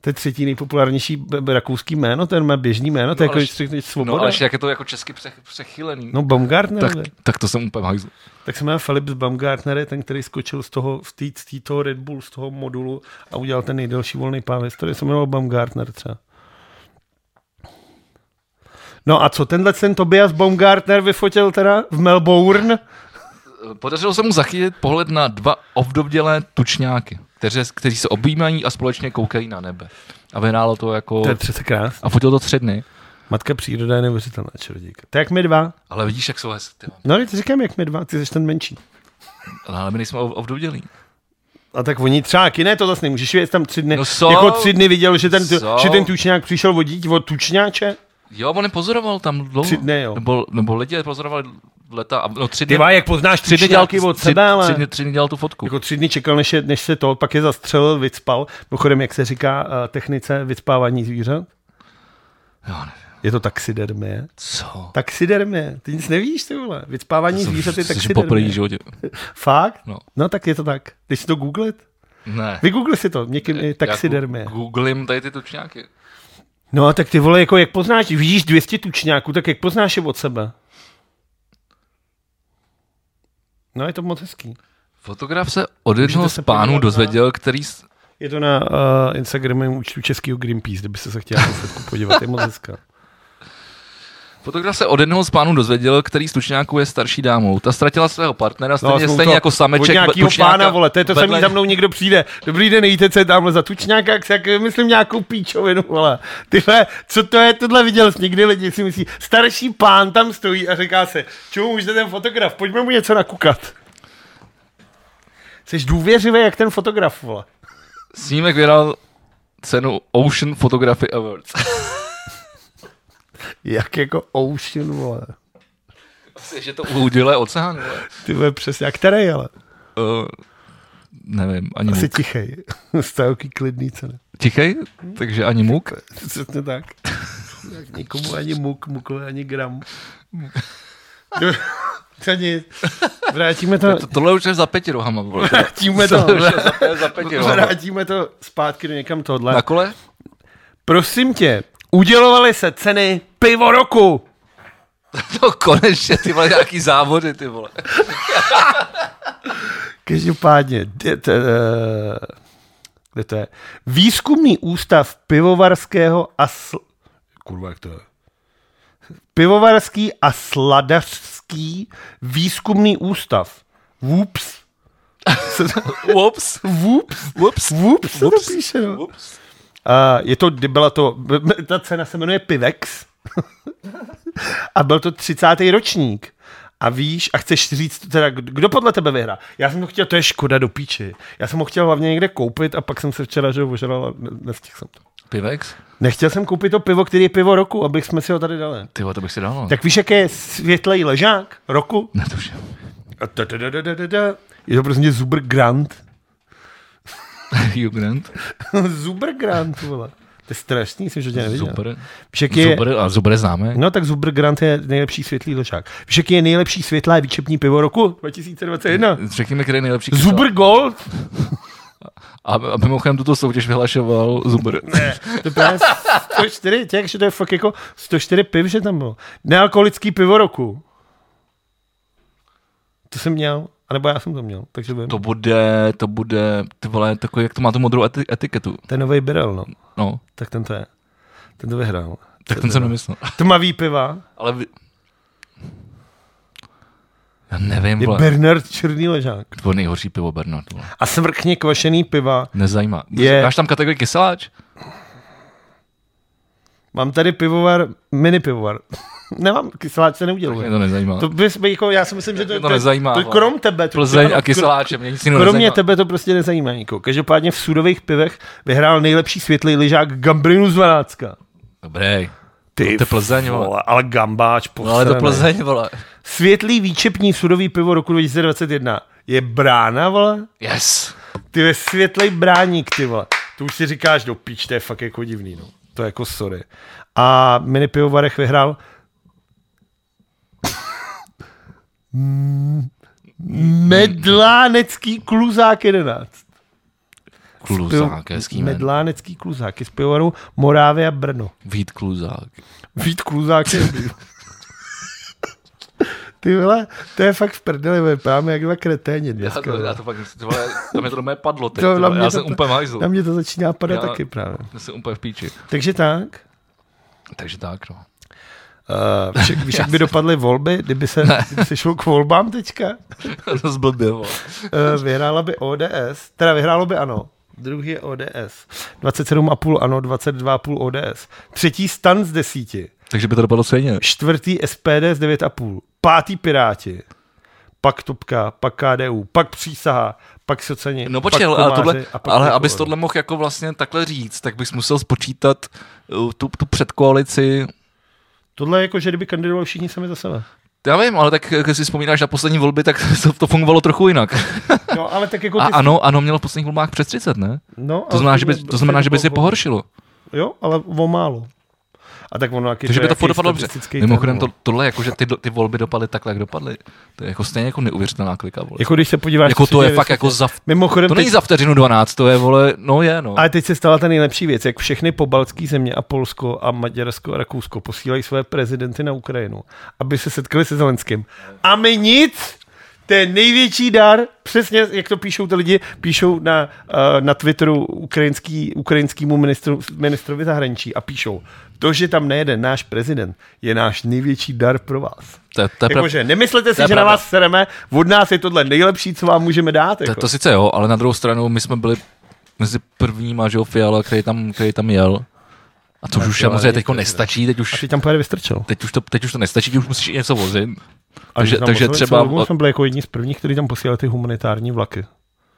[SPEAKER 2] To je třetí nejpopulárnější b- b- rakouský jméno, ten má běžný jméno, to je
[SPEAKER 1] No,
[SPEAKER 2] jako
[SPEAKER 1] ale-
[SPEAKER 2] když řekneš
[SPEAKER 1] No,
[SPEAKER 2] svoboda.
[SPEAKER 1] ale ještě jak je to jako česky přech, přechylený.
[SPEAKER 2] No Baumgartner.
[SPEAKER 1] tak,
[SPEAKER 2] Tak,
[SPEAKER 1] tak to jsem úplně v hajzlu.
[SPEAKER 2] tak se jmenuje Philips Baumgartner, je ten, který skočil z toho, z tý, z tý toho Red Bull, z toho modulu a udělal ten nejdelší volný páv v historii. Se jmenoval Baumgartner třeba. No a co tenhle ten Tobias Baumgartner vyfotil teda v Melbourne?
[SPEAKER 1] Podařilo se mu zachytit pohled na dva ovdovdělé tučňáky, kteří, kteří se objímají a společně koukají na nebe. A vyhrálo to jako...
[SPEAKER 2] To je přece krás.
[SPEAKER 1] A fotil to tři dny.
[SPEAKER 2] Matka příroda je neuvěřitelná čarodějka. To je jak my dva.
[SPEAKER 1] Ale vidíš, jak jsou hezky.
[SPEAKER 2] No ale ty říkám, jak my dva, ty jsi ten menší.
[SPEAKER 1] No, Ale my nejsme ov- ovdovdělí.
[SPEAKER 2] A tak oni třeba jiné to zase nemůžeš vědět, tam tři dny.
[SPEAKER 1] No jsou,
[SPEAKER 2] jako tři dny viděl, že ten, tu-
[SPEAKER 1] jsou.
[SPEAKER 2] že ten tučňák přišel od dítě, od tučňáče.
[SPEAKER 1] Jo, on je pozoroval tam dlouho.
[SPEAKER 2] Tři dny, jo.
[SPEAKER 1] Nebo, nebo lidi pozorovali leta. a- No, tři
[SPEAKER 2] Ty
[SPEAKER 1] dny,
[SPEAKER 2] má, jak poznáš
[SPEAKER 1] tři dny dělal,
[SPEAKER 2] tučňáky
[SPEAKER 1] tři,
[SPEAKER 2] od sebe,
[SPEAKER 1] tři,
[SPEAKER 2] ale...
[SPEAKER 1] dny, tři dny dělal tu fotku.
[SPEAKER 2] Jako tři dny čekal, než, je, než se to, pak je zastřelil, vycpal. Mimochodem, jak se říká eh, technice vycpávání zvířat?
[SPEAKER 1] Jo, nevím.
[SPEAKER 2] Je to taxidermie.
[SPEAKER 1] Co?
[SPEAKER 2] Taxidermie. Ty nic nevíš, ty vole. Vycpávání zvířat je
[SPEAKER 1] Jsi poprvé
[SPEAKER 2] taxidermie.
[SPEAKER 1] v životě.
[SPEAKER 2] Fakt?
[SPEAKER 1] No.
[SPEAKER 2] No tak je to tak. Když si to googlit.
[SPEAKER 1] Ne.
[SPEAKER 2] Vygoogli si to, někým je taxidermie.
[SPEAKER 1] Eh, Já gu- Googlím tady ty tučňáky.
[SPEAKER 2] No a tak ty vole, jako jak poznáš, vidíš 200 tučňáků, tak jak poznáš je od sebe? No je to moc hezký.
[SPEAKER 1] Fotograf se od
[SPEAKER 2] Můžete
[SPEAKER 1] jednoho
[SPEAKER 2] se
[SPEAKER 1] z pánů
[SPEAKER 2] podívat na-
[SPEAKER 1] dozvěděl, který... s-
[SPEAKER 2] Je to na uh, Instagramovém účtu českého Greenpeace, kdyby se se chtěla na fotku podívat, je moc hezká.
[SPEAKER 1] Fotograf se od jednoho z pánů dozvěděl, který z tučňáků je starší dámou. Ta ztratila svého partnera,
[SPEAKER 2] No,
[SPEAKER 1] stejně,
[SPEAKER 2] jsou
[SPEAKER 1] stejně
[SPEAKER 2] to
[SPEAKER 1] jako
[SPEAKER 2] Od
[SPEAKER 1] sameček
[SPEAKER 2] nějakého
[SPEAKER 1] tučňáka
[SPEAKER 2] pána, vole, to je to
[SPEAKER 1] vedle-
[SPEAKER 2] samý, za mnou někdo přijde. Dobrý den, nejíte, co je tamhle za tučňáka, jak si jak myslím nějakou píčovinu, vole. Ty vole, co to je, tohle viděl jsi někdy lidi, si myslí, starší pán tam stojí a říká se, čemu už jde ten fotograf, pojďme mu něco nakukat. Jsi důvěřivý, jak ten fotograf, vole.
[SPEAKER 1] Snímek vyhrál cenu Ocean Photography Awards.
[SPEAKER 2] Jak jako ocean, vole.
[SPEAKER 1] že to udělá oceán, vole.
[SPEAKER 2] Ty vole, přesně, a který, ale?
[SPEAKER 1] Uh, nevím, ani
[SPEAKER 2] Asi
[SPEAKER 1] muk.
[SPEAKER 2] tichej. Z takový klidný ceny.
[SPEAKER 1] Tichej, takže ani muk.
[SPEAKER 2] Přesně tak. Jak nikomu ani muk, mukovi ani gram. Do- To nic. Vrátíme to,
[SPEAKER 1] To, tohle už je za pěti rohama. vole.
[SPEAKER 2] vrátíme to,
[SPEAKER 1] Tohle už je za, to je za pěti rohama.
[SPEAKER 2] vrátíme to zpátky do někam
[SPEAKER 1] Na
[SPEAKER 2] tohle.
[SPEAKER 1] kole?
[SPEAKER 2] Prosím tě, udělovaly se ceny pivo roku.
[SPEAKER 1] To No, konečně, ty vole, nějaký závody, ty vole.
[SPEAKER 2] Každopádně, kde to, eh, kde to je? Výzkumný ústav pivovarského a sl... Kurva, jak to je? Pivovarský a sladařský výzkumný ústav. Whoops. Se to-
[SPEAKER 1] Ups,
[SPEAKER 2] Whoops.
[SPEAKER 1] ups,
[SPEAKER 2] Whoops se to píše, no.
[SPEAKER 1] ups.
[SPEAKER 2] A je to, kdy byla to, b- b- ta cena se jmenuje Pivex. a byl to 30. ročník. A víš, a chceš říct, teda, kdo- kdo podle tebe vyhrá? Já jsem to chtěl, to je škoda do píči. Já jsem ho chtěl hlavně někde koupit a pak jsem se včera, že ho ožral a ne- nestihl jsem to.
[SPEAKER 1] Pivex?
[SPEAKER 2] Nechtěl jsem koupit to pivo, který je pivo roku, abych jsme si ho tady dali.
[SPEAKER 1] Ty vole, to bych si dal. no.
[SPEAKER 2] Tak víš, jak je světlej ležák roku?
[SPEAKER 1] Netuším.
[SPEAKER 2] A ta- ta- ta- ta- ta- ta. Je to prostě Zuber Grant.
[SPEAKER 1] Hugh Grant,
[SPEAKER 2] Zuber Grant, No, vole. To je strašný, jsem že tě neviděl.
[SPEAKER 1] Zuber.
[SPEAKER 2] Víš, jak je,
[SPEAKER 1] Zuber, a Zuber je známe.
[SPEAKER 2] No tak Zuber Grant je nejlepší světlý ležák. Víš, jaký je nejlepší světlé výčepní pivo roku 2021?
[SPEAKER 1] Řekněme, který je nejlepší kytel.
[SPEAKER 2] Zuber Gold?
[SPEAKER 1] A, a mimochodem tuto soutěž vyhlašoval Zuber.
[SPEAKER 2] Ne, to je právě 104 těch, že to je fakt jako 104 piv, že tam bylo. Nealkoholický pivo roku. To jsem měl, anebo já jsem to měl, takže vím.
[SPEAKER 1] To bude, to bude, ty vole, takový, jak to má tu modrou eti- etiketu.
[SPEAKER 2] To je nový Birel, no.
[SPEAKER 1] No,
[SPEAKER 2] Tak ten to je. Ten to vyhrál.
[SPEAKER 1] tak ten jsem nemyslel.
[SPEAKER 2] Tmavý piva
[SPEAKER 1] Ale vy... Já nevím,
[SPEAKER 2] je
[SPEAKER 1] vole.
[SPEAKER 2] Bernard Černý ležák.
[SPEAKER 1] To je nejhorší pivo Bernard, vole.
[SPEAKER 2] A smrkně kvašený piva.
[SPEAKER 1] Nezajímá.
[SPEAKER 2] Je-
[SPEAKER 1] Je... Máš tam kategorii kyseláč?
[SPEAKER 2] Mám tady pivovar, mini pivovar. Nemám, kyseláč se neuděluje.
[SPEAKER 1] Mě to nezajímá.
[SPEAKER 2] To
[SPEAKER 1] To...
[SPEAKER 2] bys, jako, já si myslím, že to,
[SPEAKER 1] Mě to nezajímá,
[SPEAKER 2] To, to,
[SPEAKER 1] vole.
[SPEAKER 2] krom tebe. To,
[SPEAKER 1] Plzeň
[SPEAKER 2] krom-
[SPEAKER 1] a kyseláče, mě nic jiného
[SPEAKER 2] Kromě
[SPEAKER 1] nezajímá.
[SPEAKER 2] tebe to prostě nezajímá nikoho. Každopádně v sudových pivech vyhrál nejlepší světlý lyžák Gambrinu z Vanácka.
[SPEAKER 1] Dobrý.
[SPEAKER 2] Ty
[SPEAKER 1] No, to je Plzeň, vole.
[SPEAKER 2] ale gambáč,
[SPEAKER 1] No ale to
[SPEAKER 2] posranej.
[SPEAKER 1] Plzeň, vole.
[SPEAKER 2] Světlý výčepní sudový pivo roku 2021. je brána, vole.
[SPEAKER 1] Yes.
[SPEAKER 2] Ty ve světlej bráník, ty vole. To už si říkáš do píč, to je fakt jako divný, no. To je jako sorry. A mini pivovarech vyhrál Medlánecký kluzák 11.
[SPEAKER 1] Kluzák, hezký jméno.
[SPEAKER 2] Medlánecký kluzák je z pivovaru Morávia Brno.
[SPEAKER 1] Vít Kluzák.
[SPEAKER 2] Vít Kluzák je byl. Ty vole, to je fakt v prdeli, vypadáme jak dva kreténi
[SPEAKER 1] Já
[SPEAKER 2] dneska.
[SPEAKER 1] to,
[SPEAKER 2] vole.
[SPEAKER 1] já to fakt, ty vole, tam je to do mé padlo teď,
[SPEAKER 2] To
[SPEAKER 1] to,
[SPEAKER 2] na mě
[SPEAKER 1] já
[SPEAKER 2] to
[SPEAKER 1] jsem
[SPEAKER 2] pa-
[SPEAKER 1] úplně hajzl,
[SPEAKER 2] Na mě to začíná padat
[SPEAKER 1] Já-
[SPEAKER 2] taky právě.
[SPEAKER 1] já jsem úplně v píči.
[SPEAKER 2] Takže tak.
[SPEAKER 1] Takže tak, no.
[SPEAKER 2] Uh, však, víš, jak by dopadly volby, kdyby se, kdyby se šlo k volbám teďka?
[SPEAKER 1] to zblbě, vole.
[SPEAKER 2] Uh, vyhrála by ODS, teda vyhrálo by ano. Druhý je ODS. 27,5 ano, 22,5 ODS. Třetí stan z desíti.
[SPEAKER 1] Takže by to dopadlo stejně.
[SPEAKER 2] Čtvrtý SPD z 9,5. Pátý Piráti. Pak Topka, pak KDU, pak Přísaha, pak Socani,
[SPEAKER 1] No počkej, ale,
[SPEAKER 2] pak
[SPEAKER 1] ale,
[SPEAKER 2] Komáři
[SPEAKER 1] tohle,
[SPEAKER 2] a pak
[SPEAKER 1] ale
[SPEAKER 2] jako
[SPEAKER 1] abys
[SPEAKER 2] on.
[SPEAKER 1] tohle mohl jako vlastně takhle říct, tak bys musel spočítat uh, tu, tu předkoalici.
[SPEAKER 2] Tohle je jako, že kdyby kandidovali všichni sami za sebe.
[SPEAKER 1] Já vím, ale tak když si vzpomínáš na poslední volby, tak to, to fungovalo trochu jinak.
[SPEAKER 2] No, ale tak jako...
[SPEAKER 1] A
[SPEAKER 2] ty-
[SPEAKER 1] ano, ano, měl v posledních volbách přes 30, ne?
[SPEAKER 2] no,
[SPEAKER 1] To
[SPEAKER 2] ale
[SPEAKER 1] znamená, že by,
[SPEAKER 2] stejně-
[SPEAKER 1] to znamená,
[SPEAKER 2] stejně
[SPEAKER 1] že by si
[SPEAKER 2] bylo-
[SPEAKER 1] pohoršilo.
[SPEAKER 2] Jo, ale o málo. A tak ono, jaký
[SPEAKER 1] Takže by to
[SPEAKER 2] jaký
[SPEAKER 1] furt dopadlo dobře.
[SPEAKER 2] statistický no.
[SPEAKER 1] Mimochodem, to,
[SPEAKER 2] termín.
[SPEAKER 1] tohle, jako, že ty, do- ty volby dopadly takhle, jak dopadly, to je jako stejně jako neuvěřitelná klika. Vole.
[SPEAKER 2] Jako když se podíváš...
[SPEAKER 1] Jako
[SPEAKER 2] co se
[SPEAKER 1] to je
[SPEAKER 2] děje ve
[SPEAKER 1] fakt
[SPEAKER 2] světě.
[SPEAKER 1] jako za... v-
[SPEAKER 2] Mimochodem,
[SPEAKER 1] To
[SPEAKER 2] teď-
[SPEAKER 1] není za vteřinu 12, to je, vole, no je, no.
[SPEAKER 2] Ale teď se stala ta nejlepší věc, jak všechny pobaltské země a Polsko a Maďarsko a Rakousko posílají své prezidenty na Ukrajinu, aby se setkali se Zelenským. A my nic! To je největší dar, přesně jak to píšou ty lidi, píšou na, eh, na Twitteru ukrajinský, ukrajinskému ministru, ministrovi zahraničí a píšou, to, že tam nejede náš prezident, je náš největší dar pro vás.
[SPEAKER 1] To, je- to, je prav-
[SPEAKER 2] Jakože nemyslete si,
[SPEAKER 1] to je
[SPEAKER 2] jako že na
[SPEAKER 1] pravda.
[SPEAKER 2] vás sereme, od nás je tohle nejlepší, co vám můžeme dát.
[SPEAKER 1] to,
[SPEAKER 2] Jako.
[SPEAKER 1] to sice jo, ale na druhou stranu my jsme byli mezi prvníma, že jo, Fiala, který tam, který tam jel. A to už
[SPEAKER 2] Fiala
[SPEAKER 1] samozřejmě
[SPEAKER 2] je
[SPEAKER 1] teď
[SPEAKER 2] prezident.
[SPEAKER 1] nestačí, teď
[SPEAKER 2] A
[SPEAKER 1] už,
[SPEAKER 2] ty tam pojede vystrčil.
[SPEAKER 1] teď, už to, teď už to nestačí, teď už musíš i něco vozit.
[SPEAKER 2] A
[SPEAKER 1] Takže-
[SPEAKER 2] že tam
[SPEAKER 1] takže
[SPEAKER 2] Moskva-
[SPEAKER 1] třeba-
[SPEAKER 2] celou dobu jsme byli jako jedni z prvních, kteří tam posílali ty humanitární vlaky.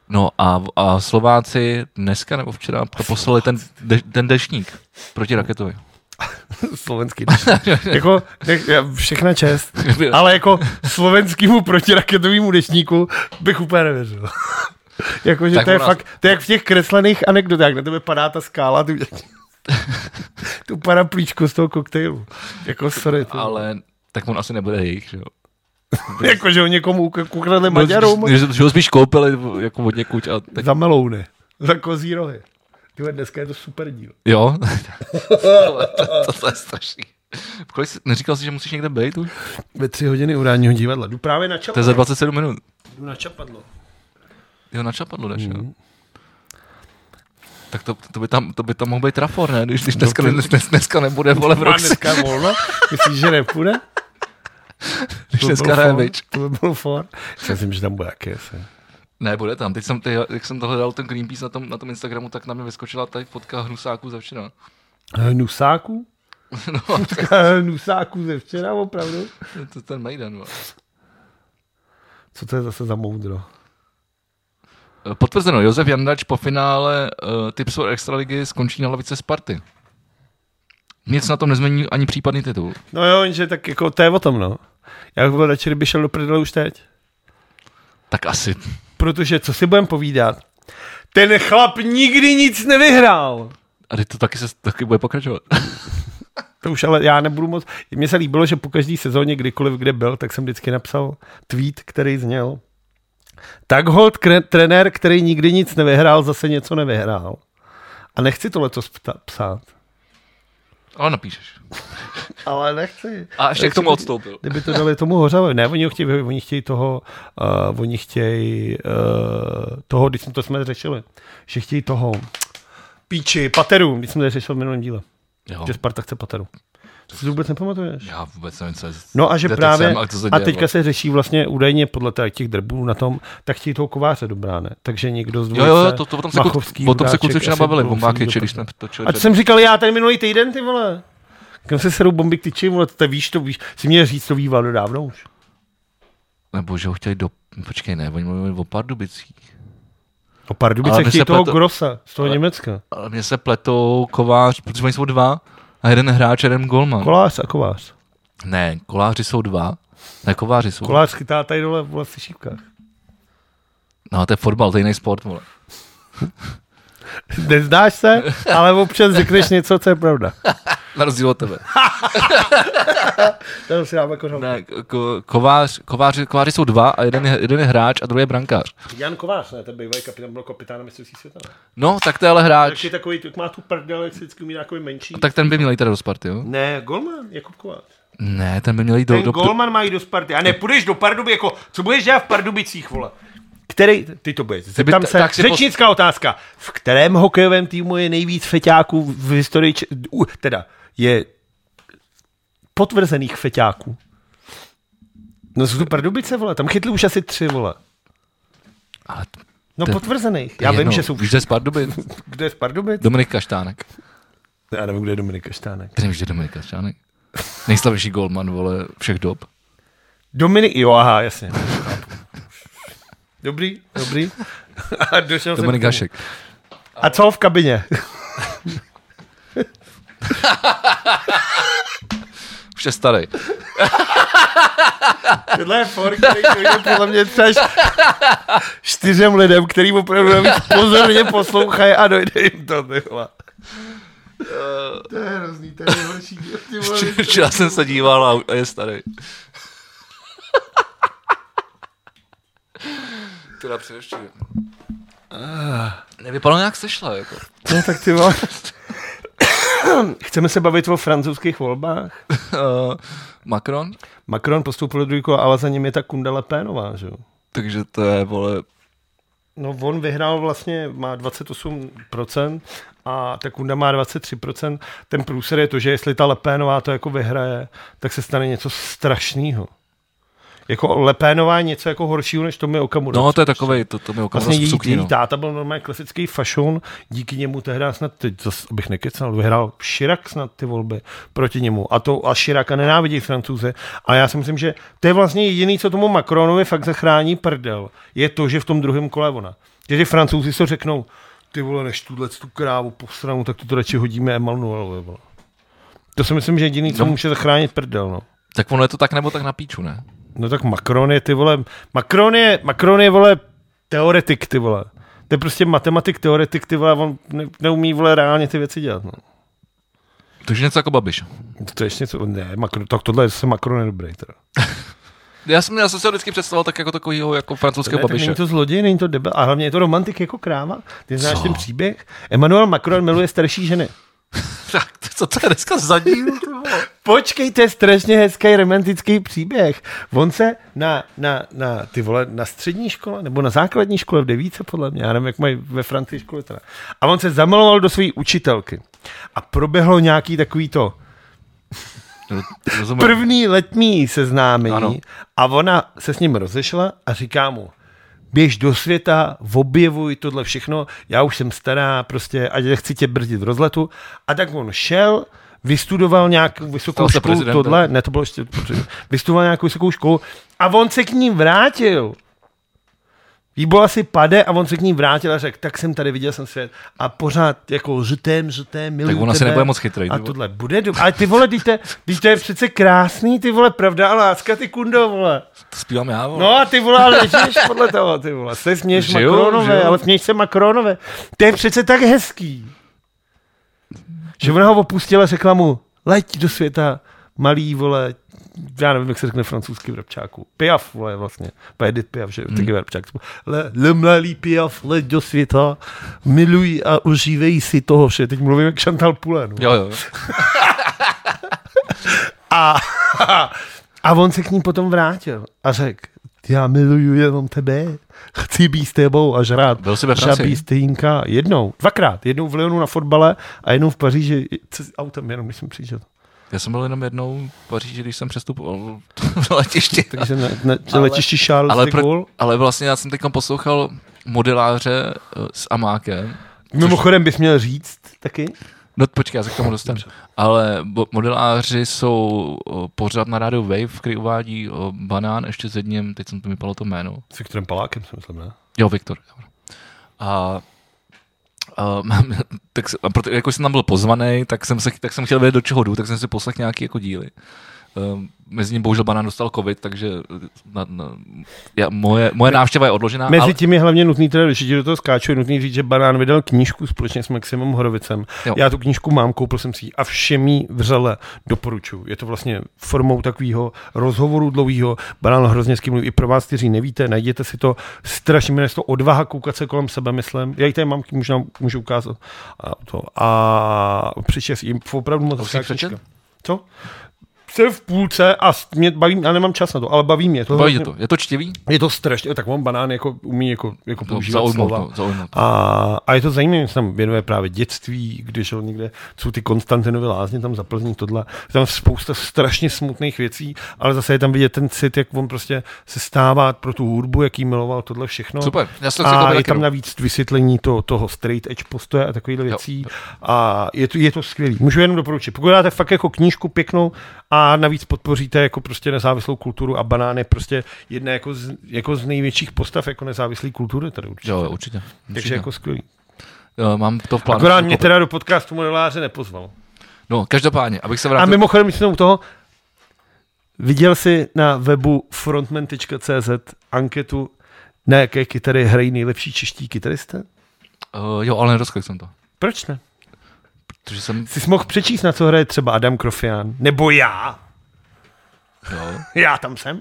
[SPEAKER 1] No a, a Slováci dneska nebo včera to poslali ten, de, ten dešník proti raketovi.
[SPEAKER 2] Slovenský. jako, jak, já- všechna čest. Ale jako slovenskýmu protiraketovému dešníku bych úplně nevěřil. jako, že
[SPEAKER 1] Tak
[SPEAKER 2] to je
[SPEAKER 1] u nás-
[SPEAKER 2] fakt, to je jak v těch kreslených anekdotách, na tebe padá ta skála, tu, tu paraplíčku z toho koktejlu. Jako sorry. To, ale...
[SPEAKER 1] Ale tak on asi nebude jejich, že jo.
[SPEAKER 2] Jako, že ho někomu uk-
[SPEAKER 1] No,
[SPEAKER 2] ukradli Maďarům
[SPEAKER 1] Že, že, že ho spíš koupili jako od někud a tak,
[SPEAKER 2] za melouny, za kozí rohy. Tyhle, dneska je to super díl.
[SPEAKER 1] jo. to, to, to, je strašný. Kolik jsi, neříkal jsi, že musíš někde být už?
[SPEAKER 2] Ve tři hodiny uránního divadla. Jdu právě na čap.
[SPEAKER 1] To je za 27 minut.
[SPEAKER 2] Jdu na čapadlo.
[SPEAKER 1] Jo, na čapadlo jdeš, jo. Tak to, to, by tam, to by tam mohl být trafor, ne? Když, když dneska, dnes, dnes, dneska nebude, vole, v
[SPEAKER 2] Má
[SPEAKER 1] roce,
[SPEAKER 2] dneska volno? Myslíš, že nepůjde?
[SPEAKER 1] když
[SPEAKER 2] by
[SPEAKER 1] dneska
[SPEAKER 2] bylo
[SPEAKER 1] hraje
[SPEAKER 2] for,
[SPEAKER 1] Vič.
[SPEAKER 2] To by byl for. Já Myslím, že tam bude jaké se.
[SPEAKER 1] Ne, bude tam. Teď jsem, ty, jak jsem tohle dal ten Greenpeace na tom, na tom Instagramu, tak na mě vyskočila tady fotka hnusáků ze včera. Eh,
[SPEAKER 2] Hnusáků?
[SPEAKER 1] No,
[SPEAKER 2] Hnusáků ze včera, opravdu?
[SPEAKER 1] to je ten Maiden. vole.
[SPEAKER 2] Co to je zase za moudro?
[SPEAKER 1] Eh, Potvrzeno, Josef Jandač po finále uh, Tipsor Extraligy skončí na lavice Sparty. Nic na tom nezmění ani případný titul.
[SPEAKER 2] No jo, jenže tak jako to je o tom, no. Já bych byl radši, kdyby šel do prdele už teď.
[SPEAKER 1] Tak asi.
[SPEAKER 2] Protože co si budem povídat? Ten chlap nikdy nic nevyhrál.
[SPEAKER 1] A teď to taky se taky bude pokračovat.
[SPEAKER 2] To už ale já nebudu moc. Mně se líbilo, že po každé sezóně, kdykoliv kde byl, tak jsem vždycky napsal tweet, který zněl. Tak hold kre- trenér, který nikdy nic nevyhrál, zase něco nevyhrál. A nechci to letos pta- psát.
[SPEAKER 1] Ale napíšeš.
[SPEAKER 2] Ale nechci.
[SPEAKER 1] A ještě k tomu odstoupil.
[SPEAKER 2] Kdyby to dali tomu hořavovi. Ne, oni ho chtějí, vyhodit, oni chtějí toho, uh, oni chtějí uh, toho, když jsme to jsme řešili, že chtějí toho píči, pateru, když jsme to řešili v minulém díle,
[SPEAKER 1] Jo.
[SPEAKER 2] že Sparta chce pateru. To si vůbec nepamatuješ?
[SPEAKER 1] Já vůbec nevím, co je. z-
[SPEAKER 2] No a že
[SPEAKER 1] kde teď
[SPEAKER 2] právě,
[SPEAKER 1] jsem a co se
[SPEAKER 2] a
[SPEAKER 1] děje,
[SPEAKER 2] teďka
[SPEAKER 1] vole.
[SPEAKER 2] se řeší vlastně údajně podle teda těch drbů na tom, tak chtějí toho kováře do brány. Takže někdo z
[SPEAKER 1] Jo,
[SPEAKER 2] dvojice,
[SPEAKER 1] jo, jo, to, to, o tom se,
[SPEAKER 2] Machovský,
[SPEAKER 1] ku, o tom se
[SPEAKER 2] Hudáček
[SPEAKER 1] kluci včera
[SPEAKER 2] asi
[SPEAKER 1] bavili,
[SPEAKER 2] budou
[SPEAKER 1] bombáky,
[SPEAKER 2] chodit do
[SPEAKER 1] když
[SPEAKER 2] toho.
[SPEAKER 1] jsme točili.
[SPEAKER 2] A to jsem říkal já ten minulý týden, ty vole. Kam se serou bomby k tyči, vole, to víš, to víš. Jsi měl říct, to víval do dávno už.
[SPEAKER 1] Nebo že ho chtěli do... Počkej, ne, oni mluvili o Pardubicích.
[SPEAKER 2] O
[SPEAKER 1] Ale
[SPEAKER 2] Pardubice
[SPEAKER 1] my
[SPEAKER 2] chtějí
[SPEAKER 1] se
[SPEAKER 2] toho
[SPEAKER 1] proto-
[SPEAKER 2] Grossa, z toho
[SPEAKER 1] Ale-
[SPEAKER 2] Německa.
[SPEAKER 1] Ale mě se pletou kovář, protože oni jsou dva a jeden hráč, jeden golman.
[SPEAKER 2] Kolář a kovář.
[SPEAKER 1] ne, koláři jsou dva. Ne, kováři jsou.
[SPEAKER 2] Kolář chytá tady dole v vole v šípkách.
[SPEAKER 1] No, to je fotbal, to je jiný sport, vole.
[SPEAKER 2] Nezdáš se, ale občas řekneš něco, co je pravda.
[SPEAKER 1] Na rozdíl od tebe.
[SPEAKER 2] To si jako dáme kořonku.
[SPEAKER 1] Ne, ko, kovář, kováři, kováři jsou dva a jeden je, jeden je hráč a druhý je brankář.
[SPEAKER 2] Jan Kovář, ne, ten bývalý kapitán, byl kapitánem mistrovství světa. ne?
[SPEAKER 1] No, tak to je ale hráč.
[SPEAKER 2] Takže takový, jak má tu prdel, jak se vždycky umírá takový menší.
[SPEAKER 1] Tak ten by měl jít teda do Sparty, jo?
[SPEAKER 2] Ne, Golman, Jakub Kovář.
[SPEAKER 1] Ne, ten by měl jít No, do...
[SPEAKER 2] Ten
[SPEAKER 1] do, do
[SPEAKER 2] Golman má jít do Sparty. A ne, půjdeš do Parduby, jako, co budeš dělat v Pardubicích, vole? Který, ty to budeš, zeptám
[SPEAKER 1] t-
[SPEAKER 2] se,
[SPEAKER 1] tak si pos-
[SPEAKER 2] řečnická otázka. V kterém hokejovém týmu je nejvíc feťáků v historii, Č- u, teda, je potvrzených feťáků? No jsou to Pardubice, vole, tam chytli už asi tři, vole.
[SPEAKER 1] ale to
[SPEAKER 2] No
[SPEAKER 1] To-
[SPEAKER 2] potvrzených.
[SPEAKER 1] je
[SPEAKER 2] Já vím,
[SPEAKER 1] jedno.
[SPEAKER 2] že jsou
[SPEAKER 1] Víš, že z Pardubic?
[SPEAKER 2] Kdo je z Pardubic?
[SPEAKER 1] Dominik Kaštánek.
[SPEAKER 2] Já nevím, kde je Dominik Kaštánek.
[SPEAKER 1] Ty nevíš, že Dominik Kaštánek? Nejslavnější golman, vole, všech dob.
[SPEAKER 2] Dominik, jo, aha, jasně. dobrý, dobrý. A došel jsem k
[SPEAKER 1] Dominik
[SPEAKER 2] tomu.
[SPEAKER 1] Hašek.
[SPEAKER 2] A co v kabině?
[SPEAKER 1] Už je starý.
[SPEAKER 2] Tohle je for, který dojde podle mě třeba š- čtyřem lidem, který opravdu navíc pozorně poslouchají a dojde jim to, ty vole. To je hrozný, to je nejhorší. ty vole.
[SPEAKER 1] Včera jsem se díval a- a je starý. Teda především. Ah, Nevypadalo nějak sešla, jako.
[SPEAKER 2] No tak ty vole. Chceme se bavit o francouzských volbách.
[SPEAKER 1] Uh, Macron?
[SPEAKER 2] Macron postoupil do druhého, kola, ale za ním je ta Kunda Lepénová, že jo?
[SPEAKER 1] Takže to je, vole,
[SPEAKER 2] No on vyhrál vlastně, má 28% a ta Kunda má 23%. Ten průser je to, že jestli ta Lepénová to jako vyhraje, tak se stane něco strašného. Jako Lepénová je něco jako horšího, než Tomi Okamura.
[SPEAKER 1] No, to je takovej, to, to mi okamžitě
[SPEAKER 2] Vlastně
[SPEAKER 1] vlastně
[SPEAKER 2] její,
[SPEAKER 1] sukni,
[SPEAKER 2] její
[SPEAKER 1] no.
[SPEAKER 2] táta byl normálně klasický fašon, díky němu tehdy snad, teď zase abych nekecal, vyhrál Širak snad ty volby proti němu. A to a Širaka nenávidí francouze. A já si myslím, že to je vlastně jediný, co tomu Macronovi fakt zachrání prdel, je to, že v tom druhém kole je ona. Že ty francouzi si řeknou, ty vole, než tuhle tu krávu posranou, tak to radši hodíme Emanuelovi. vole. To si myslím, že jediný, co
[SPEAKER 1] No.
[SPEAKER 2] může zachránit prdel. No.
[SPEAKER 1] Tak ono je to tak nebo tak na píču, ne?
[SPEAKER 2] No tak Macron je ty vole, Macron je, Macron je vole teoretik ty vole. To je prostě matematik, teoretik ty vole, on ne, neumí vole reálně ty věci dělat. No.
[SPEAKER 1] Takže něco jako Babiš.
[SPEAKER 2] To je ještě něco, ne, Macron, tak tohle je zase Macron je dobrý teda.
[SPEAKER 1] Já jsem, já jsem se ho vždycky představoval tak jako takovýho jako francouzského
[SPEAKER 2] Ne, tak není
[SPEAKER 1] Babiše.
[SPEAKER 2] to zloděj, není to debil, a hlavně je to romantik jako kráva. Ty znáš
[SPEAKER 1] Co?
[SPEAKER 2] ten příběh? Emmanuel Macron miluje starší ženy.
[SPEAKER 1] Tak, to- co to je dneska za díl? ty vole?
[SPEAKER 2] Počkej, to je strašně hezký romantický příběh. On se na, na, na, ty vole, na střední škole, nebo na základní škole v devíce, podle mě, já nevím, jak mají ve Francii škole teda. A on se zamiloval do své učitelky. A proběhlo nějaký takový to
[SPEAKER 1] Ro- Rozumím.
[SPEAKER 2] první letní seznámení.
[SPEAKER 1] Ano.
[SPEAKER 2] A ona se s ním rozešla a říká mu, běž do světa, objevuj tohle všechno, já už jsem stará, prostě, ať nechci tě brzdit v rozletu. A tak on šel, vystudoval nějakou
[SPEAKER 1] Stal
[SPEAKER 2] vysokou
[SPEAKER 1] se
[SPEAKER 2] školu,
[SPEAKER 1] prezidentem.
[SPEAKER 2] tohle, ne, to bylo ještě, protože- vystudoval nějakou vysokou školu a on se k ní vrátil. Jí bylo asi pade a on se k ní vrátil a řekl, tak jsem tady viděl jsem svět a pořád jako žutém, žutém, miluju
[SPEAKER 1] Tak on asi
[SPEAKER 2] tebe.
[SPEAKER 1] nebude moc chytrý, ty
[SPEAKER 2] A
[SPEAKER 1] vole.
[SPEAKER 2] tohle bude dobrý. Ale ty vole, teď to, je- teď to je přece krásný, ty vole, pravda a láska, ty kundo, vole.
[SPEAKER 1] To zpívám já, vole.
[SPEAKER 2] No a ty vole, ale žiješ podle toho, ty vole. Se směješ
[SPEAKER 1] Žiju,
[SPEAKER 2] Macronové,
[SPEAKER 1] žiju.
[SPEAKER 2] ale směješ se Macronové. To je přece tak hezký. Že ona ho opustila, řekla mu, leď do světa, malý, vole, já nevím, jak se řekne francouzský v repčáku. Piaf, vole, vlastně. Pa Edith Piaf, že jo,
[SPEAKER 1] Hmm.
[SPEAKER 2] taky repčák. Le, le malý Piaf, leď do světa, miluj a užívej si toho vše. Teď mluvím jak Chantal Poulain.
[SPEAKER 1] Jo, jo. jo.
[SPEAKER 2] A, a on se k ní potom vrátil a řekl, já miluju jenom tebe, chci být s tebou a žrát.
[SPEAKER 1] Byl jsi ve Francii?
[SPEAKER 2] žabí stejnka. Jednou, dvakrát. Jednou v Lyonu na fotbale a jednou v Paříži Co- s autem, jenom když jsem přišel.
[SPEAKER 1] Já jsem byl jenom jednou v Paříži, když jsem přestupoval na letiště.
[SPEAKER 2] Takže na, na ale, letišti Charles
[SPEAKER 1] ale,
[SPEAKER 2] de Gaulle.
[SPEAKER 1] ale vlastně já jsem teď poslouchal modeláře eh, s Amákem.
[SPEAKER 2] Mimochodem bys měl říct taky.
[SPEAKER 1] No počkej, já se k tomu dostanu. Ale bo- modeláři jsou o, pořád na rádiu Wave, který uvádí o, Banán ještě s jedním, teď jsem to mi palo to jméno.
[SPEAKER 2] S Viktorem Palákem jsem myslím, ne?
[SPEAKER 1] Jo, Viktor. dobro. A, a, mám- tak, se- a proto, jako jsem tam byl pozvaný, tak jsem, se, tak jsem chtěl vědět, do čeho jdu, tak jsem si poslech nějaký jako díly. Um, mezi ním bohužel Banán dostal covid, takže na, na, já, moje, moje návštěva je odložená.
[SPEAKER 2] Mezi
[SPEAKER 1] ale,
[SPEAKER 2] tím je hlavně nutný, teda, když ti do toho skáču, je nutný říct, že Banán vydal knížku společně s Maximem Horovicem.
[SPEAKER 1] Jo.
[SPEAKER 2] Jo. Já tu knížku mám, koupil jsem si ji a všem ji vřele doporučuji. Je to vlastně formou takového rozhovoru dlouhého. Banán hrozně s kým mluví. I pro vás, kteří nevíte, najděte si to. Strašně mě to odvaha koukat se kolem sebe, myslím. Já ji tady mám, možná můžu ukázat. A, to. a přečes jim opravdu moc
[SPEAKER 1] jsi ji
[SPEAKER 2] hezká knížka.
[SPEAKER 1] přečet?
[SPEAKER 2] Co? Jsem v půlce a s- mě baví, a nemám čas na to, ale baví mě. To
[SPEAKER 1] baví tě
[SPEAKER 2] hrozně-
[SPEAKER 1] to. Je to čtivý?
[SPEAKER 2] je to strašně, tak on banán jako umí jako, jako
[SPEAKER 1] No,
[SPEAKER 2] používat
[SPEAKER 1] zaujmout,
[SPEAKER 2] slova.
[SPEAKER 1] no, zaujmout.
[SPEAKER 2] A, a, je to zajímavé, že se tam věnuje právě dětství, když on někde, jsou ty Konstantinovy lázně tam za Plzní, tohle. Je tam spousta strašně smutných věcí, ale zase je tam vidět ten cit, jak on prostě se stává pro tu hudbu, jaký miloval tohle všechno.
[SPEAKER 1] Super, já si to chci
[SPEAKER 2] A
[SPEAKER 1] koupit
[SPEAKER 2] je
[SPEAKER 1] taky,
[SPEAKER 2] tam
[SPEAKER 1] no.
[SPEAKER 2] navíc vysvětlení to, toho straight edge postoje a takovýchhle věcí. A je to, je to skvělý. Můžu jenom doporučit. Pokud dáte fakt jako knížku pěknou a navíc podpoříte jako prostě nezávislou kulturu a banán je prostě jedna jako z, jako z největších postav jako nezávislé kultury tady určitě.
[SPEAKER 1] Jo, jo, určitě.
[SPEAKER 2] Takže
[SPEAKER 1] určitě.
[SPEAKER 2] jako skvělý.
[SPEAKER 1] Jo, mám to v plánu.
[SPEAKER 2] Akorát mě teda do podcastu modeláře nepozval.
[SPEAKER 1] No, každopádně, abych se
[SPEAKER 2] A
[SPEAKER 1] vrátil.
[SPEAKER 2] mimochodem, když jsme u toho, viděl jsi na webu frontman.cz anketu, na jaké kytary hrají nejlepší čeští kytaristé?
[SPEAKER 1] Uh, jo, ale nerozklik jsem to.
[SPEAKER 2] Proč ne?
[SPEAKER 1] Protože jsem,
[SPEAKER 2] Jsi mohl přečíst, na co hraje třeba Adam Krofián. Nebo já.
[SPEAKER 1] jo,
[SPEAKER 2] Já tam jsem.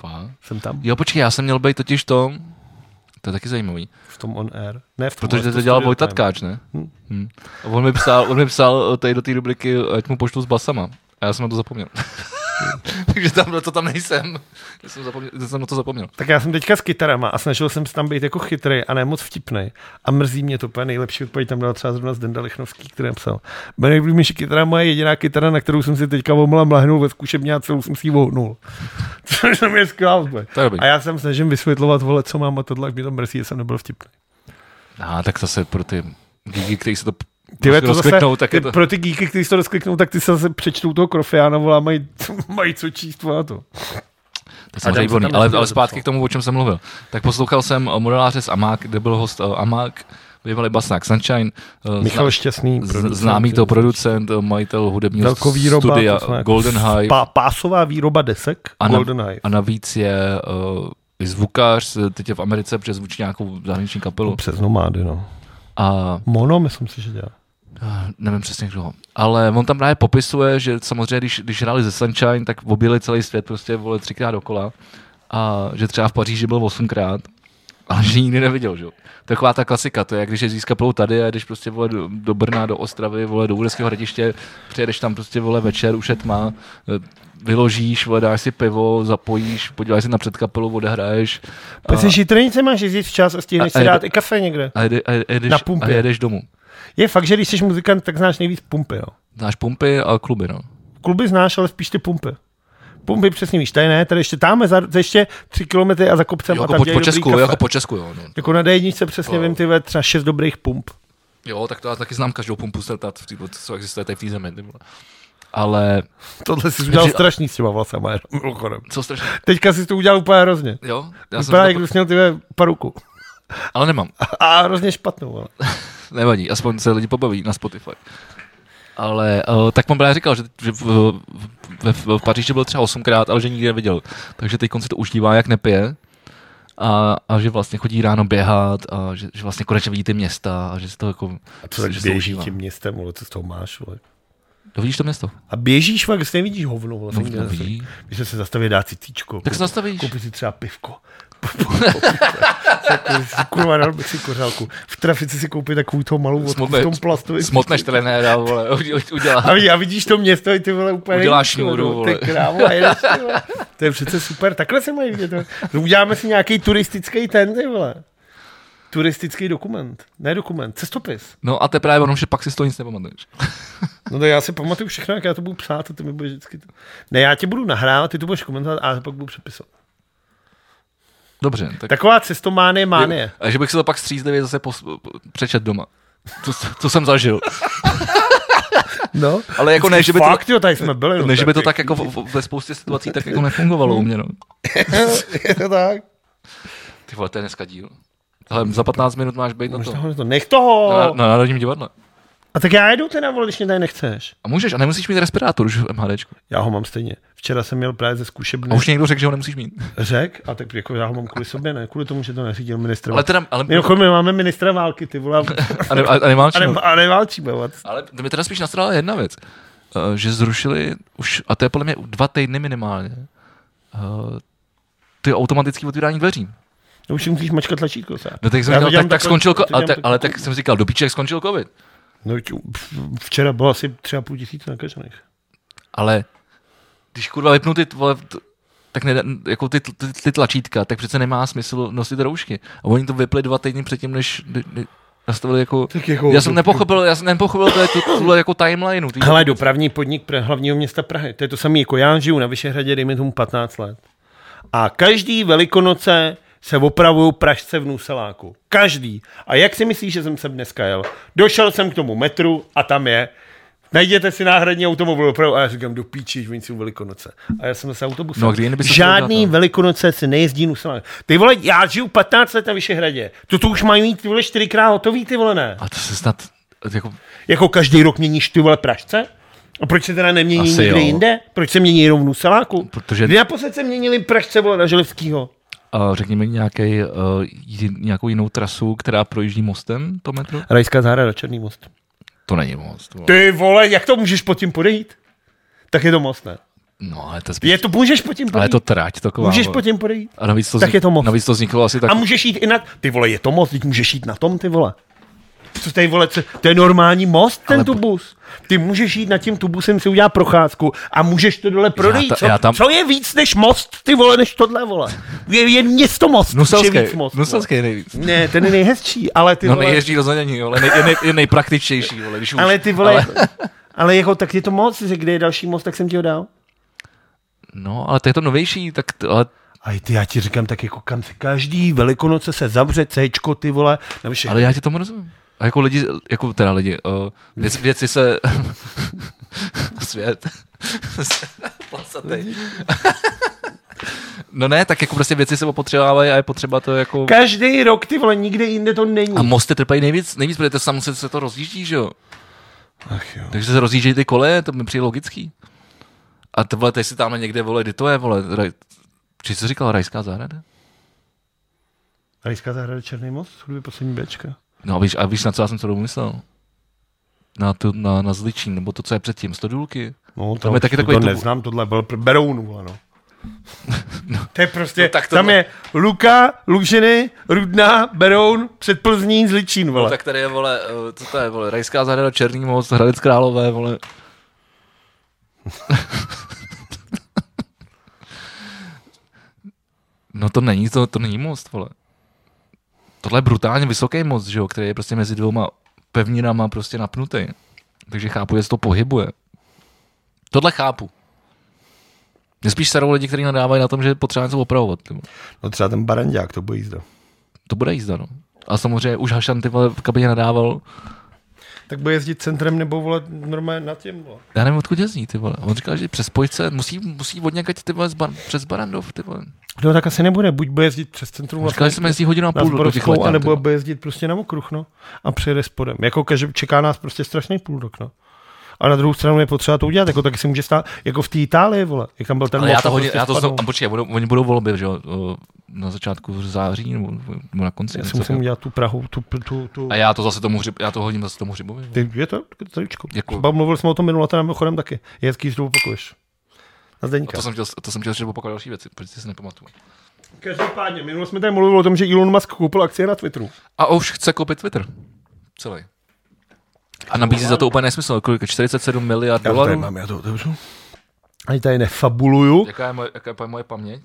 [SPEAKER 1] fakt.
[SPEAKER 2] Jsem tam.
[SPEAKER 1] Jo, počkej, já No. jsem měl být totiž to, to je taky zajímavý,
[SPEAKER 2] V tom on air. Ne v tom
[SPEAKER 1] protože
[SPEAKER 2] ale v
[SPEAKER 1] to
[SPEAKER 2] tom
[SPEAKER 1] dělal
[SPEAKER 2] studio
[SPEAKER 1] Vojta
[SPEAKER 2] time.
[SPEAKER 1] Tkáč, ne? Hm. A on mi psal, on mi psal eh, tady do té rubriky, ať mu pošlu s basama. A já jsem na to zapomněl. Hm. Takže tam, na to tam nejsem. Já jsem, zapomněl, já jsem na to zapomněl.
[SPEAKER 2] Tak já jsem teďka s kytarama a snažil jsem se tam být jako chytrý a ne moc vtipný. A mrzí mě to, úplně nejlepší odpověď tam dal třeba zrovna Zdenda Lichnovský, který napsal. Byla nejblížnější kytara moje jediná kytara, na kterou jsem si teďka omla mlahnul ve zkušebně a celou jsem si ji vohnul. Což je skvělá odpověď.
[SPEAKER 1] To je dobrý.
[SPEAKER 2] A já jsem snažím vysvětlovat, vole, co mám a tohle, jak mě to mrzí, že jsem nebyl vtipný.
[SPEAKER 1] A tak zase pro ty díky, kteří se to
[SPEAKER 2] Ty
[SPEAKER 1] musí
[SPEAKER 2] to zase,
[SPEAKER 1] rozkliknou, tak
[SPEAKER 2] ty,
[SPEAKER 1] je to...
[SPEAKER 2] pro ty geeky, kteří si to rozkliknou, tak ty se zase přečtou toho Krofiána, volá, mají, mají co číst, volá to.
[SPEAKER 1] To samozřejmě
[SPEAKER 2] Adam se
[SPEAKER 1] výborný,
[SPEAKER 2] tam
[SPEAKER 1] ale,
[SPEAKER 2] nezapsal.
[SPEAKER 1] ale zpátky k tomu, o čem jsem mluvil. Tak poslouchal jsem eh, modeláře z Amák, kde byl host eh, Amák, bývalý basák Sunshine, eh,
[SPEAKER 2] Michal Šťastný.
[SPEAKER 1] z-
[SPEAKER 2] producent.
[SPEAKER 1] známý to producent, eh, majitel hudebního
[SPEAKER 2] Velkovýroba,
[SPEAKER 1] studia
[SPEAKER 2] to jsme jako
[SPEAKER 1] Golden High
[SPEAKER 2] Pá, pásová výroba desek
[SPEAKER 1] a, na,
[SPEAKER 2] Golden High.
[SPEAKER 1] a navíc je eh, i zvukař, eh, teď je v Americe, protože zvučí nějakou zahraniční kapelu
[SPEAKER 2] Přes nomády, no.
[SPEAKER 1] a
[SPEAKER 2] Mono, myslím si, že dělá.
[SPEAKER 1] eh, nevím přesně kdo. Ale on tam právě popisuje, že samozřejmě, když, když hráli ze Sunshine, tak objeli celý svět prostě vole třikrát dokola a že třeba v Paříži byl osmkrát ale že ji nikdy neviděl, že jo. Taková ta klasika, to je, jak když je získá plou tady a když prostě vole do, do Brna, do Ostravy, vole do Údeckého hradiště, přijedeš tam prostě vole večer, už je tma, eh, vyložíš, vole dáš si pivo, zapojíš, podíváš se na předkapelu, odehraješ a,
[SPEAKER 2] Protože šítrenice máš jezdit včas a stihneš
[SPEAKER 1] A- a
[SPEAKER 2] si dát
[SPEAKER 1] jde-
[SPEAKER 2] i kafe někde.
[SPEAKER 1] a, jede, a, jedeš,
[SPEAKER 2] na pumpě.
[SPEAKER 1] a jedeš domů.
[SPEAKER 2] Je fakt, že když jsi muzikant, tak znáš nejvíc pumpy, no.
[SPEAKER 1] Znáš pumpy a kluby, no.
[SPEAKER 2] Kluby znáš, ale spíš ty pumpy. Pumpy přesně víš, tady ne, tady ještě tamhle, za, ještě tři kilometry a za kopcem
[SPEAKER 1] Jo,
[SPEAKER 2] a
[SPEAKER 1] jako,
[SPEAKER 2] tam
[SPEAKER 1] po,
[SPEAKER 2] dělají
[SPEAKER 1] po
[SPEAKER 2] dobrý
[SPEAKER 1] Česku,
[SPEAKER 2] kafe.
[SPEAKER 1] jako po Česku, jo. No.
[SPEAKER 2] jako na D1 přesně
[SPEAKER 1] To-
[SPEAKER 2] vím, ty ve třeba šest dobrých pump.
[SPEAKER 1] Jo, tak to já taky znám každou pumpu startat, v té- co existuje tady v té zemi. ty vole. Ale
[SPEAKER 2] Tohle jsi udělal
[SPEAKER 1] že-
[SPEAKER 2] strašný s těma vlasama, jenom mimochodem.
[SPEAKER 1] co strašně...
[SPEAKER 2] Teďka jsi to udělal úplně hrozně.
[SPEAKER 1] Jo, já
[SPEAKER 2] Já
[SPEAKER 1] jsem
[SPEAKER 2] Vypadá,
[SPEAKER 1] to,
[SPEAKER 2] jak bys měl ty ve paruku.
[SPEAKER 1] ale nemám.
[SPEAKER 2] A hrozně špatnou, ale.
[SPEAKER 1] Nevadí, aspoň se lidi pobaví na Spotify. Ale uh, tak on právě říkal, že, že v, v, v, v Paříži byl třeba osmkrát, ale že nikdy neviděl. Takže teď konci to užívá, jak nepije. A, a, že vlastně chodí ráno běhat a že, že vlastně konečně vidí ty města a že si to jako... že si to užívá.
[SPEAKER 2] tím městem, vole, co z toho máš, vole.
[SPEAKER 1] No, vidíš to město?
[SPEAKER 2] A běžíš, fakt, jestli nevidíš hovno, vole.
[SPEAKER 1] No,
[SPEAKER 2] nikde
[SPEAKER 1] no,
[SPEAKER 2] na světě.
[SPEAKER 1] vidí.
[SPEAKER 2] Když se zastaví dát si tíčko.
[SPEAKER 1] Tak se zastavíš.
[SPEAKER 2] Koupit si třeba pivko. Kurva, dal bych si kořálku. V trafici si koupit takovou toho malou vodku
[SPEAKER 1] Smotnej-
[SPEAKER 2] v tom plastu.
[SPEAKER 1] Smotneš trenéra, vole, u- udělá.
[SPEAKER 2] A, vidí- a vidíš to město, i ty vole úplně...
[SPEAKER 1] Uděláš
[SPEAKER 2] nejvíc,
[SPEAKER 1] šňůru,
[SPEAKER 2] no, ty
[SPEAKER 1] vole.
[SPEAKER 2] krávo, a jedeš, ty vole. To je přece super, takhle se mají vidět. no. Uděláme si nějaký turistický ten, ty vole. Turistický dokument. Ne dokument, cestopis.
[SPEAKER 1] No a to je právě ono, že pak si z toho nic nepamatuješ.
[SPEAKER 2] No to já si pamatuju všechno, jak já to budu psát a ty mi budeš vždycky... To... Ne, já ti budu nahrávat, ty to budeš komentovat a já to pak budu přepisovat.
[SPEAKER 1] Dobře, tak...
[SPEAKER 2] Taková cestománie mánie.
[SPEAKER 1] A že bych se to pak střízlivě zase pos... přečet doma. To, to jsem zažil.
[SPEAKER 2] No.
[SPEAKER 1] Ale jako ne, že by to,
[SPEAKER 2] Fakt jo, tady jsme byli. No,
[SPEAKER 1] ne, že by to tak jako v- v- ve spoustě situací tak jako nefungovalo u mě. No.
[SPEAKER 2] je to tak.
[SPEAKER 1] Ty vole, No to No, je dneska díl. Hele, za 15 minut máš být na to.
[SPEAKER 2] Možná ho to. Nech toho!
[SPEAKER 1] Na, na Národním divadle.
[SPEAKER 2] A tak já jedu teda, vole, když mě tady nechceš.
[SPEAKER 1] A můžeš, a nemusíš mít respirátor už v MHDčku.
[SPEAKER 2] Já ho mám stejně. Včera jsem měl právě ze zkušebny
[SPEAKER 1] A už někdo řekl, že ho nemusíš mít.
[SPEAKER 2] řek, a tak jako já ho mám kvůli sobě, ne kvůli tomu, že to neřídil ministr.
[SPEAKER 1] Ale teda, ale,
[SPEAKER 2] Jo, chodíme, máme ministra války, ty vole.
[SPEAKER 1] a, ne, a, a nemám
[SPEAKER 2] A, ne, a neválčíme, what?
[SPEAKER 1] Ale to mi teda spíš nastrala jedna věc, Eh, že zrušili už, a to je podle mě dva týdny minimálně, eh, ty automatické otvírání dveří.
[SPEAKER 2] No už si musíš mačkat tlačítko, se.
[SPEAKER 1] No tak jsem
[SPEAKER 2] Já to
[SPEAKER 1] říkal,
[SPEAKER 2] dělám
[SPEAKER 1] tak, tak
[SPEAKER 2] takhle-
[SPEAKER 1] skončil,
[SPEAKER 2] to
[SPEAKER 1] ko- ale,
[SPEAKER 2] dělám
[SPEAKER 1] tak,
[SPEAKER 2] takhle
[SPEAKER 1] ale tak jsem říkal, do píček skončil covid.
[SPEAKER 2] No, tě- v- včera bylo asi třeba půl tisíce nakažených.
[SPEAKER 1] Ale když kurva vypnu ty, vole, t- tak ne, jako ty, ty, ty, tlačítka, tak přece nemá smysl nosit roušky. A oni to vypli dva týdny předtím, než ne, ne, nastavili jako...
[SPEAKER 2] Tak jako-
[SPEAKER 1] Já jsem nepochopil, já jsem nepochopil tady tu, tuhle jako timelineu. ty-
[SPEAKER 2] Ale dopravní podnik pre hlavního města Prahy. To je to samé, jako já žiju na Vyšehradě, dejme tomu 15 let. A každý velikonoce se opravuju Pražce v Nuseláku. Každý. A jak si myslíš, že jsem sem dneska jel? Došel jsem k tomu metru a tam je. Najděte si náhradní automobil opravu. A já říkám, do píči, že oni jsou velikonoce. A já jsem zase autobusem.
[SPEAKER 1] No a kdy jindy bys to chtěl
[SPEAKER 2] Žádný
[SPEAKER 1] dělat, no?
[SPEAKER 2] velikonoce se nejezdí Nuselák. Ty vole, já žiju 15 let na Vyšehradě. To tu už mají mít ty vole čtyřikrát hotový, ty vole ne.
[SPEAKER 1] A to se snad... Jako,
[SPEAKER 2] Jako každý rok měníš ty vole Pražce? A proč se teda nemění
[SPEAKER 1] Asi
[SPEAKER 2] Asi nikde
[SPEAKER 1] jo.
[SPEAKER 2] jo. jinde? Proč se mění jenom v Nuseláku?
[SPEAKER 1] Protože-
[SPEAKER 2] Kdy naposled se měnili Pražce vole na Želivskýho?
[SPEAKER 1] a řekněme nějaký, uh, nějakou jinou trasu, která projíždí mostem to metro?
[SPEAKER 2] Rajská zahrada, Černý most.
[SPEAKER 1] To není most. vole.
[SPEAKER 2] Ty vole, jak to můžeš pod tím podejít? Tak je to most, ne?
[SPEAKER 1] No, ale to je spíš...
[SPEAKER 2] Je to, můžeš pod tím podejít?
[SPEAKER 1] Ale je to trať taková.
[SPEAKER 2] můžeš
[SPEAKER 1] vole.
[SPEAKER 2] pod tím podejít?
[SPEAKER 1] A navíc to,
[SPEAKER 2] Tak
[SPEAKER 1] vznik-
[SPEAKER 2] je to most.
[SPEAKER 1] navíc to vzniklo asi tak...
[SPEAKER 2] A můžeš jít i na... Ty vole, je to most, teď můžeš jít na tom, ty vole. Co tady, vole, co, to je normální most, ten
[SPEAKER 1] Ale-
[SPEAKER 2] Ale... tubus. Ty můžeš jít nad tím tubusem si udělat procházku a můžeš to dole prodejít.
[SPEAKER 1] ta-
[SPEAKER 2] co,
[SPEAKER 1] já tam-
[SPEAKER 2] co je víc než most, ty vole, než tohle, vole? Je jen město most,
[SPEAKER 1] Nuselský,
[SPEAKER 2] je víc most. vole.
[SPEAKER 1] Nuselský je nejvíc.
[SPEAKER 2] Ne, ten je nejhezčí, ale ty
[SPEAKER 1] No
[SPEAKER 2] vole,
[SPEAKER 1] nejjezdí rozhodně, ní, ale nej, je, nej, je nejpraktičtější, vole, když už,
[SPEAKER 2] ale ty vole, ale... ale jako, tak je to moc, že kde je další most, tak jsem ti ho dal.
[SPEAKER 1] no, ale to je to novější, tak t, ale,
[SPEAKER 2] A ty, já ti říkám, tak jako kam se každý velikonoce se zavře, céčko, ty vole, na vyšší-
[SPEAKER 1] ale já tě tomu rozumím. A jako lidi, jako teda lidi, uh, věc, věci se... svět. Plasatej. no ne, tak jako prostě věci se opotřebávají a je potřeba to jako...
[SPEAKER 2] Každý rok, ty vole, nikde jinde to není.
[SPEAKER 1] A mosty trpají nejvíc, nejvíc, protože to samo se, se to rozjíždí, že jo?
[SPEAKER 2] Ach jo.
[SPEAKER 1] Takže se rozjíždějí ty kole, to mi přijde logický. A to vole, tady si tam někde, vole, kdy to je, vole, raj... Či jsi říkal rajská zahrada?
[SPEAKER 2] Rajská zahrada Černý most, hudby poslední Bčka.
[SPEAKER 1] No a víš, a víš, na co já jsem to domyslel? Na, tu, na, na zličín, nebo to, co je předtím, stodůlky.
[SPEAKER 2] No, to,
[SPEAKER 1] Tam je taky
[SPEAKER 2] to,
[SPEAKER 1] takový
[SPEAKER 2] to
[SPEAKER 1] tubu-
[SPEAKER 2] neznám, tohle byl pr- Berounu, ano. No. To je prostě,
[SPEAKER 1] No,
[SPEAKER 2] no,
[SPEAKER 1] tak
[SPEAKER 2] tak
[SPEAKER 1] to
[SPEAKER 2] tam
[SPEAKER 1] bylo.
[SPEAKER 2] je Luka, Lužiny, Rudná, Beroun, Předplzní, Zličín, vole.
[SPEAKER 1] No, tak tady je, vole, eh, co to je, vole, rajská zahrada, Černý most, Hradec Králové, vole. no to není, to, to není most, vole. Tohle je brutálně vysoký most, že jo, který je prostě mezi dvěma pevninama prostě napnutý. Takže chápu, jestli to pohybuje. Tohle chápu. Mě spíš starou lidi, kteří nadávají na tom, že je potřeba něco opravovat. ty vole.
[SPEAKER 2] No třeba ten Barandák, to bude jízda.
[SPEAKER 1] To bude jízda, no. A samozřejmě už Hašan ty vole v kabině nadával,
[SPEAKER 2] Tak bude jezdit centrem nebo volat normálně na těm, vole.
[SPEAKER 1] Já nevím, odkud jezdí, ty vole. On říkal, že přes Pojce, musí, musí od někať, ty vole, z bar, přes Barandov, ty vole.
[SPEAKER 2] No tak asi nebude, buď bude jezdit přes centrum
[SPEAKER 1] On říkal, že se jezdí hodinu a
[SPEAKER 2] na
[SPEAKER 1] půl do těch
[SPEAKER 2] Zborovskou,
[SPEAKER 1] letňan,
[SPEAKER 2] anebo
[SPEAKER 1] nebo...
[SPEAKER 2] bude jezdit prostě na okruh, no. A přijede spodem. Jako každý, čeká nás prostě strašný půl rok, no. A na druhou stranu je potřeba to udělat, jako taky si může stát, jako v té Itálii, vole, jak tam byl ten
[SPEAKER 1] Ale já
[SPEAKER 2] most,
[SPEAKER 1] to
[SPEAKER 2] a
[SPEAKER 1] hodně,
[SPEAKER 2] prostě
[SPEAKER 1] já to
[SPEAKER 2] spadnou.
[SPEAKER 1] znovu, a počkej, budou, oni budou volby, že jo, o, na začátku září nebo, nebo na konci.
[SPEAKER 2] Já si
[SPEAKER 1] něco
[SPEAKER 2] musím
[SPEAKER 1] takového.
[SPEAKER 2] udělat tu Prahu, tu, tu, tu,
[SPEAKER 1] a já to zase tomu hřib, já to hodím zase tomu hřibovi. vole.
[SPEAKER 2] Ty, je to tričko.
[SPEAKER 1] Děkuju.
[SPEAKER 2] Třeba mluvili jsme o tom minule, teda mimochodem taky. Je hezký, že to opakuješ.
[SPEAKER 1] A
[SPEAKER 2] Na Zdeňka.
[SPEAKER 1] to jsem chtěl, to jsem chtěl říct opakovat další věci, protože si nepamatuju.
[SPEAKER 2] Každopádně, minule jsme tady mluvili o tom, že Elon Musk koupil akcie na Twitteru.
[SPEAKER 1] A už chce koupit Twitter. Celý. A nabízí za to úplně nesmysl, kolik 47 miliard dolarů.
[SPEAKER 2] já to otevřu. Ani tady nefabuluju.
[SPEAKER 1] Jaká je, moje, jaká je moje paměť?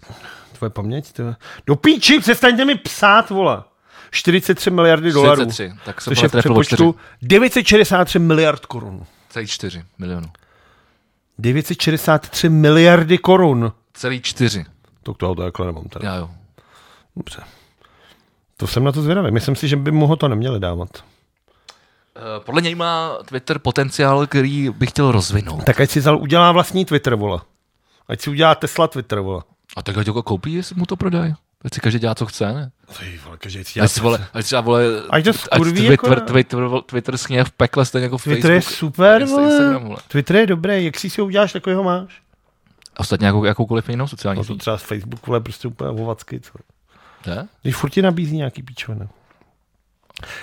[SPEAKER 2] Tvoje paměť? Ty... Do píči, přestaňte mi psát, vole. 43 miliardy dolarů.
[SPEAKER 1] 43, tak se
[SPEAKER 2] Což je
[SPEAKER 1] vole
[SPEAKER 2] v
[SPEAKER 1] trefilo o
[SPEAKER 2] přepočtu 963 miliard korun.
[SPEAKER 1] Celý 4 milionů.
[SPEAKER 2] 963 miliardy korun.
[SPEAKER 1] Celý 4.
[SPEAKER 2] Tak to auto takhle nemám tady.
[SPEAKER 1] Já jo.
[SPEAKER 2] Dobře. To jsem na to zvědavý. Myslím si, že by mu ho to neměli dávat.
[SPEAKER 1] Eh, Podle něj má Twitter potenciál, který bych chtěl rozvinout.
[SPEAKER 2] Tak ať si zal udělá vlastní Twitter, vole. Ať si udělá Tesla Twitter, vole.
[SPEAKER 1] A tak ať ho koupí, jako jestli mu to prodají. Ať si každý dělá, co chce, ne?
[SPEAKER 2] Ty vole, každý si
[SPEAKER 1] Ať si vole, ať si vole,
[SPEAKER 2] Ať to
[SPEAKER 1] ať
[SPEAKER 2] skurví
[SPEAKER 1] Twitter,
[SPEAKER 2] jako-
[SPEAKER 1] Twitter, Twitter schně v pekle, stejně jako v
[SPEAKER 2] Twitter je
[SPEAKER 1] Facebook,
[SPEAKER 2] super,
[SPEAKER 1] Insta-
[SPEAKER 2] vole.
[SPEAKER 1] Instagram, vole.
[SPEAKER 2] Twitter je dobrý, jak si si ho uděláš, takový ho máš.
[SPEAKER 1] A ostatně jakou, jakoukoliv jinou sociální
[SPEAKER 2] No to
[SPEAKER 1] síť.
[SPEAKER 2] třeba z Facebooku, ale prostě úplně hovacky, co.
[SPEAKER 1] Ne?
[SPEAKER 2] Když furt ti nabízí nějaký píčovina.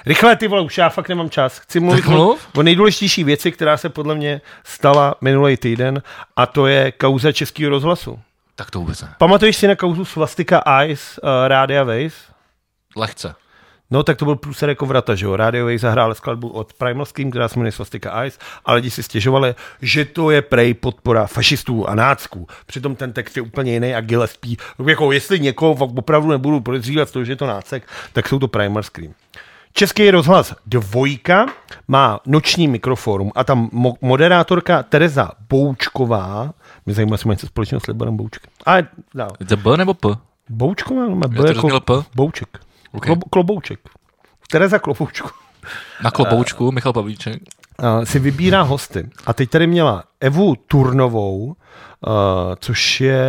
[SPEAKER 2] Rychle ty vole, už já fakt nemám čas. Chci mluvit
[SPEAKER 1] Tak mluv.
[SPEAKER 2] o nejdůležitější věci, která se podle mě stala minulý týden, a to je kauza Českého rozhlasu.
[SPEAKER 1] Tak to vůbec ne.
[SPEAKER 2] Pamatuješ si na kauzu Svastika Ice, uh, Rádia Wave?
[SPEAKER 1] Lehce.
[SPEAKER 2] No, tak to byl průser jako vrata, že jo? Radio Wave zahrála skladbu od Primal Scream, která se jmenuje Svastika Ice, a lidi si stěžovali, že to je prej podpora fašistů a nácků. Přitom ten text je úplně jiný a Gillespie, jako jestli někoho fakt opravdu nebudu podezřívat z toho, že je to nácek, tak jsou to Primal Scream. Český rozhlas Dvojka má noční mikroforum a tam mo- moderátorka Tereza Boučková, mě zajímá, jestli má něco společného s Liborem Boučkem. Ale dál.
[SPEAKER 1] Je to B nebo P?
[SPEAKER 2] Boučková? No, má B
[SPEAKER 1] to
[SPEAKER 2] jako
[SPEAKER 1] rozdíl P?
[SPEAKER 2] Bouček.
[SPEAKER 1] Ok.
[SPEAKER 2] Klo- klobouček. Tereza Kloboučku.
[SPEAKER 1] Na
[SPEAKER 2] Eh.
[SPEAKER 1] kloboučku, Michal Pavlíček.
[SPEAKER 2] Uh, si vybírá hosty. A teď tady měla Evu Turnovou, uh, což je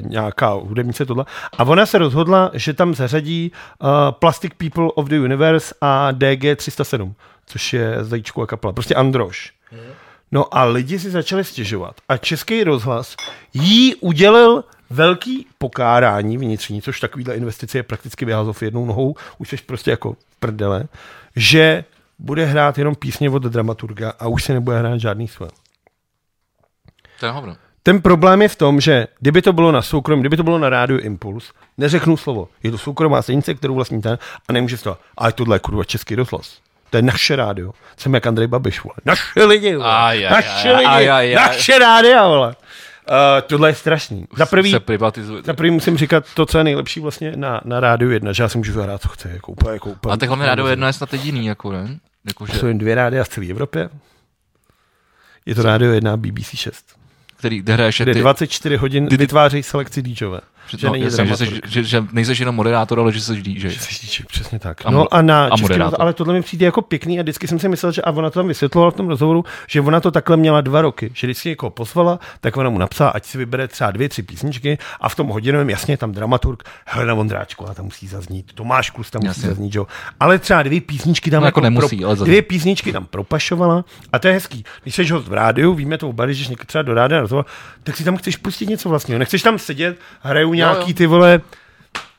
[SPEAKER 2] nějaká hudebnice tohle. A ona se rozhodla, že tam zařadí uh, Plastic People of the Universe a DG307, což je zajíčku a kapela. Prostě Androš.
[SPEAKER 1] Mhm.
[SPEAKER 2] No a lidi si začali stěžovat. A Český rozhlas jí udělil velký pokárání vnitřní, což takovýhle investice je prakticky vyhazov jednou nohou, už jsi prostě jako v prdele, že bude hrát jenom písně od dramaturga a už se nebude hrát žádný své.
[SPEAKER 1] To je hovno.
[SPEAKER 2] Ten problém je v tom, že kdyby to bylo na soukromí, kdyby to bylo na rádiu Impuls, neřeknu slovo. Je to soukromá stanice, kterou vlastní ten a nemůže to. Ale tohle je kurva český rozhlas. To je naše rádio. Jsem jak Andrej Babiš, vole. Naše lidi, vole.
[SPEAKER 1] Aj, aj,
[SPEAKER 2] naše
[SPEAKER 1] aj,
[SPEAKER 2] lidi,
[SPEAKER 1] aj, aj, aj.
[SPEAKER 2] naše rádia, vole. Uh, tohle je strašný. Za prvý,
[SPEAKER 1] Se privatizuje.
[SPEAKER 2] za prvý musím říkat to, co je nejlepší vlastně na, na rádiu jedna, že já si můžu zahrát, co chci. Jako úplně, jako úplně,
[SPEAKER 1] A tak hlavně rádio jedno je snad jediný, jako, ne? Jako, že,
[SPEAKER 2] Jsou jen dvě rádia z celé Evropy. Je to rádio jedna BBC 6
[SPEAKER 1] který, kde hraješ je
[SPEAKER 2] kde
[SPEAKER 1] ty,
[SPEAKER 2] 24 hodin
[SPEAKER 1] ty-
[SPEAKER 2] vytvářejí selekci DJové.
[SPEAKER 1] že, no, jasně, že,
[SPEAKER 2] dramaturg.
[SPEAKER 1] jsi, že, že, nejseš jenom moderátor, ale že jsi DJ.
[SPEAKER 2] Že jsi DJ, přesně tak.
[SPEAKER 1] A mo-
[SPEAKER 2] no a na
[SPEAKER 1] a
[SPEAKER 2] a českém,
[SPEAKER 1] moderátor.
[SPEAKER 2] ale tohle mi přijde jako pěkný a vždycky jsem si myslel, že a ona to tam vysvětlovala v tom rozhovoru, že ona to takhle měla dva roky, že vždycky někoho pozvala, tak ona mu napsala, ať si vybere třeba dvě, tři písničky a v tom hodinovém jasně je tam dramaturg Helena Vondráčková tam musí zaznít, Tomáš Klus tam musí
[SPEAKER 1] Jasně.
[SPEAKER 2] zaznít, že jo. Ale třeba dvě písničky tam
[SPEAKER 1] No jako nemusí, ale zazní.
[SPEAKER 2] dvě písničky tam propašovala a to je hezký. Když jsi host v rádiu, víme to u Bary, že jsi někdy třeba do rádia rozhovor, tak si tam chceš pustit něco vlastního. Nechceš tam sedět, hrajou nějaký ty vole,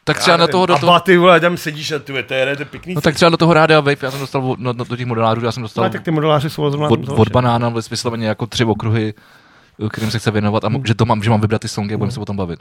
[SPEAKER 1] Tak třeba na toho, do toho,
[SPEAKER 2] Aba, ty vole, tam sedíš a ty, to je, to je pěkný.
[SPEAKER 1] no tak třeba do toho rádia Wave, já jsem dostal od- no, no, do těch modelářů, já jsem dostal
[SPEAKER 2] ale tak ty modeláři jsou zrovna
[SPEAKER 1] od, od banána vys- vysloveně jako tři okruhy, kterým se chce věnovat a mo- že, to mám, že mám vybrat ty songy a budeme se o tom bavit.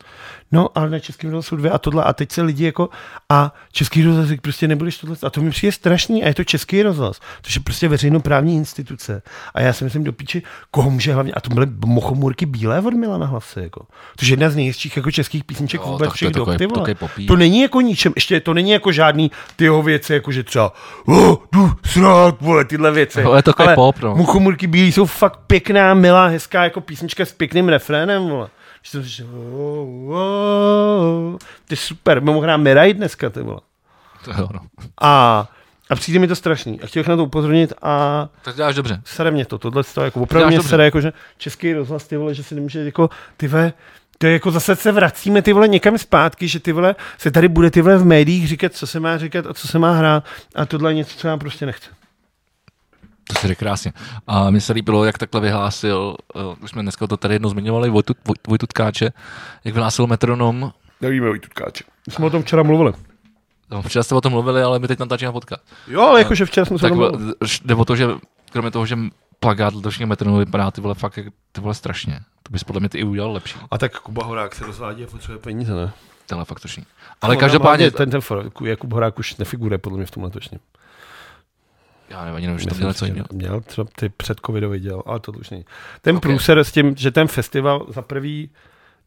[SPEAKER 2] No, ale na českým rozhlasu jsou dvě a tohle. A teď se lidi jako, a český rozhlas jak prostě nebudeš tohle. A to mi přijde strašný. A je to český rozhlas, což je prostě veřejnoprávní instituce. A já si myslím do píči, koho může hlavně. A to byly mochomůrky bílé od Milana Hlavce. Jako. Což je jedna z nejhezčích jako českých písniček
[SPEAKER 1] Jo, tak
[SPEAKER 2] vůbec
[SPEAKER 1] to je
[SPEAKER 2] všech dob,
[SPEAKER 1] takový-
[SPEAKER 2] ty vole.
[SPEAKER 1] takový popík.
[SPEAKER 2] To není jako ničem, ještě to není jako žádný ty jeho věci, jako že třeba oh, jdu srát, vole, tyhle věci.
[SPEAKER 1] Jo, je to takový pop, no.
[SPEAKER 2] Muchomurky bílí jsou fakt pěkná, milá, hezká jako písnička s pěkným refrénem, vole. Že jsem říkal, oh, oh, to je super, my mu hrát Mirai dneska, ty vole.
[SPEAKER 1] To jo, no.
[SPEAKER 2] A, a přijde mi to strašný. A chtěl bych na to upozornit a
[SPEAKER 1] Tak děláš dobře.
[SPEAKER 2] sere mě to, tohle to jako opravdu
[SPEAKER 1] Děláš
[SPEAKER 2] mě
[SPEAKER 1] dobře.
[SPEAKER 2] sere, jako, že český rozhlas, ty vole, že si nemůže jako, ty ve, to je jako zase se vracíme ty vole někam zpátky, že ty vole se tady bude ty vole v médiích říkat, co se má říkat a co se má hrát a tohle je něco, co já prostě nechci.
[SPEAKER 1] To se řekl krásně. A mně se líbilo, jak takhle vyhlásil, uh, už jsme dneska to tady jednou zmiňovali, Vojtu, Voj- Vojtu Tkáče, jak vyhlásil metronom,
[SPEAKER 2] Nevíme o tutkáči. Jsme o tom včera mluvili.
[SPEAKER 1] no, včera jste o tom mluvili, ale my teď natáčíme podcast.
[SPEAKER 2] Jo, ale jakože včera jsme se o
[SPEAKER 1] Tak
[SPEAKER 2] tom
[SPEAKER 1] vole,
[SPEAKER 2] mluvili.
[SPEAKER 1] š- jde o to, že kromě toho, že plagát letošního metronomu vypadá ty vole fakt, jak- ty vole strašně. To bys podle mě ty i udělal lepší,
[SPEAKER 2] A tak Kuba Horák se rozvádí a potřebuje peníze, ne?
[SPEAKER 1] tenhle fakt točný. Ale
[SPEAKER 2] Ona
[SPEAKER 1] každopádně,
[SPEAKER 2] má- Ten, ten, for- Jakub Horák už nefiguruje podle mě v tom letošním.
[SPEAKER 1] já nevím, ani nevím, že to
[SPEAKER 2] Myslím,
[SPEAKER 1] měl něco
[SPEAKER 2] že
[SPEAKER 1] jiného.
[SPEAKER 2] Měl třeba ty před covidový děl, ale to už není. Ten
[SPEAKER 1] Ok.
[SPEAKER 2] průser s tím, že ten festival za prvý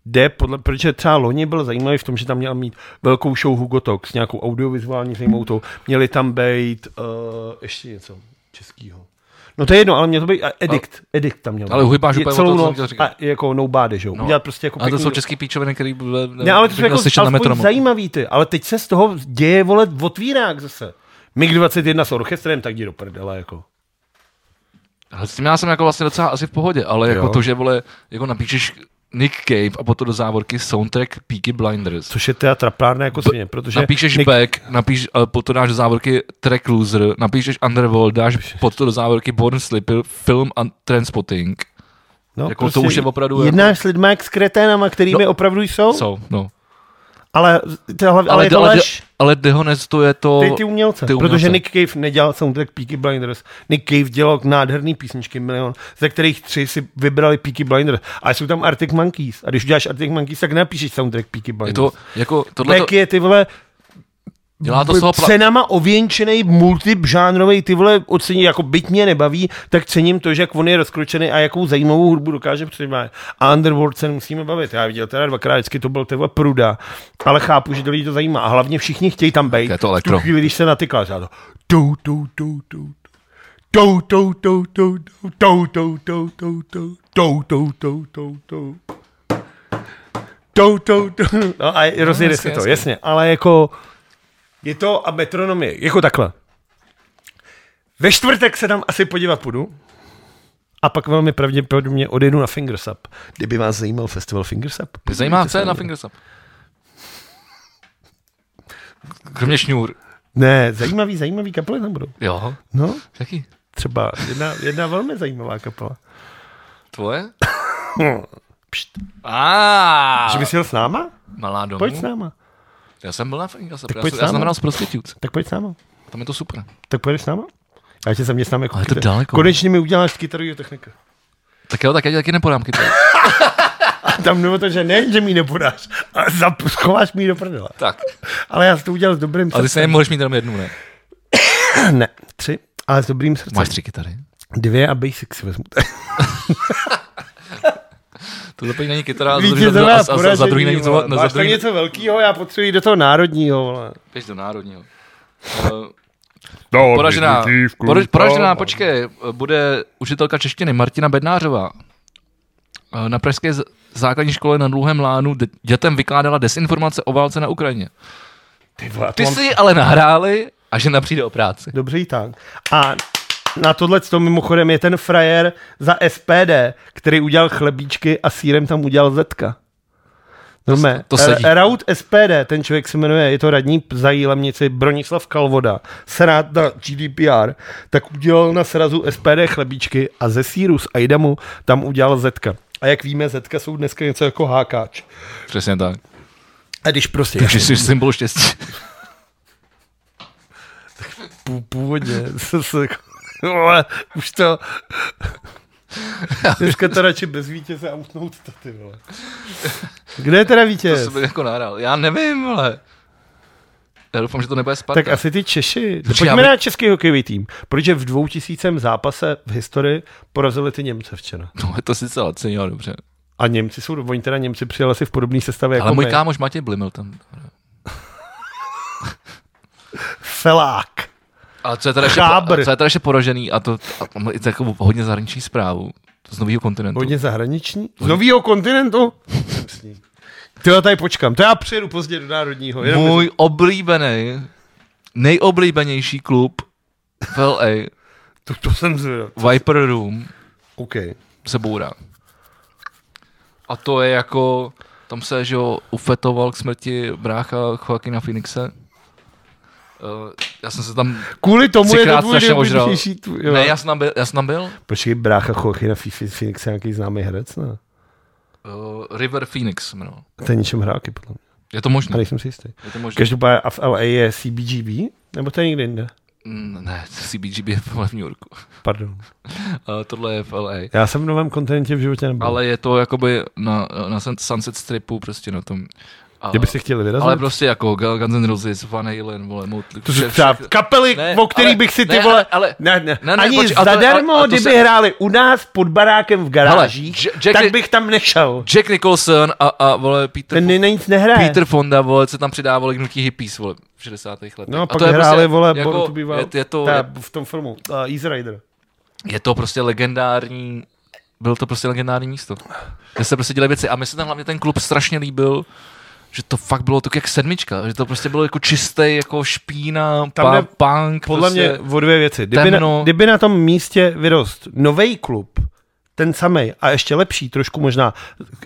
[SPEAKER 2] jde, podle, protože třeba loni byl zajímavý v tom, že tam měl mít velkou show Hugo Talk s nějakou audiovizuální zajímavou tou. Měli tam být uh, ještě něco českýho. No to je jedno, ale měl to být a Edict. Edict tam měl.
[SPEAKER 1] Ale
[SPEAKER 2] být.
[SPEAKER 1] uhybáš
[SPEAKER 2] Je
[SPEAKER 1] úplně o
[SPEAKER 2] celou
[SPEAKER 1] to, co jsem
[SPEAKER 2] noc
[SPEAKER 1] chtěl říkat.
[SPEAKER 2] a jako nobody, že jo.
[SPEAKER 1] No.
[SPEAKER 2] Udělat prostě
[SPEAKER 1] A
[SPEAKER 2] jako
[SPEAKER 1] to
[SPEAKER 2] pěkný-
[SPEAKER 1] jsou český píčoviny, který byl,
[SPEAKER 2] ne, ale to jsou jako
[SPEAKER 1] slyšet na
[SPEAKER 2] alespoň
[SPEAKER 1] metronomu.
[SPEAKER 2] zajímavý ty, ale teď se z toho děje, vole, otvírák zase. MiG 21 s orchestrem, tak jdi do prdele, jako.
[SPEAKER 1] Ale s tím já jsem jako vlastně docela asi v pohodě, ale jako
[SPEAKER 2] Jo.
[SPEAKER 1] to, že vole, jako napíčeš Nick Cave a potom do závorky soundtrack Peaky Blinders.
[SPEAKER 2] Což je teda traplárna jako svině, protože...
[SPEAKER 1] Napíšeš
[SPEAKER 2] Nick-
[SPEAKER 1] Back, napíš, ale potom dáš do závorky Track Loser, napíšeš Underworld, dáš potom do závorky Born Slipper, Film and Transpotting.
[SPEAKER 2] no,
[SPEAKER 1] jako to už je opravdu jako-
[SPEAKER 2] Jednáš s lidmi jak s kreténama, kterými
[SPEAKER 1] No,
[SPEAKER 2] opravdu jsou,
[SPEAKER 1] Jsou, no.
[SPEAKER 2] ale, ale, ale, ale je to
[SPEAKER 1] ale, de-
[SPEAKER 2] lež.
[SPEAKER 1] ale dehonestuje to...
[SPEAKER 2] Ty, ty umělce,
[SPEAKER 1] ty
[SPEAKER 2] ty
[SPEAKER 1] umělce.
[SPEAKER 2] protože Nick Cave nedělal soundtrack Peaky Blinders. Nick Cave dělal nádherný písničky milion, ze kterých tři si vybrali Peaky Blinders. A jsou tam Arctic Monkeys. A když uděláš Arctic Monkeys, tak napíšeš soundtrack Peaky
[SPEAKER 1] je
[SPEAKER 2] Blinders.
[SPEAKER 1] to, jako, tohle to,
[SPEAKER 2] Black je ty vole
[SPEAKER 1] dělá to z toho pla-
[SPEAKER 2] cenama ověnčený multižánrový ty vole ocení, jako byť mě nebaví, tak cením to, že jak on je rozkročený a jakou zajímavou hudbu dokáže předvádět. A Underworld se musíme bavit. Já viděl teda dvakrát, vždycky to byl ty vole pruda, ale chápu, že to lidi to zajímá. A hlavně všichni chtějí tam být.
[SPEAKER 1] Tak je to
[SPEAKER 2] v tu
[SPEAKER 1] elektro.
[SPEAKER 2] chvíli, když se natykáš, já to tou, tou, tou, tou, tou, tou, tou, tou, tou, tou, tou, tou, tou, tou, tou, tou, tou, tou. Tou, tou, tou. No a rozjede
[SPEAKER 1] hezky,
[SPEAKER 2] se to,
[SPEAKER 1] hezky.
[SPEAKER 2] jasně, ale jako je to a metronom je, jako takhle. Ve čtvrtek se tam asi podívat půjdu a pak velmi pravděpodobně odjedu na Fingersup. Kdyby vás zajímal festival Fingersup.
[SPEAKER 1] Zajímá,
[SPEAKER 2] podívejte
[SPEAKER 1] co
[SPEAKER 2] se
[SPEAKER 1] je na
[SPEAKER 2] mě.
[SPEAKER 1] Fingersup. Kromě šňůr.
[SPEAKER 2] Ne, zajímavý, zajímavý kapely tam budou.
[SPEAKER 1] Jo.
[SPEAKER 2] No,
[SPEAKER 1] Jaký?
[SPEAKER 2] třeba jedna, jedna velmi zajímavá kapela.
[SPEAKER 1] Tvoje?
[SPEAKER 2] Hm. Pšt.
[SPEAKER 1] A.
[SPEAKER 2] Že bys jel s náma?
[SPEAKER 1] Malá domů.
[SPEAKER 2] Pojď s náma.
[SPEAKER 1] Já jsem byl na Fingersup. Já,
[SPEAKER 2] pojď
[SPEAKER 1] jsem-
[SPEAKER 2] s
[SPEAKER 1] já
[SPEAKER 2] námi.
[SPEAKER 1] jsem hrál s Prostitutes.
[SPEAKER 2] Tak pojď s náma.
[SPEAKER 1] Tam je to super.
[SPEAKER 2] Tak pojedeš s náma? Já tě zaměstnám jako
[SPEAKER 1] Ale je to
[SPEAKER 2] kytar-
[SPEAKER 1] daleko.
[SPEAKER 2] Konečně mi uděláš kytarového technika.
[SPEAKER 1] Tak jo, tak já ti taky nepodám kytaru.
[SPEAKER 2] A tam nebo to, že ne, že mi ji nepodáš, ale zap- schováš mi ji do prdele.
[SPEAKER 1] tak.
[SPEAKER 2] Ale já jsem to udělal s dobrým
[SPEAKER 1] Ale ty se
[SPEAKER 2] srdcem.
[SPEAKER 1] nemůžeš mít jenom jednu, ne?
[SPEAKER 2] Ne, tři, ale s dobrým srdcem.
[SPEAKER 1] Máš tři kytary.
[SPEAKER 2] Dvě a basic si vezmu.
[SPEAKER 1] Tohle paní není kytara, za druhý-
[SPEAKER 2] Vítězová
[SPEAKER 1] za- za- za- za druhý není
[SPEAKER 2] vole.
[SPEAKER 1] co. za
[SPEAKER 2] Máš tam
[SPEAKER 1] druhý-
[SPEAKER 2] něco velkého, já potřebuji jít do toho národního. Vole.
[SPEAKER 1] Běž do národního. Eh, Poražená, pora- poražená, počkej, bude učitelka češtiny Martina Bednářová. Eh, Na pražské z- základní škole na Dlouhém Lánu de- dětem vykládala desinformace o válce na Ukrajině.
[SPEAKER 2] Ty, vole,
[SPEAKER 1] Ty
[SPEAKER 2] mám...
[SPEAKER 1] si ji ale nahráli a žena přijde o práci.
[SPEAKER 2] Dobře i tak. A na tohle to mimochodem je ten frajer za SPD, který udělal chlebíčky a sírem tam udělal zetka. Normé,
[SPEAKER 1] to sedí.
[SPEAKER 2] Raut SPD, ten člověk se jmenuje, je to radní za Jílemnici Bronislav Kalvoda, senát na GDPR, tak udělal na srazu SPD chlebíčky a ze síru z Aidamu tam udělal zetka. A jak víme, zetka jsou dneska něco jako hákáč.
[SPEAKER 1] Přesně tak.
[SPEAKER 2] A když prostě...
[SPEAKER 1] Takže jsi symbol štěstí.
[SPEAKER 2] pů- původně. S- s- Vole, už to... Dneska to radši bez vítěze a utnout to, ty vole. Kde je teda
[SPEAKER 1] To
[SPEAKER 2] vítěz?
[SPEAKER 1] jsem jako nahrál. Já nevím, ale. Já doufám, že to nebude Sparta.
[SPEAKER 2] Tak asi ty Češi. No,
[SPEAKER 1] Počkej,
[SPEAKER 2] Pojďme
[SPEAKER 1] já-
[SPEAKER 2] na český hokejový tým, protože v 2000 zápase v historii porazili ty Němce včera.
[SPEAKER 1] No, je to sice lacině, jo, dobře.
[SPEAKER 2] A Němci jsou, oni teda Němci přijeli asi v podobné sestavě jako
[SPEAKER 1] Ale můj
[SPEAKER 2] my.
[SPEAKER 1] kámoš Matěj Blimil tam.
[SPEAKER 2] Felák.
[SPEAKER 1] Ale co je teda, ještě,
[SPEAKER 2] Chábr.
[SPEAKER 1] co je teda ještě poražený, a to a to má i takovou hodně zahraniční zprávu z nového kontinentu.
[SPEAKER 2] Hodně zahraniční? Z nového kontinentu? Jsem s ní. Ty jo, tady počkám. To já přijedu pozdě do národního. Jenom
[SPEAKER 1] Můj oblíbený, nejoblíbenější klub v LA,
[SPEAKER 2] to, to jsem zvědav.
[SPEAKER 1] Viper Room,
[SPEAKER 2] OK.
[SPEAKER 1] se bourá. A to je jako, tam se, že jo, ufetoval k smrti brácha Joaquina Phoenixe. Eh, Já jsem se tam,
[SPEAKER 2] Kvůli tomu je to
[SPEAKER 1] Třikrát
[SPEAKER 2] tvůj
[SPEAKER 1] strašně ožral.
[SPEAKER 2] nejoblíbenější tvůj, jo.
[SPEAKER 1] ne, já jsem tam byl, já jsem tam byl.
[SPEAKER 2] Počkej, brácha Chochy na Fifi Phoenix je nějaký známý herec, ne?
[SPEAKER 1] Eh, River Phoenix se jmenoval.
[SPEAKER 2] To je ničem hráky, podle mě.
[SPEAKER 1] Je to
[SPEAKER 2] A
[SPEAKER 1] možné?
[SPEAKER 2] nejsem si jistý.
[SPEAKER 1] Je to možné?
[SPEAKER 2] Každopádně a v LA je CBGB, nebo to je někde jinde?
[SPEAKER 1] Mm, Ne, CBGB je v New Yorku.
[SPEAKER 2] Pardon.
[SPEAKER 1] Eh, Tohle je v LA.
[SPEAKER 2] Já jsem v novém kontinentě v životě nebyl.
[SPEAKER 1] Ale je to jakoby na, na Sun- Sunset Stripu prostě na tom. A,
[SPEAKER 2] Kdyby si chtěli vyrazit.
[SPEAKER 1] ale prostě jako Gu- Guns N' Roses, Van Halen, vole, Motley.
[SPEAKER 2] To jsou třeba kapely,
[SPEAKER 1] Ne,
[SPEAKER 2] o který
[SPEAKER 1] ale-
[SPEAKER 2] bych si ty
[SPEAKER 1] ne,
[SPEAKER 2] vole...
[SPEAKER 1] ale-
[SPEAKER 2] ne, ne.
[SPEAKER 1] ne, ne,
[SPEAKER 2] Ani
[SPEAKER 1] počkej, a to-
[SPEAKER 2] zadarmo,
[SPEAKER 1] a- a to
[SPEAKER 2] kdyby
[SPEAKER 1] se-
[SPEAKER 2] hráli u nás pod barákem v garážích,
[SPEAKER 1] Hele, J- Jack-
[SPEAKER 2] tak bych tam nešel.
[SPEAKER 1] Jack Nicholson a, a vole, Peter,
[SPEAKER 2] Ten
[SPEAKER 1] Fo-
[SPEAKER 2] ne, na nic nehraje.
[SPEAKER 1] Peter Fonda, vole, se tam přidávali k hnutí hippies, vole, v 60. letech.
[SPEAKER 2] No a pak
[SPEAKER 1] to je
[SPEAKER 2] hráli,
[SPEAKER 1] prostě
[SPEAKER 2] vole,
[SPEAKER 1] jako,
[SPEAKER 2] jako, to bývá,
[SPEAKER 1] je, je, to,
[SPEAKER 2] ta,
[SPEAKER 1] je,
[SPEAKER 2] v tom filmu, uh, Easy Rider.
[SPEAKER 1] je, to prostě legendární, bylo to prostě legendární místo, kde se prostě dělají věci. A mi se tam hlavně ten klub strašně líbil, že to fakt bylo tak jak sedmička, že to prostě bylo jako čistý, jako špína,
[SPEAKER 2] Tam
[SPEAKER 1] pa,
[SPEAKER 2] jde
[SPEAKER 1] punk.
[SPEAKER 2] Podle
[SPEAKER 1] prostě,
[SPEAKER 2] mě o dvě věci. Kdyby na,
[SPEAKER 1] temno.
[SPEAKER 2] kdyby na tom místě vyrost nový klub, ten samý a ještě lepší, trošku možná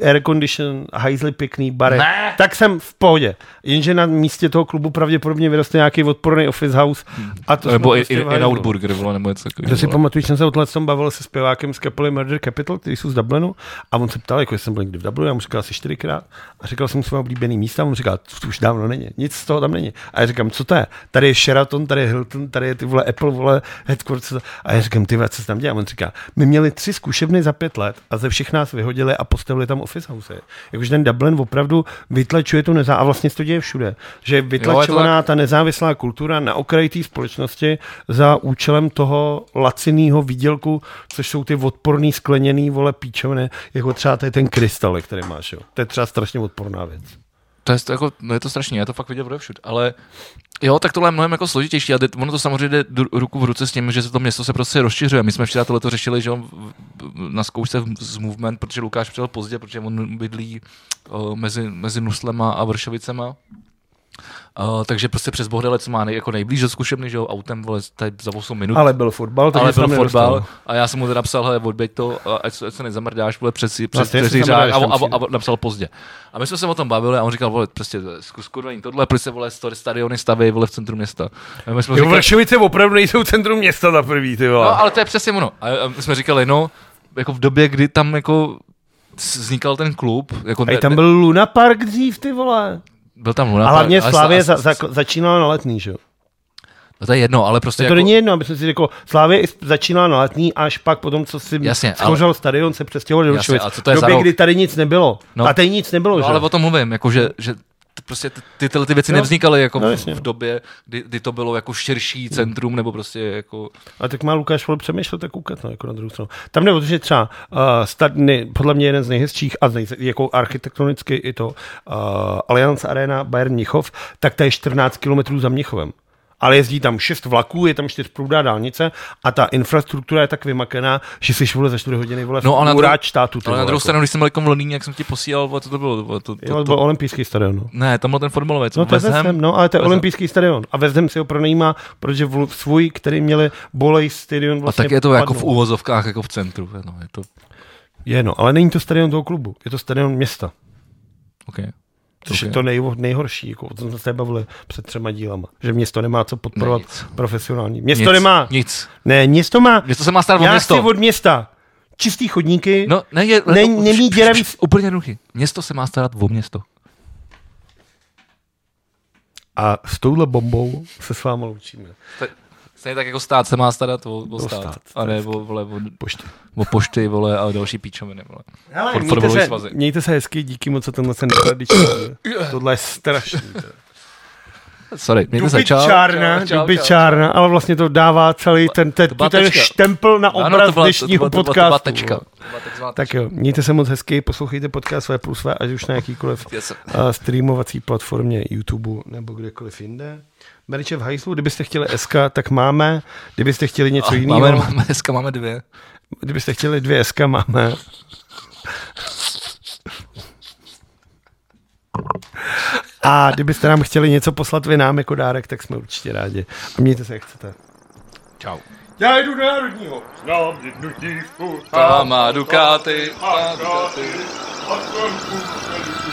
[SPEAKER 2] air condition, hajzly pěkný, bare,
[SPEAKER 1] Ne.
[SPEAKER 2] tak jsem v pohodě. Jenže na místě toho klubu pravděpodobně vyroste nějaký odporný office house a to
[SPEAKER 1] nebo
[SPEAKER 2] jsme
[SPEAKER 1] i,
[SPEAKER 2] prostě
[SPEAKER 1] i,
[SPEAKER 2] v hajzlu.
[SPEAKER 1] in Outburger, vole, nebo něco
[SPEAKER 2] Kdo
[SPEAKER 1] takového.
[SPEAKER 2] si
[SPEAKER 1] vole.
[SPEAKER 2] pamatuju, že jsem se o tomhle tom bavil se zpěvákem z kapely Murder Capital, který jsou z Dublinu, a on se ptal, jako jestli jsem byl někdy v Dublinu, já mu říkal asi čtyřikrát, a říkal jsem mu své oblíbený místa, a on říkal, to už dávno není, nic z toho tam není. A já říkám, co to je? Tady je Sheraton, tady je Hilton, tady je ty vole Apple, vole headquarters. A já říkám, ty vole, co se tam děje? A on říká, my měli tři zkušebny za pět let a ze všech nás vyhodili a postavili tam office house. Jakože ten Dublin opravdu vytlačuje tu nezá, a vlastně se to děje všude, že je vytlačovaná ta nezávislá kultura na okraji té společnosti za účelem toho laciného výdělku, což jsou ty odporný skleněný vole píčovny, jako třeba tady ten krystal, který máš. Jo. To je třeba strašně odporná věc.
[SPEAKER 1] To je, to jako, no je to strašný, já to fakt viděl všud, ale jo, tak tohle je mnohem jako složitější a jde- ono to samozřejmě jde dru- ruku v ruce s tím, že se to město se prostě rozšiřuje. My jsme včera tohle řešili, že jo, v- v- na zkoušce v- z Movement, protože Lukáš přijel pozdě, protože on bydlí o, mezi, mezi Nuslema a Vršovicema. O, takže prostě přes Bohdelec má nej, jako nejblíž do zkušebny, že jo, autem vole, tady za 8 minut.
[SPEAKER 2] Ale byl fotbal, takže
[SPEAKER 1] ale
[SPEAKER 2] se
[SPEAKER 1] byl
[SPEAKER 2] tam nedostal.
[SPEAKER 1] fotbal a já jsem mu teda psal, hele, odběď to, a ať, se- ať se nezamrdáš, vole, přes, přes
[SPEAKER 2] No, ty jestli
[SPEAKER 1] přes řák
[SPEAKER 2] zamrdáš,
[SPEAKER 1] a,
[SPEAKER 2] tam
[SPEAKER 1] a,
[SPEAKER 2] přijde.
[SPEAKER 1] a, a, napsal pozdě. A my jsme se o tom bavili a on říkal, vole, prostě zkus kurvení tohle, proč se, vole, sto- stadiony staví, vole, v centru města. A my jsme
[SPEAKER 2] Jo,
[SPEAKER 1] říkali,
[SPEAKER 2] Vršovice opravdu nejsou centrum města za prvý, ty vole.
[SPEAKER 1] no, ale to je přesně ono. A, a my jsme říkali, no, jako v době, kdy tam jako s- vznikal ten klub, jako
[SPEAKER 2] Ej,
[SPEAKER 1] ne-
[SPEAKER 2] tam byl Luna Park dřív, ty vole.
[SPEAKER 1] byl tam Luna
[SPEAKER 2] No A hlavně
[SPEAKER 1] Park, ale-
[SPEAKER 2] Slávě
[SPEAKER 1] ale-
[SPEAKER 2] za, za, začínala na letný, že jo?
[SPEAKER 1] No to je jedno, ale prostě
[SPEAKER 2] To
[SPEAKER 1] jako,
[SPEAKER 2] není jedno, aby jsem si řekl, Slávě i začínala na letní, až pak potom, co si
[SPEAKER 1] Jasně,
[SPEAKER 2] schořel stadion, se přestěhoval do
[SPEAKER 1] Jasně,
[SPEAKER 2] Vršovic.
[SPEAKER 1] ale co to je za
[SPEAKER 2] době,
[SPEAKER 1] rok?
[SPEAKER 2] kdy tady nic nebylo.
[SPEAKER 1] No.
[SPEAKER 2] A tady nic nebylo,
[SPEAKER 1] No,
[SPEAKER 2] že
[SPEAKER 1] ale
[SPEAKER 2] jo?
[SPEAKER 1] o tom mluvím, jako že, že t- prostě ty- ty, tyhle ty věci
[SPEAKER 2] No.
[SPEAKER 1] no, nevznikaly jako
[SPEAKER 2] No,
[SPEAKER 1] v,
[SPEAKER 2] jasně.
[SPEAKER 1] v době, kdy, kdy, to bylo jako širší centrum, nebo prostě jako...
[SPEAKER 2] A tak má Lukáš Vol přemýšlet, tak koukat, no, jako na druhou stranu. Tam jde o to, že třeba uh, stad, ne, podle mě jeden z nejhezčích a z nej, jako architektonicky i to uh, Allianz Arena Bayern Mnichov, tak to je 14 kilometrů za Mnichovem. Ale jezdí tam šest vlaků, je tam čtyřprudá dálnice a ta infrastruktura je tak vymakaná, že jsi vole za čtyři hodiny vole
[SPEAKER 1] No, ale na
[SPEAKER 2] no,
[SPEAKER 1] dru-
[SPEAKER 2] uráč státu. ty
[SPEAKER 1] Ale na
[SPEAKER 2] vole,
[SPEAKER 1] druhou
[SPEAKER 2] jako.
[SPEAKER 1] stranu, když jsem byl jako v Londýně, jak jsem ti posílal, vole, co to bylo? vole, To, to,
[SPEAKER 2] Jo,
[SPEAKER 1] to,
[SPEAKER 2] to byl olympijský stadion. No.
[SPEAKER 1] ne, tam byl ten fotbalový, co
[SPEAKER 2] No to je
[SPEAKER 1] West Ham.
[SPEAKER 2] West Ham, no, ale to je
[SPEAKER 1] West Ham.
[SPEAKER 2] olympijský stadion. A West Ham si ho pronajímá, protože vl- svůj, který měli bolej stadion
[SPEAKER 1] A
[SPEAKER 2] vlastně
[SPEAKER 1] tak je to jako v
[SPEAKER 2] padnul.
[SPEAKER 1] úvozovkách, jako v centru. No, je to,
[SPEAKER 2] Je, no, ale není to stadion toho klubu, je to stadion města.
[SPEAKER 1] okay.
[SPEAKER 2] Což je
[SPEAKER 1] Ok.
[SPEAKER 2] to nej, nejhorší, jako, o tom jsme se bavili před třema dílama. Že město nemá co podporovat
[SPEAKER 1] Ne, nic.
[SPEAKER 2] profesionální. Město
[SPEAKER 1] nic,
[SPEAKER 2] nemá.
[SPEAKER 1] Nic.
[SPEAKER 2] Ne, město má.
[SPEAKER 1] Město se má starat o
[SPEAKER 2] Já
[SPEAKER 1] město.
[SPEAKER 2] chci od města čistý chodníky.
[SPEAKER 1] No, ne, je,
[SPEAKER 2] Ne- nemí děravý-
[SPEAKER 1] Úplně jednoduchý. Město se má starat o město.
[SPEAKER 2] A s touhle bombou se s váma loučíme.
[SPEAKER 1] Stejně tak jako stát se má starat o, o
[SPEAKER 2] stát,
[SPEAKER 1] stát.
[SPEAKER 2] to je
[SPEAKER 1] stát. A ne o, vole, o,
[SPEAKER 2] Poště.
[SPEAKER 1] o pošty, vole, a další píčoviny, vole.
[SPEAKER 2] Hele,
[SPEAKER 1] Pod
[SPEAKER 2] mějte,
[SPEAKER 1] fotbalový
[SPEAKER 2] se,
[SPEAKER 1] svazy.
[SPEAKER 2] mějte se hezky, díky moc za tenhle sen. Tohle je strašný. teda.
[SPEAKER 1] Sorry, mějte se, čau.
[SPEAKER 2] Dubičárna,
[SPEAKER 1] Čau, čau, čau.
[SPEAKER 2] dubičárna, ale vlastně to dává celý ten, ten,
[SPEAKER 1] To byla
[SPEAKER 2] ten
[SPEAKER 1] tečka.
[SPEAKER 2] štempel na
[SPEAKER 1] Ano, No,
[SPEAKER 2] obraz
[SPEAKER 1] to byla- to
[SPEAKER 2] dnešního
[SPEAKER 1] byla- to byla- to
[SPEAKER 2] podcastu.
[SPEAKER 1] byla tečka. To byla takzvaná
[SPEAKER 2] Tak jo, mějte se moc hezky, poslouchejte podcast své plus své, ať už na jakýkoliv
[SPEAKER 1] tečka. Já jsem-
[SPEAKER 2] a streamovací platformě YouTube nebo kdekoliv jinde. Merče v hajslu, kdybyste chtěli SK, tak máme. Kdybyste chtěli něco jiného,
[SPEAKER 1] Máme, máme, dneska máme dvě.
[SPEAKER 2] kdybyste chtěli dvě SK, máme. A kdybyste nám chtěli něco poslat vy nám jako dárek, tak jsme určitě rádi. A mějte se, jak chcete.
[SPEAKER 1] Čau.
[SPEAKER 2] Já jdu do národního.
[SPEAKER 3] Znám jednu dívku,
[SPEAKER 1] Tá má Ducati. Tá má Ducati.
[SPEAKER 3] a konku velikou.